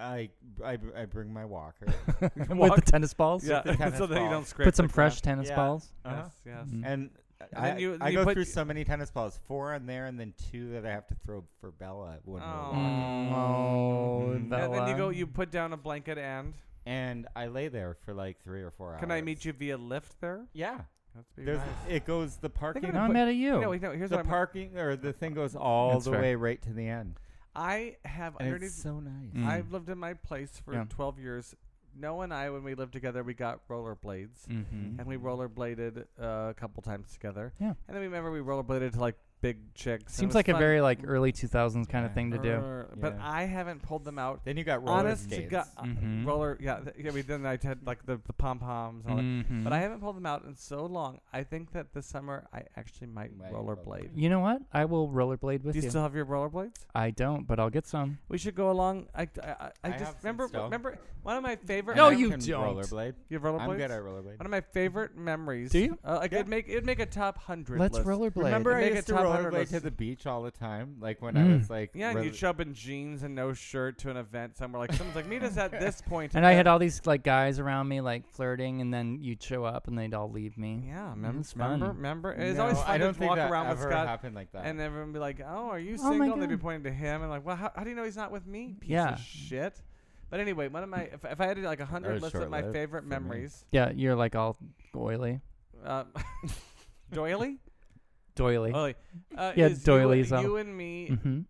[SPEAKER 3] I, I, I bring my walker.
[SPEAKER 2] with the
[SPEAKER 4] Walk-
[SPEAKER 2] tennis balls?
[SPEAKER 4] Yeah.
[SPEAKER 3] the tennis
[SPEAKER 4] so that you
[SPEAKER 3] ball.
[SPEAKER 4] don't scrape.
[SPEAKER 2] Put some
[SPEAKER 4] the ground.
[SPEAKER 2] fresh tennis
[SPEAKER 3] Yeah.
[SPEAKER 2] balls.
[SPEAKER 3] Uh-huh.
[SPEAKER 4] Yes. Yes.
[SPEAKER 2] Mm.
[SPEAKER 3] And,
[SPEAKER 4] And
[SPEAKER 3] I,
[SPEAKER 4] then you-
[SPEAKER 3] I
[SPEAKER 4] you
[SPEAKER 3] go
[SPEAKER 4] put-
[SPEAKER 3] through so many tennis balls, four on there, and then two that I have to throw for Bella. When we're
[SPEAKER 2] Mm.
[SPEAKER 4] Oh.
[SPEAKER 3] walking.
[SPEAKER 2] Oh,
[SPEAKER 3] Mhm.
[SPEAKER 4] And then you
[SPEAKER 2] Bella.
[SPEAKER 4] go. You put down a blanket and.
[SPEAKER 3] And I lay there for like three or four hours.
[SPEAKER 4] Can I meet you via lift there?
[SPEAKER 3] Yeah.
[SPEAKER 4] That's be
[SPEAKER 3] There's,
[SPEAKER 4] nice.
[SPEAKER 3] It goes the parking.
[SPEAKER 4] gonna
[SPEAKER 2] No, I'm
[SPEAKER 4] put-
[SPEAKER 2] mad at you.
[SPEAKER 4] No, wait, no. Here's
[SPEAKER 3] the
[SPEAKER 4] what I'm-
[SPEAKER 3] parking or the thing goes all
[SPEAKER 2] That's
[SPEAKER 3] the
[SPEAKER 2] fair.
[SPEAKER 3] way right to the end.
[SPEAKER 4] I have
[SPEAKER 3] And
[SPEAKER 4] underneath.
[SPEAKER 3] it's so nice.
[SPEAKER 2] Mm.
[SPEAKER 4] I've lived in my place for
[SPEAKER 2] Yeah.
[SPEAKER 4] 12 years. Noah and I, when we lived together, we got rollerblades.
[SPEAKER 2] Mhm.
[SPEAKER 4] And we rollerbladed uh, a couple times together.
[SPEAKER 2] Yeah.
[SPEAKER 4] And then we remember we rollerbladed to like big chicks. and it
[SPEAKER 2] Seems
[SPEAKER 4] was
[SPEAKER 2] like a
[SPEAKER 4] fun.
[SPEAKER 2] very like early 2000s kind of
[SPEAKER 3] Yeah.
[SPEAKER 2] thing to do.
[SPEAKER 4] Uh, But
[SPEAKER 3] Yeah.
[SPEAKER 4] I haven't pulled them out.
[SPEAKER 3] Then you got roller
[SPEAKER 4] Honest to
[SPEAKER 3] skates.
[SPEAKER 4] God, uh,
[SPEAKER 2] Mhm.
[SPEAKER 4] roller. Yeah, th- yeah. We then I had like the the pom poms. all
[SPEAKER 2] Mm-hmm.
[SPEAKER 4] that. But I haven't pulled them out in so long. I think that this summer I actually might
[SPEAKER 3] Might
[SPEAKER 4] rollerblade.
[SPEAKER 3] rollerblade.
[SPEAKER 2] You know what? I will rollerblade with
[SPEAKER 4] Do you
[SPEAKER 2] you.
[SPEAKER 4] still have your rollerblades?
[SPEAKER 2] I don't, but I'll get some.
[SPEAKER 4] We should go along. I, I- I, I
[SPEAKER 3] I have
[SPEAKER 4] just
[SPEAKER 3] some
[SPEAKER 4] remember
[SPEAKER 3] still.
[SPEAKER 4] remember one of my favorite.
[SPEAKER 2] No,
[SPEAKER 4] mem-
[SPEAKER 2] you
[SPEAKER 3] American
[SPEAKER 2] don't.
[SPEAKER 3] Rollerblade.
[SPEAKER 4] You have rollerblades.
[SPEAKER 3] I'm good at rollerblade.
[SPEAKER 4] One of my favorite memories.
[SPEAKER 2] Do you?
[SPEAKER 4] Uh, like
[SPEAKER 3] Yeah.
[SPEAKER 4] it'd make it'd make a top hundred.
[SPEAKER 2] Let's
[SPEAKER 4] list.
[SPEAKER 2] rollerblade.
[SPEAKER 3] Remember, I
[SPEAKER 4] Make a
[SPEAKER 3] used to
[SPEAKER 4] top hundred
[SPEAKER 3] rollerblade to
[SPEAKER 4] list.
[SPEAKER 3] the beach all the time. Like when I
[SPEAKER 2] Mm.
[SPEAKER 3] was like,
[SPEAKER 4] Yeah, and you
[SPEAKER 3] really-
[SPEAKER 4] show up in jeans and no shirt to an event somewhere. Like someone's like, meet us at this point.
[SPEAKER 2] And I had all these like guys around me like flirting, and then you'd show up and they'd all leave me.
[SPEAKER 4] Yeah, remember,
[SPEAKER 2] Mm-hmm. It's fun.
[SPEAKER 4] remember, remember. It's always
[SPEAKER 3] No,
[SPEAKER 4] fun
[SPEAKER 3] I don't
[SPEAKER 4] to
[SPEAKER 3] think
[SPEAKER 4] walk
[SPEAKER 3] that
[SPEAKER 4] around with
[SPEAKER 3] ever
[SPEAKER 4] Scott
[SPEAKER 3] happened like that.
[SPEAKER 4] and everyone be like, "Oh, are you
[SPEAKER 2] Oh my
[SPEAKER 4] single?" They'd be
[SPEAKER 2] God.
[SPEAKER 4] pointing to him and like, "Well, how, how do you know he's not with me?" Piece
[SPEAKER 2] Yeah.
[SPEAKER 4] of shit. But anyway, one of my if, if I had like a hundred
[SPEAKER 3] was
[SPEAKER 4] lists of my
[SPEAKER 3] short-lived
[SPEAKER 4] favorite
[SPEAKER 3] for me.
[SPEAKER 4] memories,
[SPEAKER 2] Yeah, you're like all oily,
[SPEAKER 4] uh, doily,
[SPEAKER 2] doily.
[SPEAKER 4] doily, uh,
[SPEAKER 2] Yeah, um,
[SPEAKER 4] is
[SPEAKER 2] doilies
[SPEAKER 4] You,
[SPEAKER 2] all-
[SPEAKER 4] you and me,
[SPEAKER 2] mm-hmm.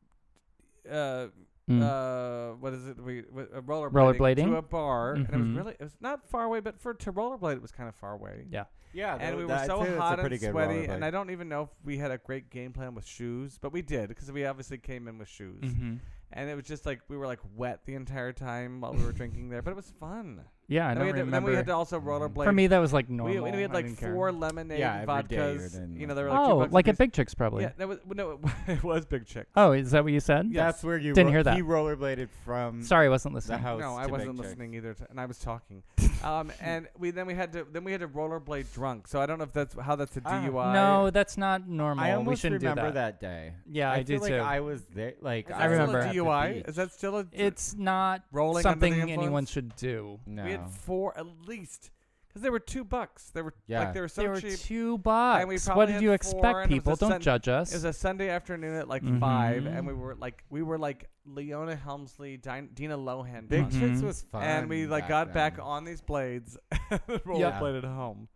[SPEAKER 4] uh, uh, what is it? We w- uh, rollerblading,
[SPEAKER 2] Mm. Rollerblading?
[SPEAKER 4] to a bar, and it was
[SPEAKER 2] Mhm.
[SPEAKER 4] really it was not far away, but for to rollerblade, it was kind of far away.
[SPEAKER 2] yeah.
[SPEAKER 3] yeah,
[SPEAKER 4] and
[SPEAKER 3] tho-
[SPEAKER 4] we were
[SPEAKER 3] that- I'd
[SPEAKER 4] so
[SPEAKER 3] say that's a
[SPEAKER 4] hot
[SPEAKER 3] pretty
[SPEAKER 4] and
[SPEAKER 3] good
[SPEAKER 4] sweaty, and
[SPEAKER 3] rollerblade.
[SPEAKER 4] I don't even know if we had a great game plan with shoes, but we did because we obviously came in with shoes,
[SPEAKER 2] Mm-hmm.
[SPEAKER 4] and it was just like we were like wet the entire time while we were drinking there, but it was fun.
[SPEAKER 2] Yeah, I
[SPEAKER 4] And
[SPEAKER 2] don't
[SPEAKER 4] we had to,
[SPEAKER 2] remember.
[SPEAKER 4] then we had to also rollerblade.
[SPEAKER 2] For me, that was like
[SPEAKER 4] we,
[SPEAKER 2] normal.
[SPEAKER 4] and we had
[SPEAKER 2] I
[SPEAKER 4] like
[SPEAKER 2] didn't care.
[SPEAKER 4] four lemonade
[SPEAKER 3] Mm-hmm. Yeah, every day you were
[SPEAKER 4] vodkas.
[SPEAKER 3] doing
[SPEAKER 4] you know, they were like two
[SPEAKER 2] oh,
[SPEAKER 4] bucks
[SPEAKER 2] like at
[SPEAKER 4] apiece.
[SPEAKER 2] Big Chicks probably.
[SPEAKER 4] Yeah, that was no, it was big chick.
[SPEAKER 2] Oh, is that what you said?
[SPEAKER 4] Yeah.
[SPEAKER 3] That's where you
[SPEAKER 2] Didn't
[SPEAKER 3] ro-
[SPEAKER 2] hear that.
[SPEAKER 3] He rollerbladed from
[SPEAKER 2] Sorry, I wasn't
[SPEAKER 3] the
[SPEAKER 2] listening.
[SPEAKER 3] house.
[SPEAKER 4] No, I
[SPEAKER 3] to
[SPEAKER 4] wasn't
[SPEAKER 3] Big Chick's.
[SPEAKER 4] listening either, t- and I was talking. um, and we then we had to then we had to rollerblade drunk. So I don't know if that's how that's a
[SPEAKER 3] Ah.
[SPEAKER 4] DUI.
[SPEAKER 2] No, that's not normal.
[SPEAKER 3] I
[SPEAKER 2] we
[SPEAKER 3] almost
[SPEAKER 2] shouldn't
[SPEAKER 3] remember
[SPEAKER 2] do that.
[SPEAKER 3] that. day.
[SPEAKER 2] Yeah, I, do
[SPEAKER 3] feel like
[SPEAKER 2] too.
[SPEAKER 3] I was there. Like
[SPEAKER 4] Is
[SPEAKER 2] I
[SPEAKER 4] that
[SPEAKER 2] remember.
[SPEAKER 4] Still a
[SPEAKER 3] at the
[SPEAKER 4] DUI?
[SPEAKER 3] beach.
[SPEAKER 4] Is that still a?
[SPEAKER 2] it's not
[SPEAKER 4] rolling under the
[SPEAKER 2] something anyone
[SPEAKER 4] influence?
[SPEAKER 2] should do.
[SPEAKER 3] no.
[SPEAKER 4] We had four at least because they were two bucks. They were
[SPEAKER 3] Yeah.
[SPEAKER 4] like they were so
[SPEAKER 2] There were
[SPEAKER 4] cheap.
[SPEAKER 2] two bucks.
[SPEAKER 4] we probably
[SPEAKER 2] what did
[SPEAKER 4] had
[SPEAKER 2] you
[SPEAKER 4] four,
[SPEAKER 2] expect,
[SPEAKER 4] and it was
[SPEAKER 2] people?
[SPEAKER 4] a
[SPEAKER 2] Don't
[SPEAKER 4] Sun-
[SPEAKER 2] judge
[SPEAKER 4] It was
[SPEAKER 2] us.
[SPEAKER 4] a Sunday afternoon at like
[SPEAKER 3] Mm-hmm.
[SPEAKER 4] five,
[SPEAKER 2] Mhm.
[SPEAKER 4] and we were like we were like Leona Helmsley, Din- Dina Lohan,
[SPEAKER 3] Big
[SPEAKER 4] drunk.
[SPEAKER 2] Mhm.
[SPEAKER 3] Chicks was Mm-hmm. fun.
[SPEAKER 4] and we like got
[SPEAKER 3] then.
[SPEAKER 4] back on these blades, and rollerbladed home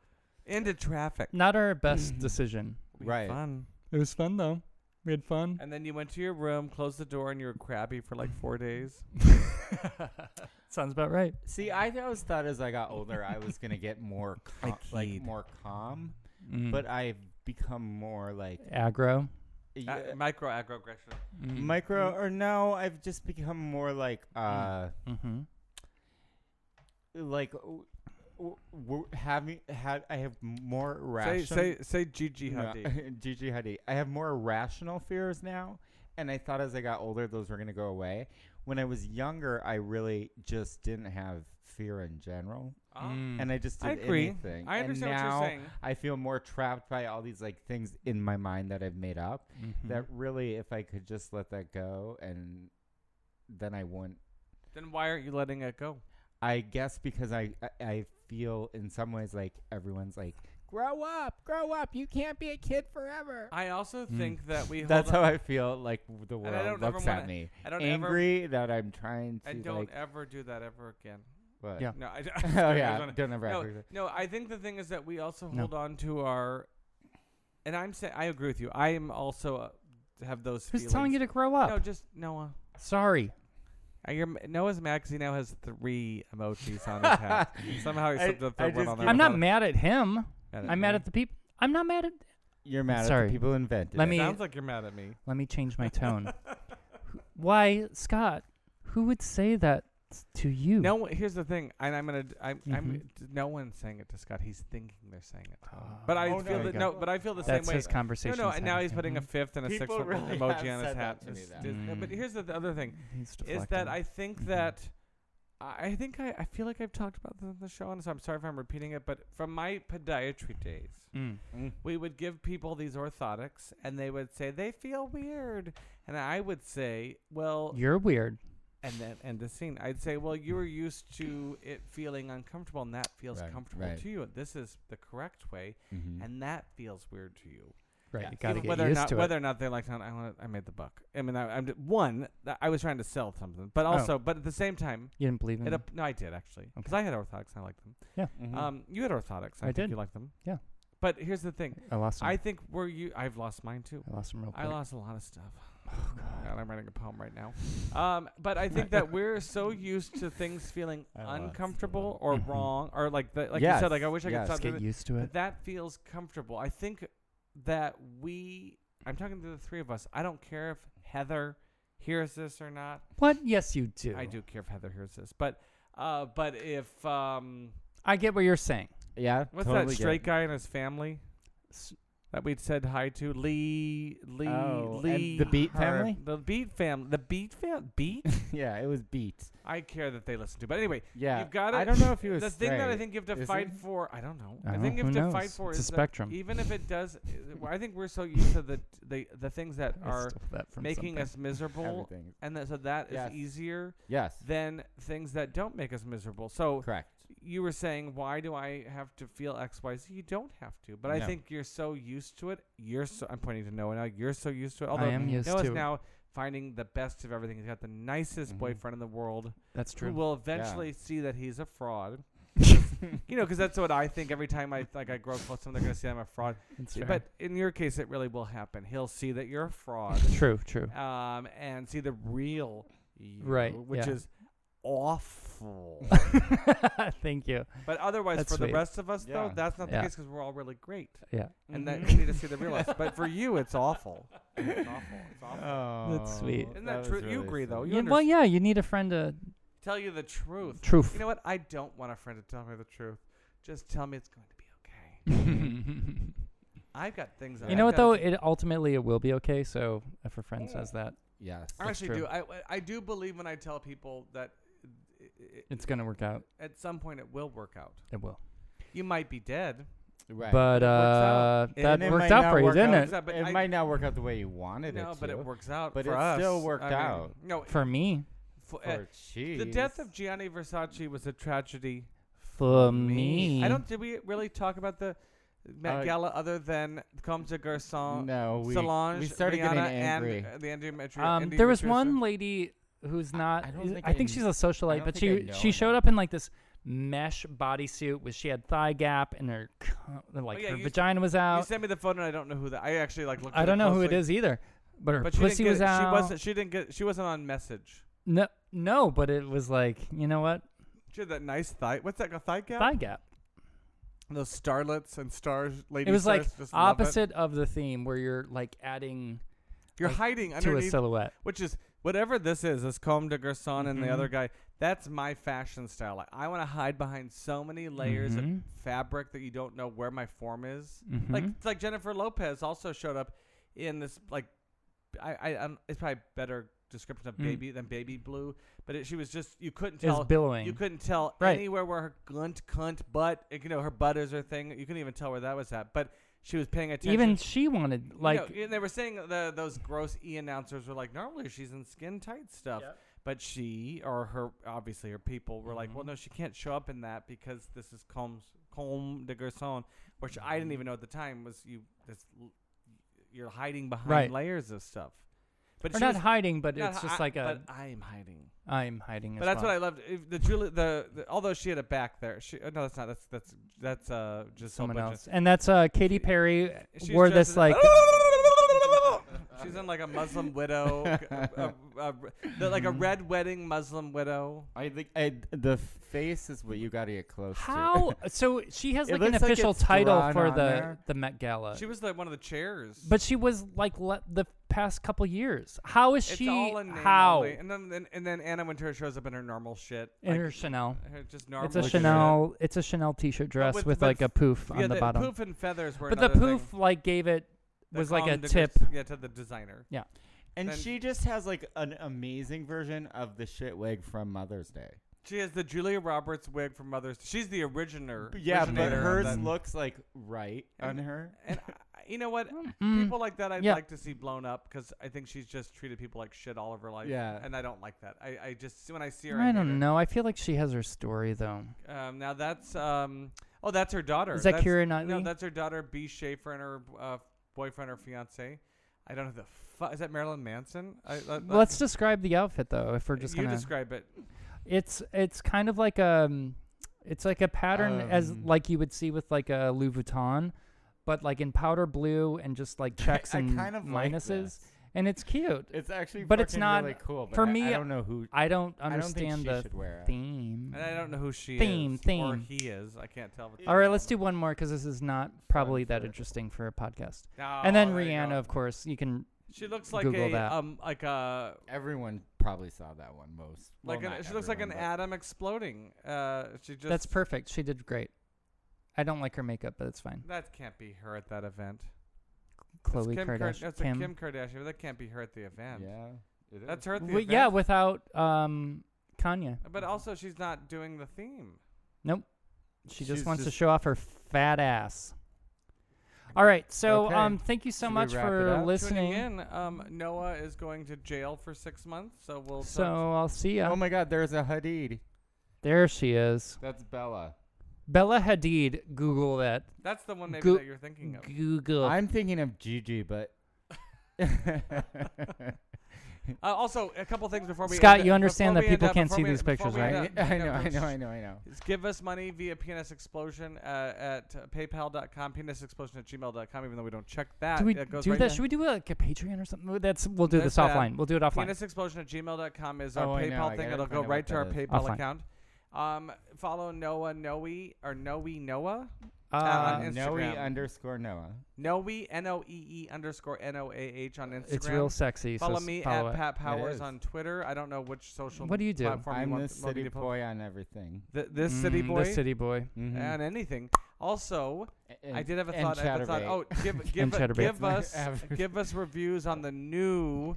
[SPEAKER 4] into traffic.
[SPEAKER 2] not our best decision.
[SPEAKER 4] We had
[SPEAKER 3] Right.
[SPEAKER 4] Fun.
[SPEAKER 2] It was fun though. We had fun.
[SPEAKER 4] And then you went to your room, closed the door, and you were crabby for like four days.
[SPEAKER 2] Sounds about right.
[SPEAKER 3] See, I always thought as I got older, I was gonna get more cal- like
[SPEAKER 4] keyed.
[SPEAKER 3] more calm,
[SPEAKER 2] Mm.
[SPEAKER 3] but I've become more like
[SPEAKER 2] aggro.
[SPEAKER 3] y-
[SPEAKER 4] Uh, micro aggression.
[SPEAKER 3] mm,
[SPEAKER 4] Mm.
[SPEAKER 3] micro or no. I've just become more like uh
[SPEAKER 2] Mm-hmm.
[SPEAKER 4] Mm.
[SPEAKER 3] like w- w- w- having had. I have more
[SPEAKER 4] Say
[SPEAKER 3] rational.
[SPEAKER 4] say say GG
[SPEAKER 3] no,
[SPEAKER 4] Hadi.
[SPEAKER 3] Gigi Hadid. I have more rational fears now, and I thought as I got older, those were gonna go away. When I was younger, I really just didn't have fear in general.
[SPEAKER 2] Mm-hmm.
[SPEAKER 3] and I just did
[SPEAKER 4] Mm. I agree.
[SPEAKER 3] anything.
[SPEAKER 4] I
[SPEAKER 3] And
[SPEAKER 4] understand what you're
[SPEAKER 3] now
[SPEAKER 4] saying.
[SPEAKER 3] I feel more trapped by all these like things in my mind that I've made up.
[SPEAKER 4] Mm-hmm.
[SPEAKER 3] That really, if I could just let that go, and then I wouldn't.
[SPEAKER 4] Then why aren't you letting it go?
[SPEAKER 3] I guess because I I, I feel in some ways like everyone's like, grow up, grow up. You can't be a kid forever.
[SPEAKER 4] I also think that we.
[SPEAKER 3] That's
[SPEAKER 4] hold
[SPEAKER 3] how
[SPEAKER 4] on-
[SPEAKER 3] I feel. Like w- the
[SPEAKER 4] And I
[SPEAKER 3] world
[SPEAKER 4] don't ever
[SPEAKER 3] looks at
[SPEAKER 4] wanna-
[SPEAKER 3] me,
[SPEAKER 4] I don't ever-
[SPEAKER 3] angry that I'm trying to
[SPEAKER 4] I don't
[SPEAKER 3] like.
[SPEAKER 4] ever do that ever again.
[SPEAKER 3] what?
[SPEAKER 2] Yeah.
[SPEAKER 4] No, I don't.
[SPEAKER 3] oh yeah.
[SPEAKER 4] Arizona.
[SPEAKER 3] Don't ever.
[SPEAKER 4] No,
[SPEAKER 3] act like
[SPEAKER 4] no, I think the thing is that we also
[SPEAKER 2] No.
[SPEAKER 4] hold on to our, and I'm saying I agree with you. I am also uh, have those.
[SPEAKER 2] Who's
[SPEAKER 4] feelings.
[SPEAKER 2] telling you to grow up?
[SPEAKER 4] No, just Noah.
[SPEAKER 2] Sorry.
[SPEAKER 4] Uh, Your Noah's Max. He now has three emojis on his hat. Somehow he
[SPEAKER 3] I-
[SPEAKER 4] slipped the
[SPEAKER 3] I
[SPEAKER 4] third one
[SPEAKER 3] just
[SPEAKER 4] on
[SPEAKER 3] keep-
[SPEAKER 4] there.
[SPEAKER 2] I'm not
[SPEAKER 4] without-
[SPEAKER 2] mad at him.
[SPEAKER 4] Mad
[SPEAKER 2] I'm mad at the people. I'm not mad at.
[SPEAKER 3] You're mad at
[SPEAKER 2] Sorry.
[SPEAKER 3] the people who invented
[SPEAKER 2] Let
[SPEAKER 3] it.
[SPEAKER 2] me-
[SPEAKER 4] Sounds like you're mad at me.
[SPEAKER 2] Let me change my tone. Why, Scott? Who would say that It's to you.
[SPEAKER 4] No, one- here's the thing, and I'm gonna, d- I'm,
[SPEAKER 2] Mm-hmm.
[SPEAKER 4] I'm, d- no one's saying it to Scott. He's thinking they're saying it to him.
[SPEAKER 2] Ah,
[SPEAKER 4] But I
[SPEAKER 3] Oh, no.
[SPEAKER 4] feel
[SPEAKER 3] There
[SPEAKER 4] that
[SPEAKER 3] you
[SPEAKER 4] no,
[SPEAKER 3] go.
[SPEAKER 4] but I feel the
[SPEAKER 2] that's
[SPEAKER 4] same way.
[SPEAKER 2] his conversation.
[SPEAKER 4] No, no,
[SPEAKER 2] he's
[SPEAKER 4] and now
[SPEAKER 2] having
[SPEAKER 4] he's
[SPEAKER 2] to
[SPEAKER 4] putting
[SPEAKER 2] him.
[SPEAKER 4] a fifth and a
[SPEAKER 3] People
[SPEAKER 4] sixth
[SPEAKER 3] really
[SPEAKER 4] emoji
[SPEAKER 3] have
[SPEAKER 4] on his
[SPEAKER 3] said
[SPEAKER 4] hat.
[SPEAKER 3] that to me,
[SPEAKER 4] This-
[SPEAKER 3] though.
[SPEAKER 4] this- no, but
[SPEAKER 2] Mm.
[SPEAKER 4] here's the th- other thing:
[SPEAKER 2] He's
[SPEAKER 4] is that
[SPEAKER 2] deflecting.
[SPEAKER 4] I think
[SPEAKER 2] Mhm.
[SPEAKER 4] that I I think I, I feel like I've talked about this on the show, and so I'm sorry if I'm repeating it. But from my podiatry days,
[SPEAKER 2] Mm.
[SPEAKER 4] we would give people these orthotics, and they would say they feel weird, and I would say, well,
[SPEAKER 2] You're weird.
[SPEAKER 4] and then end the scene. I'd say, well, you were used to it feeling uncomfortable, and that feels
[SPEAKER 3] Right,
[SPEAKER 4] comfortable
[SPEAKER 3] right.
[SPEAKER 4] to you. This is the correct way, and that feels weird to you.
[SPEAKER 2] Right.
[SPEAKER 3] Yeah.
[SPEAKER 2] You Mm-hmm. gotta
[SPEAKER 4] Even
[SPEAKER 2] get
[SPEAKER 4] whether
[SPEAKER 2] used
[SPEAKER 4] or not
[SPEAKER 2] to
[SPEAKER 4] whether
[SPEAKER 2] it.
[SPEAKER 4] or not they like it, I want I made the buck. I mean, I, I'm d- one. th- I was trying to sell something, but
[SPEAKER 2] Oh.
[SPEAKER 4] also, but at the same time,
[SPEAKER 2] You didn't believe in
[SPEAKER 4] it
[SPEAKER 2] me.
[SPEAKER 4] up, no, I did actually because
[SPEAKER 2] Okay. Mm.
[SPEAKER 4] I had orthotics and I liked them.
[SPEAKER 3] Mhm.
[SPEAKER 4] Um, you had orthotics. I,
[SPEAKER 2] I
[SPEAKER 4] think
[SPEAKER 2] did.
[SPEAKER 4] You liked them.
[SPEAKER 2] Yeah.
[SPEAKER 4] But here's the thing.
[SPEAKER 2] I lost him.
[SPEAKER 4] I
[SPEAKER 2] I,
[SPEAKER 4] think were you. I've lost mine too.
[SPEAKER 2] lost him real quick.
[SPEAKER 4] I lost a lot of stuff. Oh God. I'm writing a poem right now. Um, but I think that we're so used to things feeling
[SPEAKER 3] I lost a lot.
[SPEAKER 4] uncomfortable or
[SPEAKER 2] Mhm.
[SPEAKER 4] wrong or like the, like you
[SPEAKER 3] Mm-hmm. Yes,
[SPEAKER 4] said, like I wish I
[SPEAKER 3] yes.
[SPEAKER 4] could stop
[SPEAKER 2] Just
[SPEAKER 4] doing
[SPEAKER 2] get
[SPEAKER 4] it.
[SPEAKER 2] used to it.
[SPEAKER 4] But that feels comfortable. I think that we. I'm talking to the three of us. I don't care if Heather hears this or not.
[SPEAKER 2] What? Yes, you do.
[SPEAKER 4] I do care if Heather hears this, but uh, but if um,
[SPEAKER 2] I get what you're saying.
[SPEAKER 3] yeah.
[SPEAKER 4] what's
[SPEAKER 3] totally
[SPEAKER 4] that
[SPEAKER 3] get
[SPEAKER 4] straight
[SPEAKER 3] it.
[SPEAKER 4] guy and his family that we'd said hi to? Lee Lee
[SPEAKER 3] Oh, and
[SPEAKER 4] Lee.
[SPEAKER 3] the Beat
[SPEAKER 4] her-
[SPEAKER 3] family?
[SPEAKER 4] The Beat family. The Beat fam. Beat.
[SPEAKER 3] yeah, it was beat.
[SPEAKER 4] I care that they listen to. But anyway,
[SPEAKER 3] Yeah.
[SPEAKER 4] you've got to.
[SPEAKER 3] I don't know if he was
[SPEAKER 4] the thing that I
[SPEAKER 3] straight.
[SPEAKER 4] think you have to
[SPEAKER 3] Is
[SPEAKER 4] fight
[SPEAKER 3] he?
[SPEAKER 4] for. I don't know. I
[SPEAKER 2] Oh,
[SPEAKER 4] think you have
[SPEAKER 2] who
[SPEAKER 4] to fight
[SPEAKER 2] knows?
[SPEAKER 4] for
[SPEAKER 2] It's a
[SPEAKER 4] is that
[SPEAKER 2] spectrum.
[SPEAKER 4] Even if it does, uh, I think we're so used to the the, the things that
[SPEAKER 2] I
[SPEAKER 4] are
[SPEAKER 2] stole that from
[SPEAKER 4] making
[SPEAKER 2] something.
[SPEAKER 4] us miserable,
[SPEAKER 3] Everything.
[SPEAKER 4] and that, so that is
[SPEAKER 3] Yes.
[SPEAKER 4] easier
[SPEAKER 3] Yes.
[SPEAKER 4] than things that don't make us miserable. So
[SPEAKER 3] Correct.
[SPEAKER 4] you were saying, why do I have to feel X, Y, Z? You don't have to. But I
[SPEAKER 3] No.
[SPEAKER 4] think you're so used to it. You're so. I'm pointing to Noah now. You're so used to it. Although
[SPEAKER 2] I am used
[SPEAKER 4] Noah's
[SPEAKER 2] to. it.
[SPEAKER 4] now finding the best of everything. He's got the nicest
[SPEAKER 3] Mhm.
[SPEAKER 4] boyfriend in the world
[SPEAKER 2] That's
[SPEAKER 4] who
[SPEAKER 2] true.
[SPEAKER 4] will eventually see that he's a fraud. you know, because that's what I think every time I like I grow close to him, they're gonna see I'm a fraud.
[SPEAKER 2] That's fair.
[SPEAKER 4] But in your case, it really will happen. He'll see that you're a fraud,
[SPEAKER 2] true, true.
[SPEAKER 4] um, and see the real you,
[SPEAKER 2] Right,
[SPEAKER 4] which
[SPEAKER 2] yeah.
[SPEAKER 4] is awful.
[SPEAKER 2] Thank you.
[SPEAKER 4] but otherwise,
[SPEAKER 2] That's
[SPEAKER 4] for the
[SPEAKER 2] sweet.
[SPEAKER 4] rest of us, though,
[SPEAKER 3] Yeah.
[SPEAKER 4] that's not the
[SPEAKER 2] Yeah.
[SPEAKER 4] case because we're all really great,
[SPEAKER 2] Yeah.
[SPEAKER 4] and
[SPEAKER 2] Mm-hmm.
[SPEAKER 4] that we need to see the real us. But for you, it's awful. It's awful. It's awful.
[SPEAKER 3] Oh,
[SPEAKER 2] sweet.
[SPEAKER 4] Isn't that true?
[SPEAKER 3] was
[SPEAKER 4] You
[SPEAKER 3] really
[SPEAKER 4] agree, though.
[SPEAKER 3] sweet.
[SPEAKER 4] You
[SPEAKER 2] Yeah, well,
[SPEAKER 4] underst-
[SPEAKER 2] yeah, you need a friend to
[SPEAKER 4] Tell you the truth.
[SPEAKER 2] truth.
[SPEAKER 4] You know what? I don't want a friend to tell me the truth. Just tell me it's going to be okay.
[SPEAKER 2] you
[SPEAKER 4] I've got things. that
[SPEAKER 3] You
[SPEAKER 4] I've
[SPEAKER 2] know what
[SPEAKER 4] gotta
[SPEAKER 2] though?
[SPEAKER 4] do.
[SPEAKER 2] It ultimately it will be okay. So if a friend says that,
[SPEAKER 3] Yes.
[SPEAKER 4] I actually
[SPEAKER 2] true.
[SPEAKER 4] do. I I do believe when I tell people that i- i-
[SPEAKER 2] it's gonna work out.
[SPEAKER 4] at some point it will work out.
[SPEAKER 2] It will.
[SPEAKER 4] You might be dead.
[SPEAKER 3] Right.
[SPEAKER 2] But
[SPEAKER 4] out.
[SPEAKER 2] uh,
[SPEAKER 3] And
[SPEAKER 2] that
[SPEAKER 3] it
[SPEAKER 2] worked
[SPEAKER 3] might
[SPEAKER 2] out
[SPEAKER 3] not
[SPEAKER 2] for you,
[SPEAKER 3] work
[SPEAKER 2] didn't
[SPEAKER 3] out-
[SPEAKER 2] it?
[SPEAKER 4] Exact- but
[SPEAKER 3] it
[SPEAKER 4] I-
[SPEAKER 3] might not work out the way you wanted it
[SPEAKER 4] No,
[SPEAKER 3] to.
[SPEAKER 4] but it works out
[SPEAKER 3] But
[SPEAKER 4] for
[SPEAKER 3] it
[SPEAKER 4] us.
[SPEAKER 3] still worked
[SPEAKER 4] I mean,
[SPEAKER 3] out.
[SPEAKER 4] No,
[SPEAKER 2] For me,
[SPEAKER 4] for, uh,
[SPEAKER 3] For cheese.
[SPEAKER 4] the death of Gianni Versace was a tragedy.
[SPEAKER 2] for me,
[SPEAKER 4] I don't. Did we really talk about the Met
[SPEAKER 3] Uh,
[SPEAKER 4] Gala other than Comme des Garçons?
[SPEAKER 3] No, we
[SPEAKER 4] Solange,
[SPEAKER 3] we started getting
[SPEAKER 4] Rihanna,
[SPEAKER 3] angry.
[SPEAKER 4] and uh, the endometri-
[SPEAKER 2] Um, there was
[SPEAKER 4] endometriosis.
[SPEAKER 2] one lady who's not.
[SPEAKER 3] I
[SPEAKER 2] I,
[SPEAKER 3] don't think
[SPEAKER 2] think,
[SPEAKER 3] I
[SPEAKER 2] she's a socialite,
[SPEAKER 3] don't
[SPEAKER 2] but
[SPEAKER 3] think I
[SPEAKER 2] she
[SPEAKER 3] know
[SPEAKER 2] she showed
[SPEAKER 3] enough.
[SPEAKER 2] up in like this mesh bodysuit with she had thigh gap and her co- like
[SPEAKER 4] Oh, yeah,
[SPEAKER 2] her
[SPEAKER 4] you-
[SPEAKER 2] vagina was
[SPEAKER 4] You
[SPEAKER 2] out.
[SPEAKER 4] sent me the photo, and I don't know who that. I actually like looked.
[SPEAKER 2] I
[SPEAKER 4] at
[SPEAKER 2] don't know who it
[SPEAKER 4] closely,
[SPEAKER 2] is either, but her
[SPEAKER 4] But she didn't
[SPEAKER 2] pussy
[SPEAKER 4] get-
[SPEAKER 2] was out.
[SPEAKER 4] She wasn't. She didn't get. She wasn't on message.
[SPEAKER 2] No, no, but it was like you know what
[SPEAKER 4] She had that nice thigh. What's that? A thigh gap?
[SPEAKER 2] thigh gap.
[SPEAKER 4] Those starlets and stars. Lady
[SPEAKER 2] It was like
[SPEAKER 4] stars just love it.
[SPEAKER 2] opposite of the theme where you're like adding
[SPEAKER 4] You're
[SPEAKER 2] like,
[SPEAKER 4] hiding
[SPEAKER 2] to a
[SPEAKER 4] underneath,
[SPEAKER 2] silhouette.
[SPEAKER 4] which is whatever this is. This Comme de Garçon and the
[SPEAKER 2] Mhm.
[SPEAKER 4] other guy. That's my fashion style. Like, I want to hide behind so many layers of
[SPEAKER 2] Mhm.
[SPEAKER 4] fabric that you don't know where my form is. Like
[SPEAKER 2] Mhm.
[SPEAKER 4] it's like Jennifer Lopez also showed up in this like I I um, it's probably a better description of
[SPEAKER 2] Mm.
[SPEAKER 4] baby than baby blue, but it, she was just you couldn't
[SPEAKER 2] it was
[SPEAKER 4] tell
[SPEAKER 2] billowing.
[SPEAKER 4] you couldn't tell
[SPEAKER 2] Right.
[SPEAKER 4] anywhere where her gunt cunt butt you know her butt is her thing you couldn't even tell where that was at, but she was paying attention.
[SPEAKER 2] Even she wanted
[SPEAKER 4] You know,
[SPEAKER 2] like
[SPEAKER 4] and they were saying the those gross e announcers were like normally she's in skin tight stuff.
[SPEAKER 2] Yep.
[SPEAKER 4] But she or her obviously her people were like,
[SPEAKER 2] Mm-hmm.
[SPEAKER 4] well, no, she can't show up in that because this is Combs Comme de Garçon, which I
[SPEAKER 2] Mm-hmm.
[SPEAKER 4] didn't even know at the time was you. This, l- you're hiding behind
[SPEAKER 2] Right.
[SPEAKER 4] layers of stuff. But
[SPEAKER 2] or
[SPEAKER 4] she
[SPEAKER 2] not
[SPEAKER 4] was-
[SPEAKER 2] hiding, but
[SPEAKER 4] not
[SPEAKER 2] it's
[SPEAKER 4] hi-
[SPEAKER 2] just like a
[SPEAKER 4] But I am hiding.
[SPEAKER 2] I'm hiding.
[SPEAKER 4] But
[SPEAKER 2] as
[SPEAKER 4] that's
[SPEAKER 2] well.
[SPEAKER 4] what I loved. If the Julie, the, the although she had a back there, she uh, no, that's not. That's that's that's uh just a whole
[SPEAKER 2] someone
[SPEAKER 4] bunch of-
[SPEAKER 2] else. And that's uh Katy Perry
[SPEAKER 4] She's
[SPEAKER 2] wore
[SPEAKER 4] just
[SPEAKER 2] this like
[SPEAKER 4] She's in like a Muslim widow, a, a, a, the- like a
[SPEAKER 2] Mm-hmm.
[SPEAKER 4] red wedding Muslim widow.
[SPEAKER 3] I think I, the face is what you got to get close to.
[SPEAKER 2] How? So she has
[SPEAKER 3] It
[SPEAKER 2] like an
[SPEAKER 3] looks like
[SPEAKER 2] official
[SPEAKER 3] it's
[SPEAKER 2] title
[SPEAKER 3] drawn
[SPEAKER 2] for
[SPEAKER 3] on
[SPEAKER 2] the
[SPEAKER 3] there.
[SPEAKER 2] the Met Gala.
[SPEAKER 4] She was the, one of the chairs.
[SPEAKER 2] But she was like le- the past couple years. How is
[SPEAKER 4] it's
[SPEAKER 2] she?
[SPEAKER 4] all in name
[SPEAKER 2] how?
[SPEAKER 4] only. And then and, and then Anna Wintour shows up in her normal shit.
[SPEAKER 2] In
[SPEAKER 4] like,
[SPEAKER 2] her Chanel.
[SPEAKER 4] her just normal.
[SPEAKER 2] It's a
[SPEAKER 4] shit.
[SPEAKER 2] Chanel. It's a Chanel T-shirt dress
[SPEAKER 4] with-
[SPEAKER 2] with,
[SPEAKER 4] with
[SPEAKER 2] like a poof
[SPEAKER 4] Yeah,
[SPEAKER 2] on the, bottom.
[SPEAKER 4] poof and feathers were.
[SPEAKER 2] but the
[SPEAKER 4] another
[SPEAKER 2] poof
[SPEAKER 4] thing
[SPEAKER 2] like gave it
[SPEAKER 4] that
[SPEAKER 2] was like a
[SPEAKER 4] calmed the
[SPEAKER 2] tip.
[SPEAKER 4] dis- Yeah, to the designer.
[SPEAKER 2] Yeah.
[SPEAKER 3] And
[SPEAKER 4] Then-
[SPEAKER 3] she just has like an amazing version of the shit wig from Mother's Day.
[SPEAKER 4] She has the Julia Roberts wig from Mother's. She's the originator.
[SPEAKER 3] Yeah, but
[SPEAKER 4] originator of
[SPEAKER 3] hers
[SPEAKER 4] that.
[SPEAKER 3] looks like right on her.
[SPEAKER 4] And I- you know what?
[SPEAKER 2] Mm.
[SPEAKER 4] People like that, I'd
[SPEAKER 2] Yeah.
[SPEAKER 4] like to see blown up because I think she's just treated people like shit all of her life.
[SPEAKER 3] Yeah.
[SPEAKER 4] and I don't like that. I, I just when I see her, I,
[SPEAKER 2] I
[SPEAKER 4] hate
[SPEAKER 2] don't
[SPEAKER 4] her.
[SPEAKER 2] know. I feel like she has her story though.
[SPEAKER 4] Um, now that's um, oh, that's her daughter.
[SPEAKER 2] Is that
[SPEAKER 4] That's-
[SPEAKER 2] Keira
[SPEAKER 4] No,
[SPEAKER 2] Knightley?
[SPEAKER 4] that's her daughter, B. Schaefer, and her uh, boyfriend or fiance. I don't know who the fuck is that Marilyn Manson. I, uh, let, let-
[SPEAKER 2] Let's describe the outfit though. If we're just
[SPEAKER 4] Uh, you
[SPEAKER 2] gonna,
[SPEAKER 4] describe it.
[SPEAKER 2] it's it's kind of like um, it's like a pattern as
[SPEAKER 3] Um,
[SPEAKER 2] like you would see with like a Louis Vuitton, but like in powder blue and just like checks
[SPEAKER 3] I
[SPEAKER 2] and
[SPEAKER 3] kind of like
[SPEAKER 2] minuses,
[SPEAKER 3] this.
[SPEAKER 2] and it's cute.
[SPEAKER 3] It's actually
[SPEAKER 2] But it's
[SPEAKER 3] frickin'
[SPEAKER 2] not-
[SPEAKER 3] really cool. But
[SPEAKER 2] for
[SPEAKER 3] I-
[SPEAKER 2] me,
[SPEAKER 3] I don't know who.
[SPEAKER 2] I don't
[SPEAKER 3] I don't think
[SPEAKER 2] understand
[SPEAKER 3] she
[SPEAKER 2] the
[SPEAKER 3] should wear it.
[SPEAKER 2] theme.
[SPEAKER 4] And I don't know who she
[SPEAKER 2] Theme,
[SPEAKER 4] is or
[SPEAKER 2] theme.
[SPEAKER 4] he is. I can't tell. if it's
[SPEAKER 2] All right, let's
[SPEAKER 4] Marilyn.
[SPEAKER 2] do one more because this is not probably that
[SPEAKER 3] for-
[SPEAKER 2] interesting for a podcast.
[SPEAKER 4] No,
[SPEAKER 2] and then
[SPEAKER 4] Oh, there you
[SPEAKER 2] Rihanna,
[SPEAKER 4] go.
[SPEAKER 2] of course, you can.
[SPEAKER 4] She looks like
[SPEAKER 2] Google
[SPEAKER 4] a
[SPEAKER 2] that.
[SPEAKER 4] um like a
[SPEAKER 3] Everyone probably saw that one most. Well,
[SPEAKER 4] like an, she
[SPEAKER 3] not
[SPEAKER 4] looks like an
[SPEAKER 3] everyone, but-
[SPEAKER 4] atom exploding. Uh, she just
[SPEAKER 2] that's perfect. She did great. I don't like her makeup, but it's fine.
[SPEAKER 4] That can't be her at that event. That's
[SPEAKER 2] Chloe
[SPEAKER 4] Kim Kar-
[SPEAKER 2] Kardashian.
[SPEAKER 4] that's a
[SPEAKER 2] Kim.
[SPEAKER 4] Kim Kardashian. but That can't be her at the event.
[SPEAKER 3] Yeah. it
[SPEAKER 4] That's
[SPEAKER 3] is.
[SPEAKER 4] her at the
[SPEAKER 2] Wi-
[SPEAKER 4] event.
[SPEAKER 2] yeah, without um, Kanye.
[SPEAKER 4] But also, she's not doing the theme.
[SPEAKER 2] Nope. She just
[SPEAKER 3] She's
[SPEAKER 2] wants
[SPEAKER 3] just-
[SPEAKER 2] to show off her fat ass. All right. So,
[SPEAKER 3] Okay.
[SPEAKER 2] um, thank you so
[SPEAKER 3] Should we
[SPEAKER 2] much
[SPEAKER 3] wrap it
[SPEAKER 2] for
[SPEAKER 3] up?
[SPEAKER 2] listening.
[SPEAKER 4] Tuning in, um, Noah is going to jail for six months, so we'll.
[SPEAKER 2] So I'll see ya.
[SPEAKER 4] Um,
[SPEAKER 3] Oh my God! There's a Hadid.
[SPEAKER 2] there she is,
[SPEAKER 3] That's Bella.
[SPEAKER 2] Bella Hadid. Google that.
[SPEAKER 4] that's the one maybe
[SPEAKER 2] Go-
[SPEAKER 4] that you're thinking of.
[SPEAKER 2] Google.
[SPEAKER 3] I'm thinking of Gigi, but.
[SPEAKER 4] Uh, also, a couple things before we.
[SPEAKER 2] Scott,
[SPEAKER 4] end
[SPEAKER 2] you
[SPEAKER 4] it-
[SPEAKER 2] understand that
[SPEAKER 4] before we end
[SPEAKER 2] people
[SPEAKER 4] up-
[SPEAKER 2] can't
[SPEAKER 4] before
[SPEAKER 2] see
[SPEAKER 4] we-
[SPEAKER 2] these
[SPEAKER 4] before
[SPEAKER 2] pictures,
[SPEAKER 4] we
[SPEAKER 2] right?
[SPEAKER 4] end
[SPEAKER 3] I,
[SPEAKER 4] up-
[SPEAKER 3] I
[SPEAKER 4] end
[SPEAKER 3] know,
[SPEAKER 4] up
[SPEAKER 3] I
[SPEAKER 4] with-
[SPEAKER 3] know, I know, I know.
[SPEAKER 4] is give us money via penis explosion uh, at uh, paypal.com penisexplosion at gmail.com even though we don't check that
[SPEAKER 2] do we
[SPEAKER 4] it goes
[SPEAKER 2] do
[SPEAKER 4] right
[SPEAKER 2] that?
[SPEAKER 4] to-
[SPEAKER 2] Should we do like a Patreon or something? That's we'll do
[SPEAKER 4] That's
[SPEAKER 2] this
[SPEAKER 4] bad.
[SPEAKER 2] offline. We'll do it offline.
[SPEAKER 4] penis explosion at gmail.com is our
[SPEAKER 3] Oh, I know.
[SPEAKER 4] paypal
[SPEAKER 3] I
[SPEAKER 4] thing
[SPEAKER 3] gotta
[SPEAKER 4] it'll
[SPEAKER 3] find
[SPEAKER 4] go
[SPEAKER 3] out
[SPEAKER 4] right
[SPEAKER 3] what
[SPEAKER 4] to our
[SPEAKER 3] that is.
[SPEAKER 4] paypal
[SPEAKER 2] Offline.
[SPEAKER 4] account um, follow noah noe or noe noah
[SPEAKER 2] Uh,
[SPEAKER 4] on
[SPEAKER 3] Noe
[SPEAKER 4] Instagram.
[SPEAKER 3] underscore Noah.
[SPEAKER 4] noe n-o-e-e E underscore n-o-a-h on instagram
[SPEAKER 2] it's real sexy. so
[SPEAKER 4] follow
[SPEAKER 2] s-
[SPEAKER 4] me
[SPEAKER 2] follow
[SPEAKER 4] at
[SPEAKER 2] it.
[SPEAKER 4] pat powers
[SPEAKER 3] is.
[SPEAKER 4] on twitter i don't know which social
[SPEAKER 2] What do you do?
[SPEAKER 4] platform you
[SPEAKER 3] I'm
[SPEAKER 4] want
[SPEAKER 3] the
[SPEAKER 4] want me
[SPEAKER 3] city
[SPEAKER 4] to po-
[SPEAKER 3] boy on everything.
[SPEAKER 4] Th- this city
[SPEAKER 2] Mm,
[SPEAKER 4] boy
[SPEAKER 2] The city boy.
[SPEAKER 3] Mhm.
[SPEAKER 4] and anything also
[SPEAKER 3] And-
[SPEAKER 4] I did have a
[SPEAKER 3] and
[SPEAKER 4] thought. I had the thought.
[SPEAKER 3] Chatterbait.
[SPEAKER 4] Oh, give give,
[SPEAKER 2] Chatterbait. That's
[SPEAKER 4] give
[SPEAKER 3] my
[SPEAKER 4] us
[SPEAKER 3] average.
[SPEAKER 4] give us reviews on the new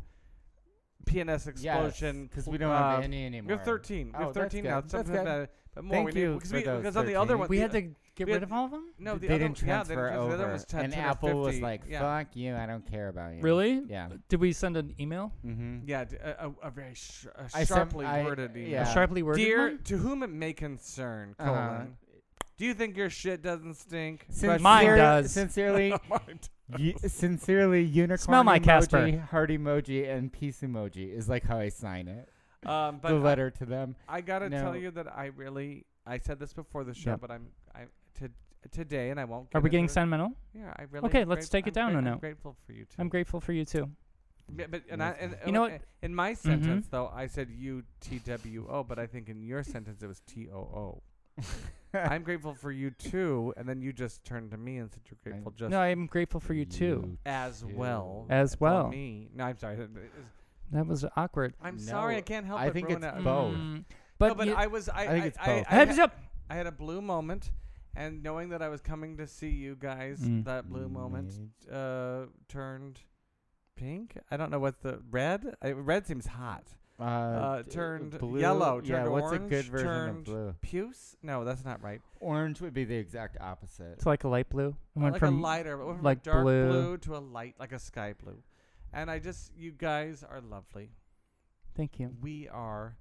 [SPEAKER 4] PNS explosion
[SPEAKER 3] because we don't have
[SPEAKER 4] uh,
[SPEAKER 3] any anymore.
[SPEAKER 4] We have thirteen. we
[SPEAKER 3] Oh,
[SPEAKER 4] have
[SPEAKER 3] that's
[SPEAKER 4] thirteen
[SPEAKER 3] good.
[SPEAKER 4] now.
[SPEAKER 3] That's
[SPEAKER 4] Something
[SPEAKER 3] good.
[SPEAKER 4] about it, but more
[SPEAKER 3] Thank
[SPEAKER 4] we need
[SPEAKER 3] you
[SPEAKER 4] because
[SPEAKER 3] for
[SPEAKER 4] we
[SPEAKER 3] those
[SPEAKER 4] because on the other
[SPEAKER 3] 13.
[SPEAKER 4] one
[SPEAKER 2] We
[SPEAKER 4] the,
[SPEAKER 2] had to get
[SPEAKER 4] we
[SPEAKER 2] rid
[SPEAKER 4] had-
[SPEAKER 2] of all of them.
[SPEAKER 4] no the
[SPEAKER 3] they
[SPEAKER 4] other
[SPEAKER 3] didn't
[SPEAKER 4] yeah, they
[SPEAKER 3] transfer
[SPEAKER 4] didn't transfer,
[SPEAKER 3] over,
[SPEAKER 4] the other one was 10,
[SPEAKER 3] and Apple was
[SPEAKER 4] 250.
[SPEAKER 3] like,
[SPEAKER 4] yeah.
[SPEAKER 3] "Fuck you, I don't care about you."
[SPEAKER 2] Really?
[SPEAKER 3] Yeah.
[SPEAKER 2] Did we send an email?
[SPEAKER 3] Mm-hmm.
[SPEAKER 4] Yeah, d- a, a, a very sh- a
[SPEAKER 3] I sent-
[SPEAKER 4] sharply
[SPEAKER 3] I-
[SPEAKER 4] worded email.
[SPEAKER 2] A
[SPEAKER 3] Yeah.
[SPEAKER 2] sharply worded
[SPEAKER 4] Dear,
[SPEAKER 2] one?
[SPEAKER 4] to whom it may concern,
[SPEAKER 3] Uh-huh.
[SPEAKER 4] colon, do you think your shit doesn't stink? Oh
[SPEAKER 3] Sincerely,
[SPEAKER 2] Mine does.
[SPEAKER 3] Sincerely, y- sincerely, unicorn
[SPEAKER 2] Smell my
[SPEAKER 3] emoji,
[SPEAKER 2] Casper.
[SPEAKER 3] heart emoji, and peace emoji is like how I sign it.
[SPEAKER 4] Um, but
[SPEAKER 3] the
[SPEAKER 4] I-
[SPEAKER 3] letter to them.
[SPEAKER 4] I gotta tell
[SPEAKER 3] No.
[SPEAKER 4] you that I really I said this before the show,
[SPEAKER 2] Yeah.
[SPEAKER 4] but I'm I to today and I won't.
[SPEAKER 2] Are
[SPEAKER 4] get
[SPEAKER 2] we getting
[SPEAKER 4] into it.
[SPEAKER 2] sentimental?
[SPEAKER 4] Yeah, I really.
[SPEAKER 2] Okay,
[SPEAKER 4] am
[SPEAKER 2] let's
[SPEAKER 4] grate-
[SPEAKER 2] take it down
[SPEAKER 4] I'm grate-
[SPEAKER 2] a
[SPEAKER 4] I'm
[SPEAKER 2] note.
[SPEAKER 4] grateful for you too.
[SPEAKER 2] I'm grateful for you too.
[SPEAKER 4] Yeah, but and I and,
[SPEAKER 2] You know
[SPEAKER 4] uh,
[SPEAKER 2] what? Mm-hmm.
[SPEAKER 4] In my sentence though, I said U T W O, but I think in your sentence it was T O O. I'm grateful for you too, and then you just turned to me and said you're grateful just
[SPEAKER 2] No, I'm grateful for you too.
[SPEAKER 4] as well
[SPEAKER 2] As
[SPEAKER 4] for
[SPEAKER 2] well.
[SPEAKER 4] Me? No, I'm sorry. that- that is-
[SPEAKER 2] That was awkward.
[SPEAKER 4] I'm sorry. I
[SPEAKER 3] No,
[SPEAKER 4] can't help.
[SPEAKER 3] I
[SPEAKER 4] but
[SPEAKER 3] think
[SPEAKER 4] ruin
[SPEAKER 3] it's
[SPEAKER 4] it.
[SPEAKER 3] both.
[SPEAKER 2] Mm,
[SPEAKER 4] No,
[SPEAKER 2] But,
[SPEAKER 4] but
[SPEAKER 2] you-
[SPEAKER 4] I was. I
[SPEAKER 3] think it's
[SPEAKER 4] I, I,
[SPEAKER 3] both.
[SPEAKER 4] I
[SPEAKER 2] heads
[SPEAKER 4] had-
[SPEAKER 2] up.
[SPEAKER 4] I had a blue moment, and knowing that I was coming to see you guys,
[SPEAKER 2] Mm.
[SPEAKER 4] that blue moment uh, turned pink. I don't know what the red. I, red seems hot.
[SPEAKER 3] Uh,
[SPEAKER 4] Uh,
[SPEAKER 3] d-
[SPEAKER 4] turned
[SPEAKER 3] blue.
[SPEAKER 4] yellow,
[SPEAKER 3] Yeah,
[SPEAKER 4] turned
[SPEAKER 3] what's a
[SPEAKER 4] orange,
[SPEAKER 3] good version
[SPEAKER 4] turned-
[SPEAKER 3] of blue?
[SPEAKER 4] Puce? No, that's not right.
[SPEAKER 3] Orange would be the exact opposite.
[SPEAKER 2] It's like a light blue. It went
[SPEAKER 4] like
[SPEAKER 2] from
[SPEAKER 4] a lighter, it went from
[SPEAKER 2] like
[SPEAKER 4] a dark blue.
[SPEAKER 2] blue.
[SPEAKER 4] to a light, like a sky blue. And I just, you guys are lovely.
[SPEAKER 2] Thank you.
[SPEAKER 4] We are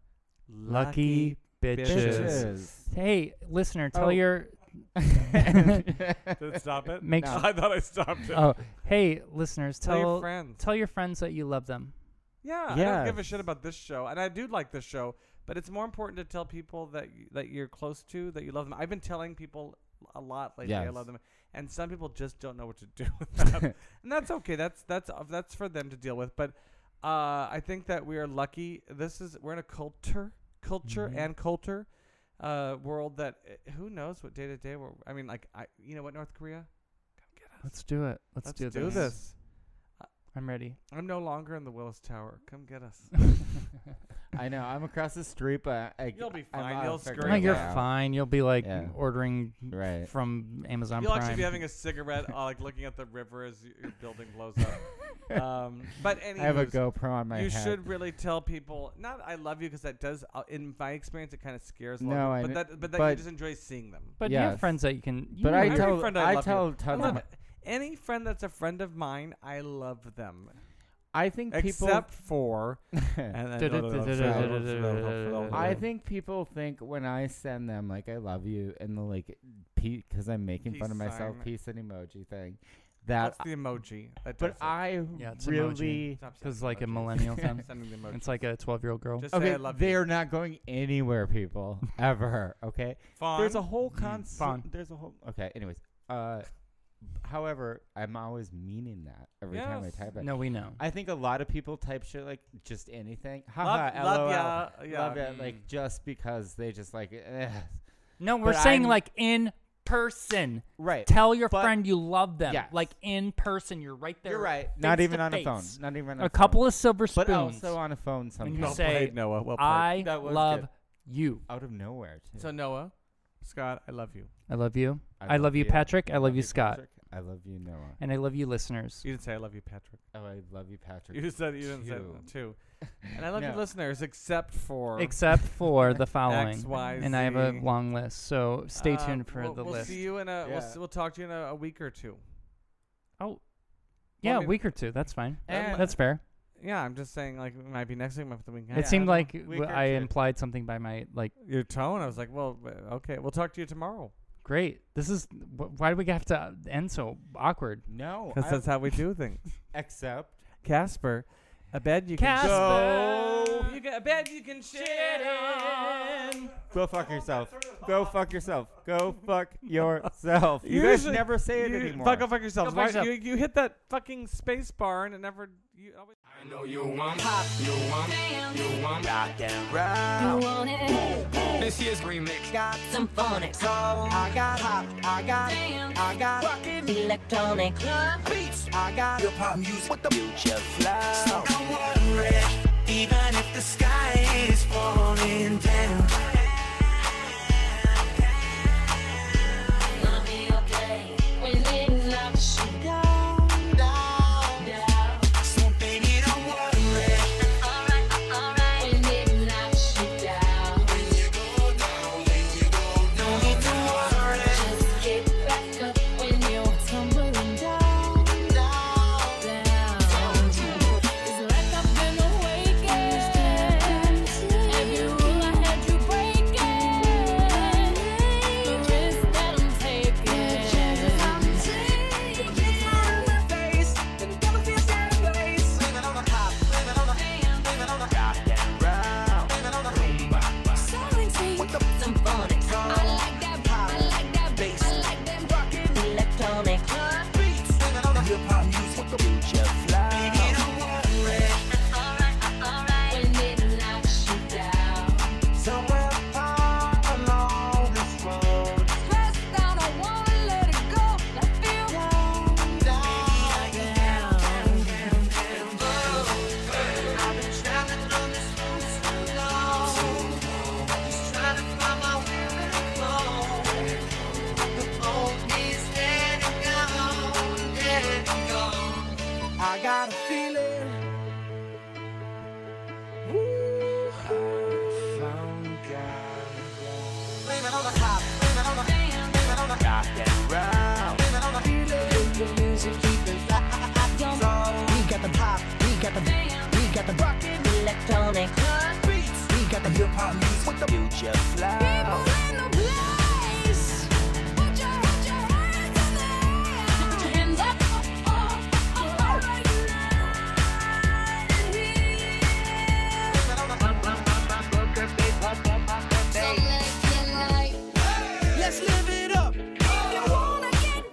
[SPEAKER 2] Lucky
[SPEAKER 4] bitches.
[SPEAKER 2] bitches. Hey, listener, tell
[SPEAKER 3] Oh.
[SPEAKER 2] your
[SPEAKER 4] Did it stop it?
[SPEAKER 2] make
[SPEAKER 3] No.
[SPEAKER 2] sure.
[SPEAKER 4] I thought I stopped it.
[SPEAKER 2] Oh, hey, listeners,
[SPEAKER 4] Tell your
[SPEAKER 2] tell
[SPEAKER 4] friends.
[SPEAKER 2] tell your friends that you love them.
[SPEAKER 4] Yeah, I don't give a shit
[SPEAKER 3] Yes.
[SPEAKER 4] about this show, and I do like this show, but it's more important to tell people that y- that you're close to that you love them. I've been telling people a lot lately. I
[SPEAKER 3] Yes.
[SPEAKER 4] love them, and some people just don't know what to do with them, and that's okay. That's that's uh, that's for them to deal with. But uh, I think that we are lucky. This is we're in a culture, culture and culture uh, world that eh, who knows what day to day. we're- I mean, like I, you know what, North Korea, come get us.
[SPEAKER 2] Let's do it. Let's,
[SPEAKER 4] Let's
[SPEAKER 2] do, this.
[SPEAKER 4] this.
[SPEAKER 2] I'm ready.
[SPEAKER 4] I'm no longer in the Willis Tower. Come get us.
[SPEAKER 3] I know. I'm across the street, but I,
[SPEAKER 4] You'll be
[SPEAKER 3] I'm
[SPEAKER 4] fine.
[SPEAKER 3] out
[SPEAKER 4] You'll
[SPEAKER 3] figuring
[SPEAKER 4] scurry
[SPEAKER 2] No, you're
[SPEAKER 3] it out.
[SPEAKER 2] fine. You'll be like
[SPEAKER 3] Yeah.
[SPEAKER 2] ordering
[SPEAKER 3] Right.
[SPEAKER 2] from Amazon
[SPEAKER 4] You'll
[SPEAKER 2] Prime.
[SPEAKER 4] actually be having a cigarette, uh, like looking at the river as y- your building blows up. um, but
[SPEAKER 3] I
[SPEAKER 4] anyway,
[SPEAKER 3] have a GoPro on my
[SPEAKER 4] you
[SPEAKER 3] head.
[SPEAKER 4] should really tell people not "I love you" because that does, uh, in my experience, it kind of scares a lot.
[SPEAKER 3] No, I
[SPEAKER 4] of people,
[SPEAKER 3] kn-
[SPEAKER 4] but that, but that you
[SPEAKER 3] but-
[SPEAKER 4] just enjoy seeing them.
[SPEAKER 2] but you have
[SPEAKER 3] Yes.
[SPEAKER 2] friends that you can. You
[SPEAKER 3] But
[SPEAKER 2] know
[SPEAKER 3] I
[SPEAKER 2] who-
[SPEAKER 4] Every
[SPEAKER 3] tell-
[SPEAKER 4] friend
[SPEAKER 3] I
[SPEAKER 4] love
[SPEAKER 3] tell
[SPEAKER 4] you.
[SPEAKER 3] tons
[SPEAKER 4] I
[SPEAKER 3] of
[SPEAKER 4] love any friend that's a friend of mine. I love them,
[SPEAKER 3] I think people.
[SPEAKER 4] except for. and then-
[SPEAKER 3] I think people think when I send them like "I love you" and the like, because I'm making fun of
[SPEAKER 4] Peace
[SPEAKER 3] myself,
[SPEAKER 4] sign.
[SPEAKER 3] peace and emoji thing. That,
[SPEAKER 4] that's the emoji. That
[SPEAKER 3] but
[SPEAKER 4] does it.
[SPEAKER 3] I
[SPEAKER 2] Yeah, it's emoji.
[SPEAKER 3] really
[SPEAKER 4] Stop
[SPEAKER 2] Because
[SPEAKER 4] sending
[SPEAKER 2] like a
[SPEAKER 4] emojis.
[SPEAKER 2] millennial
[SPEAKER 4] Stop
[SPEAKER 2] thing.
[SPEAKER 4] sending the emojis.
[SPEAKER 2] It's like a 12 year old girl.
[SPEAKER 4] just say
[SPEAKER 3] okay.
[SPEAKER 4] I love
[SPEAKER 3] They
[SPEAKER 4] you.
[SPEAKER 3] are not going anywhere, people. ever. Okay.
[SPEAKER 4] Fawn.
[SPEAKER 3] There's a whole
[SPEAKER 4] Mm-hmm.
[SPEAKER 3] con.
[SPEAKER 2] Fun.
[SPEAKER 3] There's a whole. Okay. Anyways. Uh, however, I'm always meaning that every time I
[SPEAKER 4] Yes.
[SPEAKER 3] type it.
[SPEAKER 2] No, we know.
[SPEAKER 3] I think a lot of people type shit like just anything. Haha,
[SPEAKER 4] love,
[SPEAKER 3] LOL.
[SPEAKER 4] love ya. Yeah. Mm.
[SPEAKER 3] Love it. Like just because they just like. Eh.
[SPEAKER 2] No, we're
[SPEAKER 3] But
[SPEAKER 2] saying
[SPEAKER 3] I'm-
[SPEAKER 2] like in person.
[SPEAKER 3] Right.
[SPEAKER 2] Tell your
[SPEAKER 3] But-
[SPEAKER 2] friend you love them.
[SPEAKER 3] Yes.
[SPEAKER 2] Like in person, you're right there.
[SPEAKER 3] You're right.
[SPEAKER 2] face
[SPEAKER 3] Not
[SPEAKER 2] to
[SPEAKER 3] even on a
[SPEAKER 2] face.
[SPEAKER 3] phone. Not even on
[SPEAKER 2] A couple of silver
[SPEAKER 3] But
[SPEAKER 2] spoons.
[SPEAKER 3] also on a phone
[SPEAKER 2] and
[SPEAKER 3] sometimes.
[SPEAKER 2] you
[SPEAKER 4] Well
[SPEAKER 2] say,
[SPEAKER 4] played, Noah. Well played.
[SPEAKER 2] I
[SPEAKER 3] That was
[SPEAKER 2] love
[SPEAKER 3] good.
[SPEAKER 2] you.
[SPEAKER 3] out of nowhere. Too.
[SPEAKER 4] So Noah, Scott, I love you.
[SPEAKER 2] I love you. I love you, Patrick. I love you, Scott.
[SPEAKER 3] Patrick. I love you, Noah.
[SPEAKER 2] And I love you, listeners.
[SPEAKER 4] You didn't say I love you, Patrick.
[SPEAKER 3] Oh, I love you, Patrick.
[SPEAKER 4] You just said you didn't say
[SPEAKER 3] Two.
[SPEAKER 4] that too. And I love you,
[SPEAKER 3] No.
[SPEAKER 4] listeners, except for
[SPEAKER 2] Except for the following.
[SPEAKER 4] X, Y,
[SPEAKER 2] and I have a
[SPEAKER 4] Z.
[SPEAKER 2] long list. So stay
[SPEAKER 4] Uh,
[SPEAKER 2] tuned for
[SPEAKER 4] we'll,
[SPEAKER 2] the
[SPEAKER 4] we'll
[SPEAKER 2] list.
[SPEAKER 4] see you in a. We'll, s-
[SPEAKER 3] Yeah.
[SPEAKER 4] we'll talk to you in a, a week or two.
[SPEAKER 2] Oh, yeah, a
[SPEAKER 4] me-
[SPEAKER 2] week or two. That's fine.
[SPEAKER 4] And-
[SPEAKER 2] That's fair.
[SPEAKER 4] Yeah, I'm just saying, like it might be next week, might be the week.
[SPEAKER 2] it
[SPEAKER 4] after.
[SPEAKER 2] seemed like
[SPEAKER 3] week
[SPEAKER 2] w-
[SPEAKER 3] or
[SPEAKER 2] I
[SPEAKER 3] two.
[SPEAKER 2] implied something by my like.
[SPEAKER 4] your tone. I was like, well, uh, okay, we'll talk to you tomorrow
[SPEAKER 2] Great. This is wh- why do we have to end so awkward?
[SPEAKER 3] No.
[SPEAKER 4] because
[SPEAKER 3] I-
[SPEAKER 4] that's how we do things.
[SPEAKER 3] except.
[SPEAKER 4] Casper, a bed you can.
[SPEAKER 2] Casper.
[SPEAKER 4] You get a bed you can shit on.
[SPEAKER 3] Go fuck yourself. Go fuck yourself. Go fuck yourself. You guys
[SPEAKER 4] Usually-
[SPEAKER 3] never say it
[SPEAKER 4] you-
[SPEAKER 3] anymore.
[SPEAKER 4] Fuck, go fuck yourselves.
[SPEAKER 2] Go fuck
[SPEAKER 4] Why-
[SPEAKER 2] yourself.
[SPEAKER 4] you, you hit that fucking space bar and it never. You always
[SPEAKER 6] I know you want pop, you want
[SPEAKER 7] Damn.
[SPEAKER 6] you want rock and roll.
[SPEAKER 7] You want it?
[SPEAKER 6] This year's remix got
[SPEAKER 7] Symphonic,
[SPEAKER 6] soul. I got pop, I got
[SPEAKER 7] Damn.
[SPEAKER 6] I got rockin'
[SPEAKER 7] electronic,
[SPEAKER 6] beats. I got your pop music with the future flow. So don't worry, even if the sky is falling down.
[SPEAKER 7] gonna be okay. We live like shit
[SPEAKER 6] Down, down.
[SPEAKER 7] down.
[SPEAKER 6] So baby, don't worry.
[SPEAKER 7] Alright, alright. We live like shit down.
[SPEAKER 6] When you go down, when you go down, don't need to worry.
[SPEAKER 7] Just get back up when you're tumbling down,
[SPEAKER 6] Down.
[SPEAKER 7] down. It's like I've been awakened. Every rule I had you breaking. The risk that I'm taking. Symphonic. I like that pop. I like that bass. I like that rockin' electronic. Alright, alright. When it knocks you down. Press down, I wanna let it go. I feel
[SPEAKER 6] I got a feeling Ooh, I found God. Blame it on the cop, blame it on the
[SPEAKER 7] damn.
[SPEAKER 6] blame it on the goddamn round. Blame it on the feeling.
[SPEAKER 7] The music keep it fly.
[SPEAKER 6] So we got the pop, we got the we got the rockin'
[SPEAKER 7] Electronic.
[SPEAKER 6] beats, we got the hip hop music with the future flow.
[SPEAKER 7] In the place. Put your, put your hands in the air. Put your hands up, up, up, up, up right now. Here. So let your light
[SPEAKER 6] Let's live it up.
[SPEAKER 7] Let's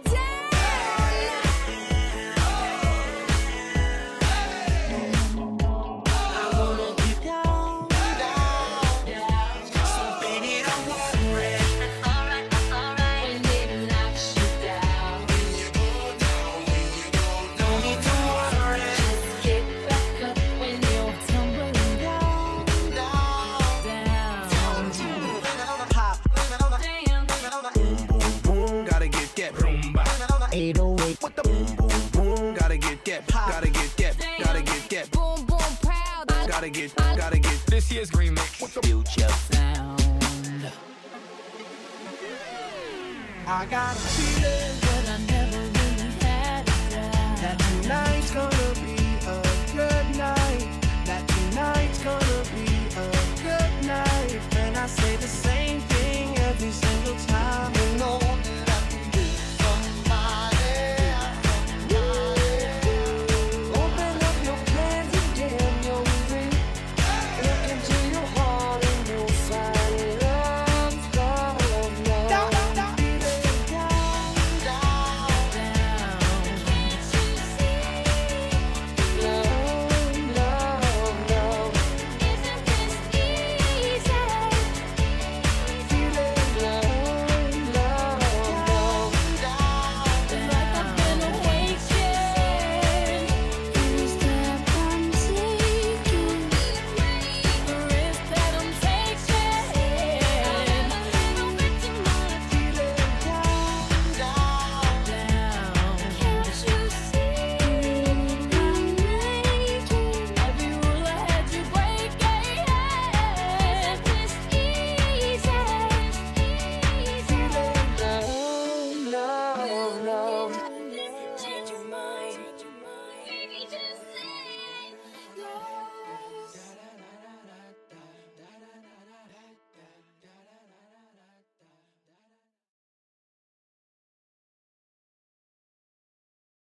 [SPEAKER 8] This year's Green Mix.
[SPEAKER 6] future sound. I got a feeling
[SPEAKER 7] But I never really had it right.
[SPEAKER 6] that tonight's gonna be a good night. That tonight's gonna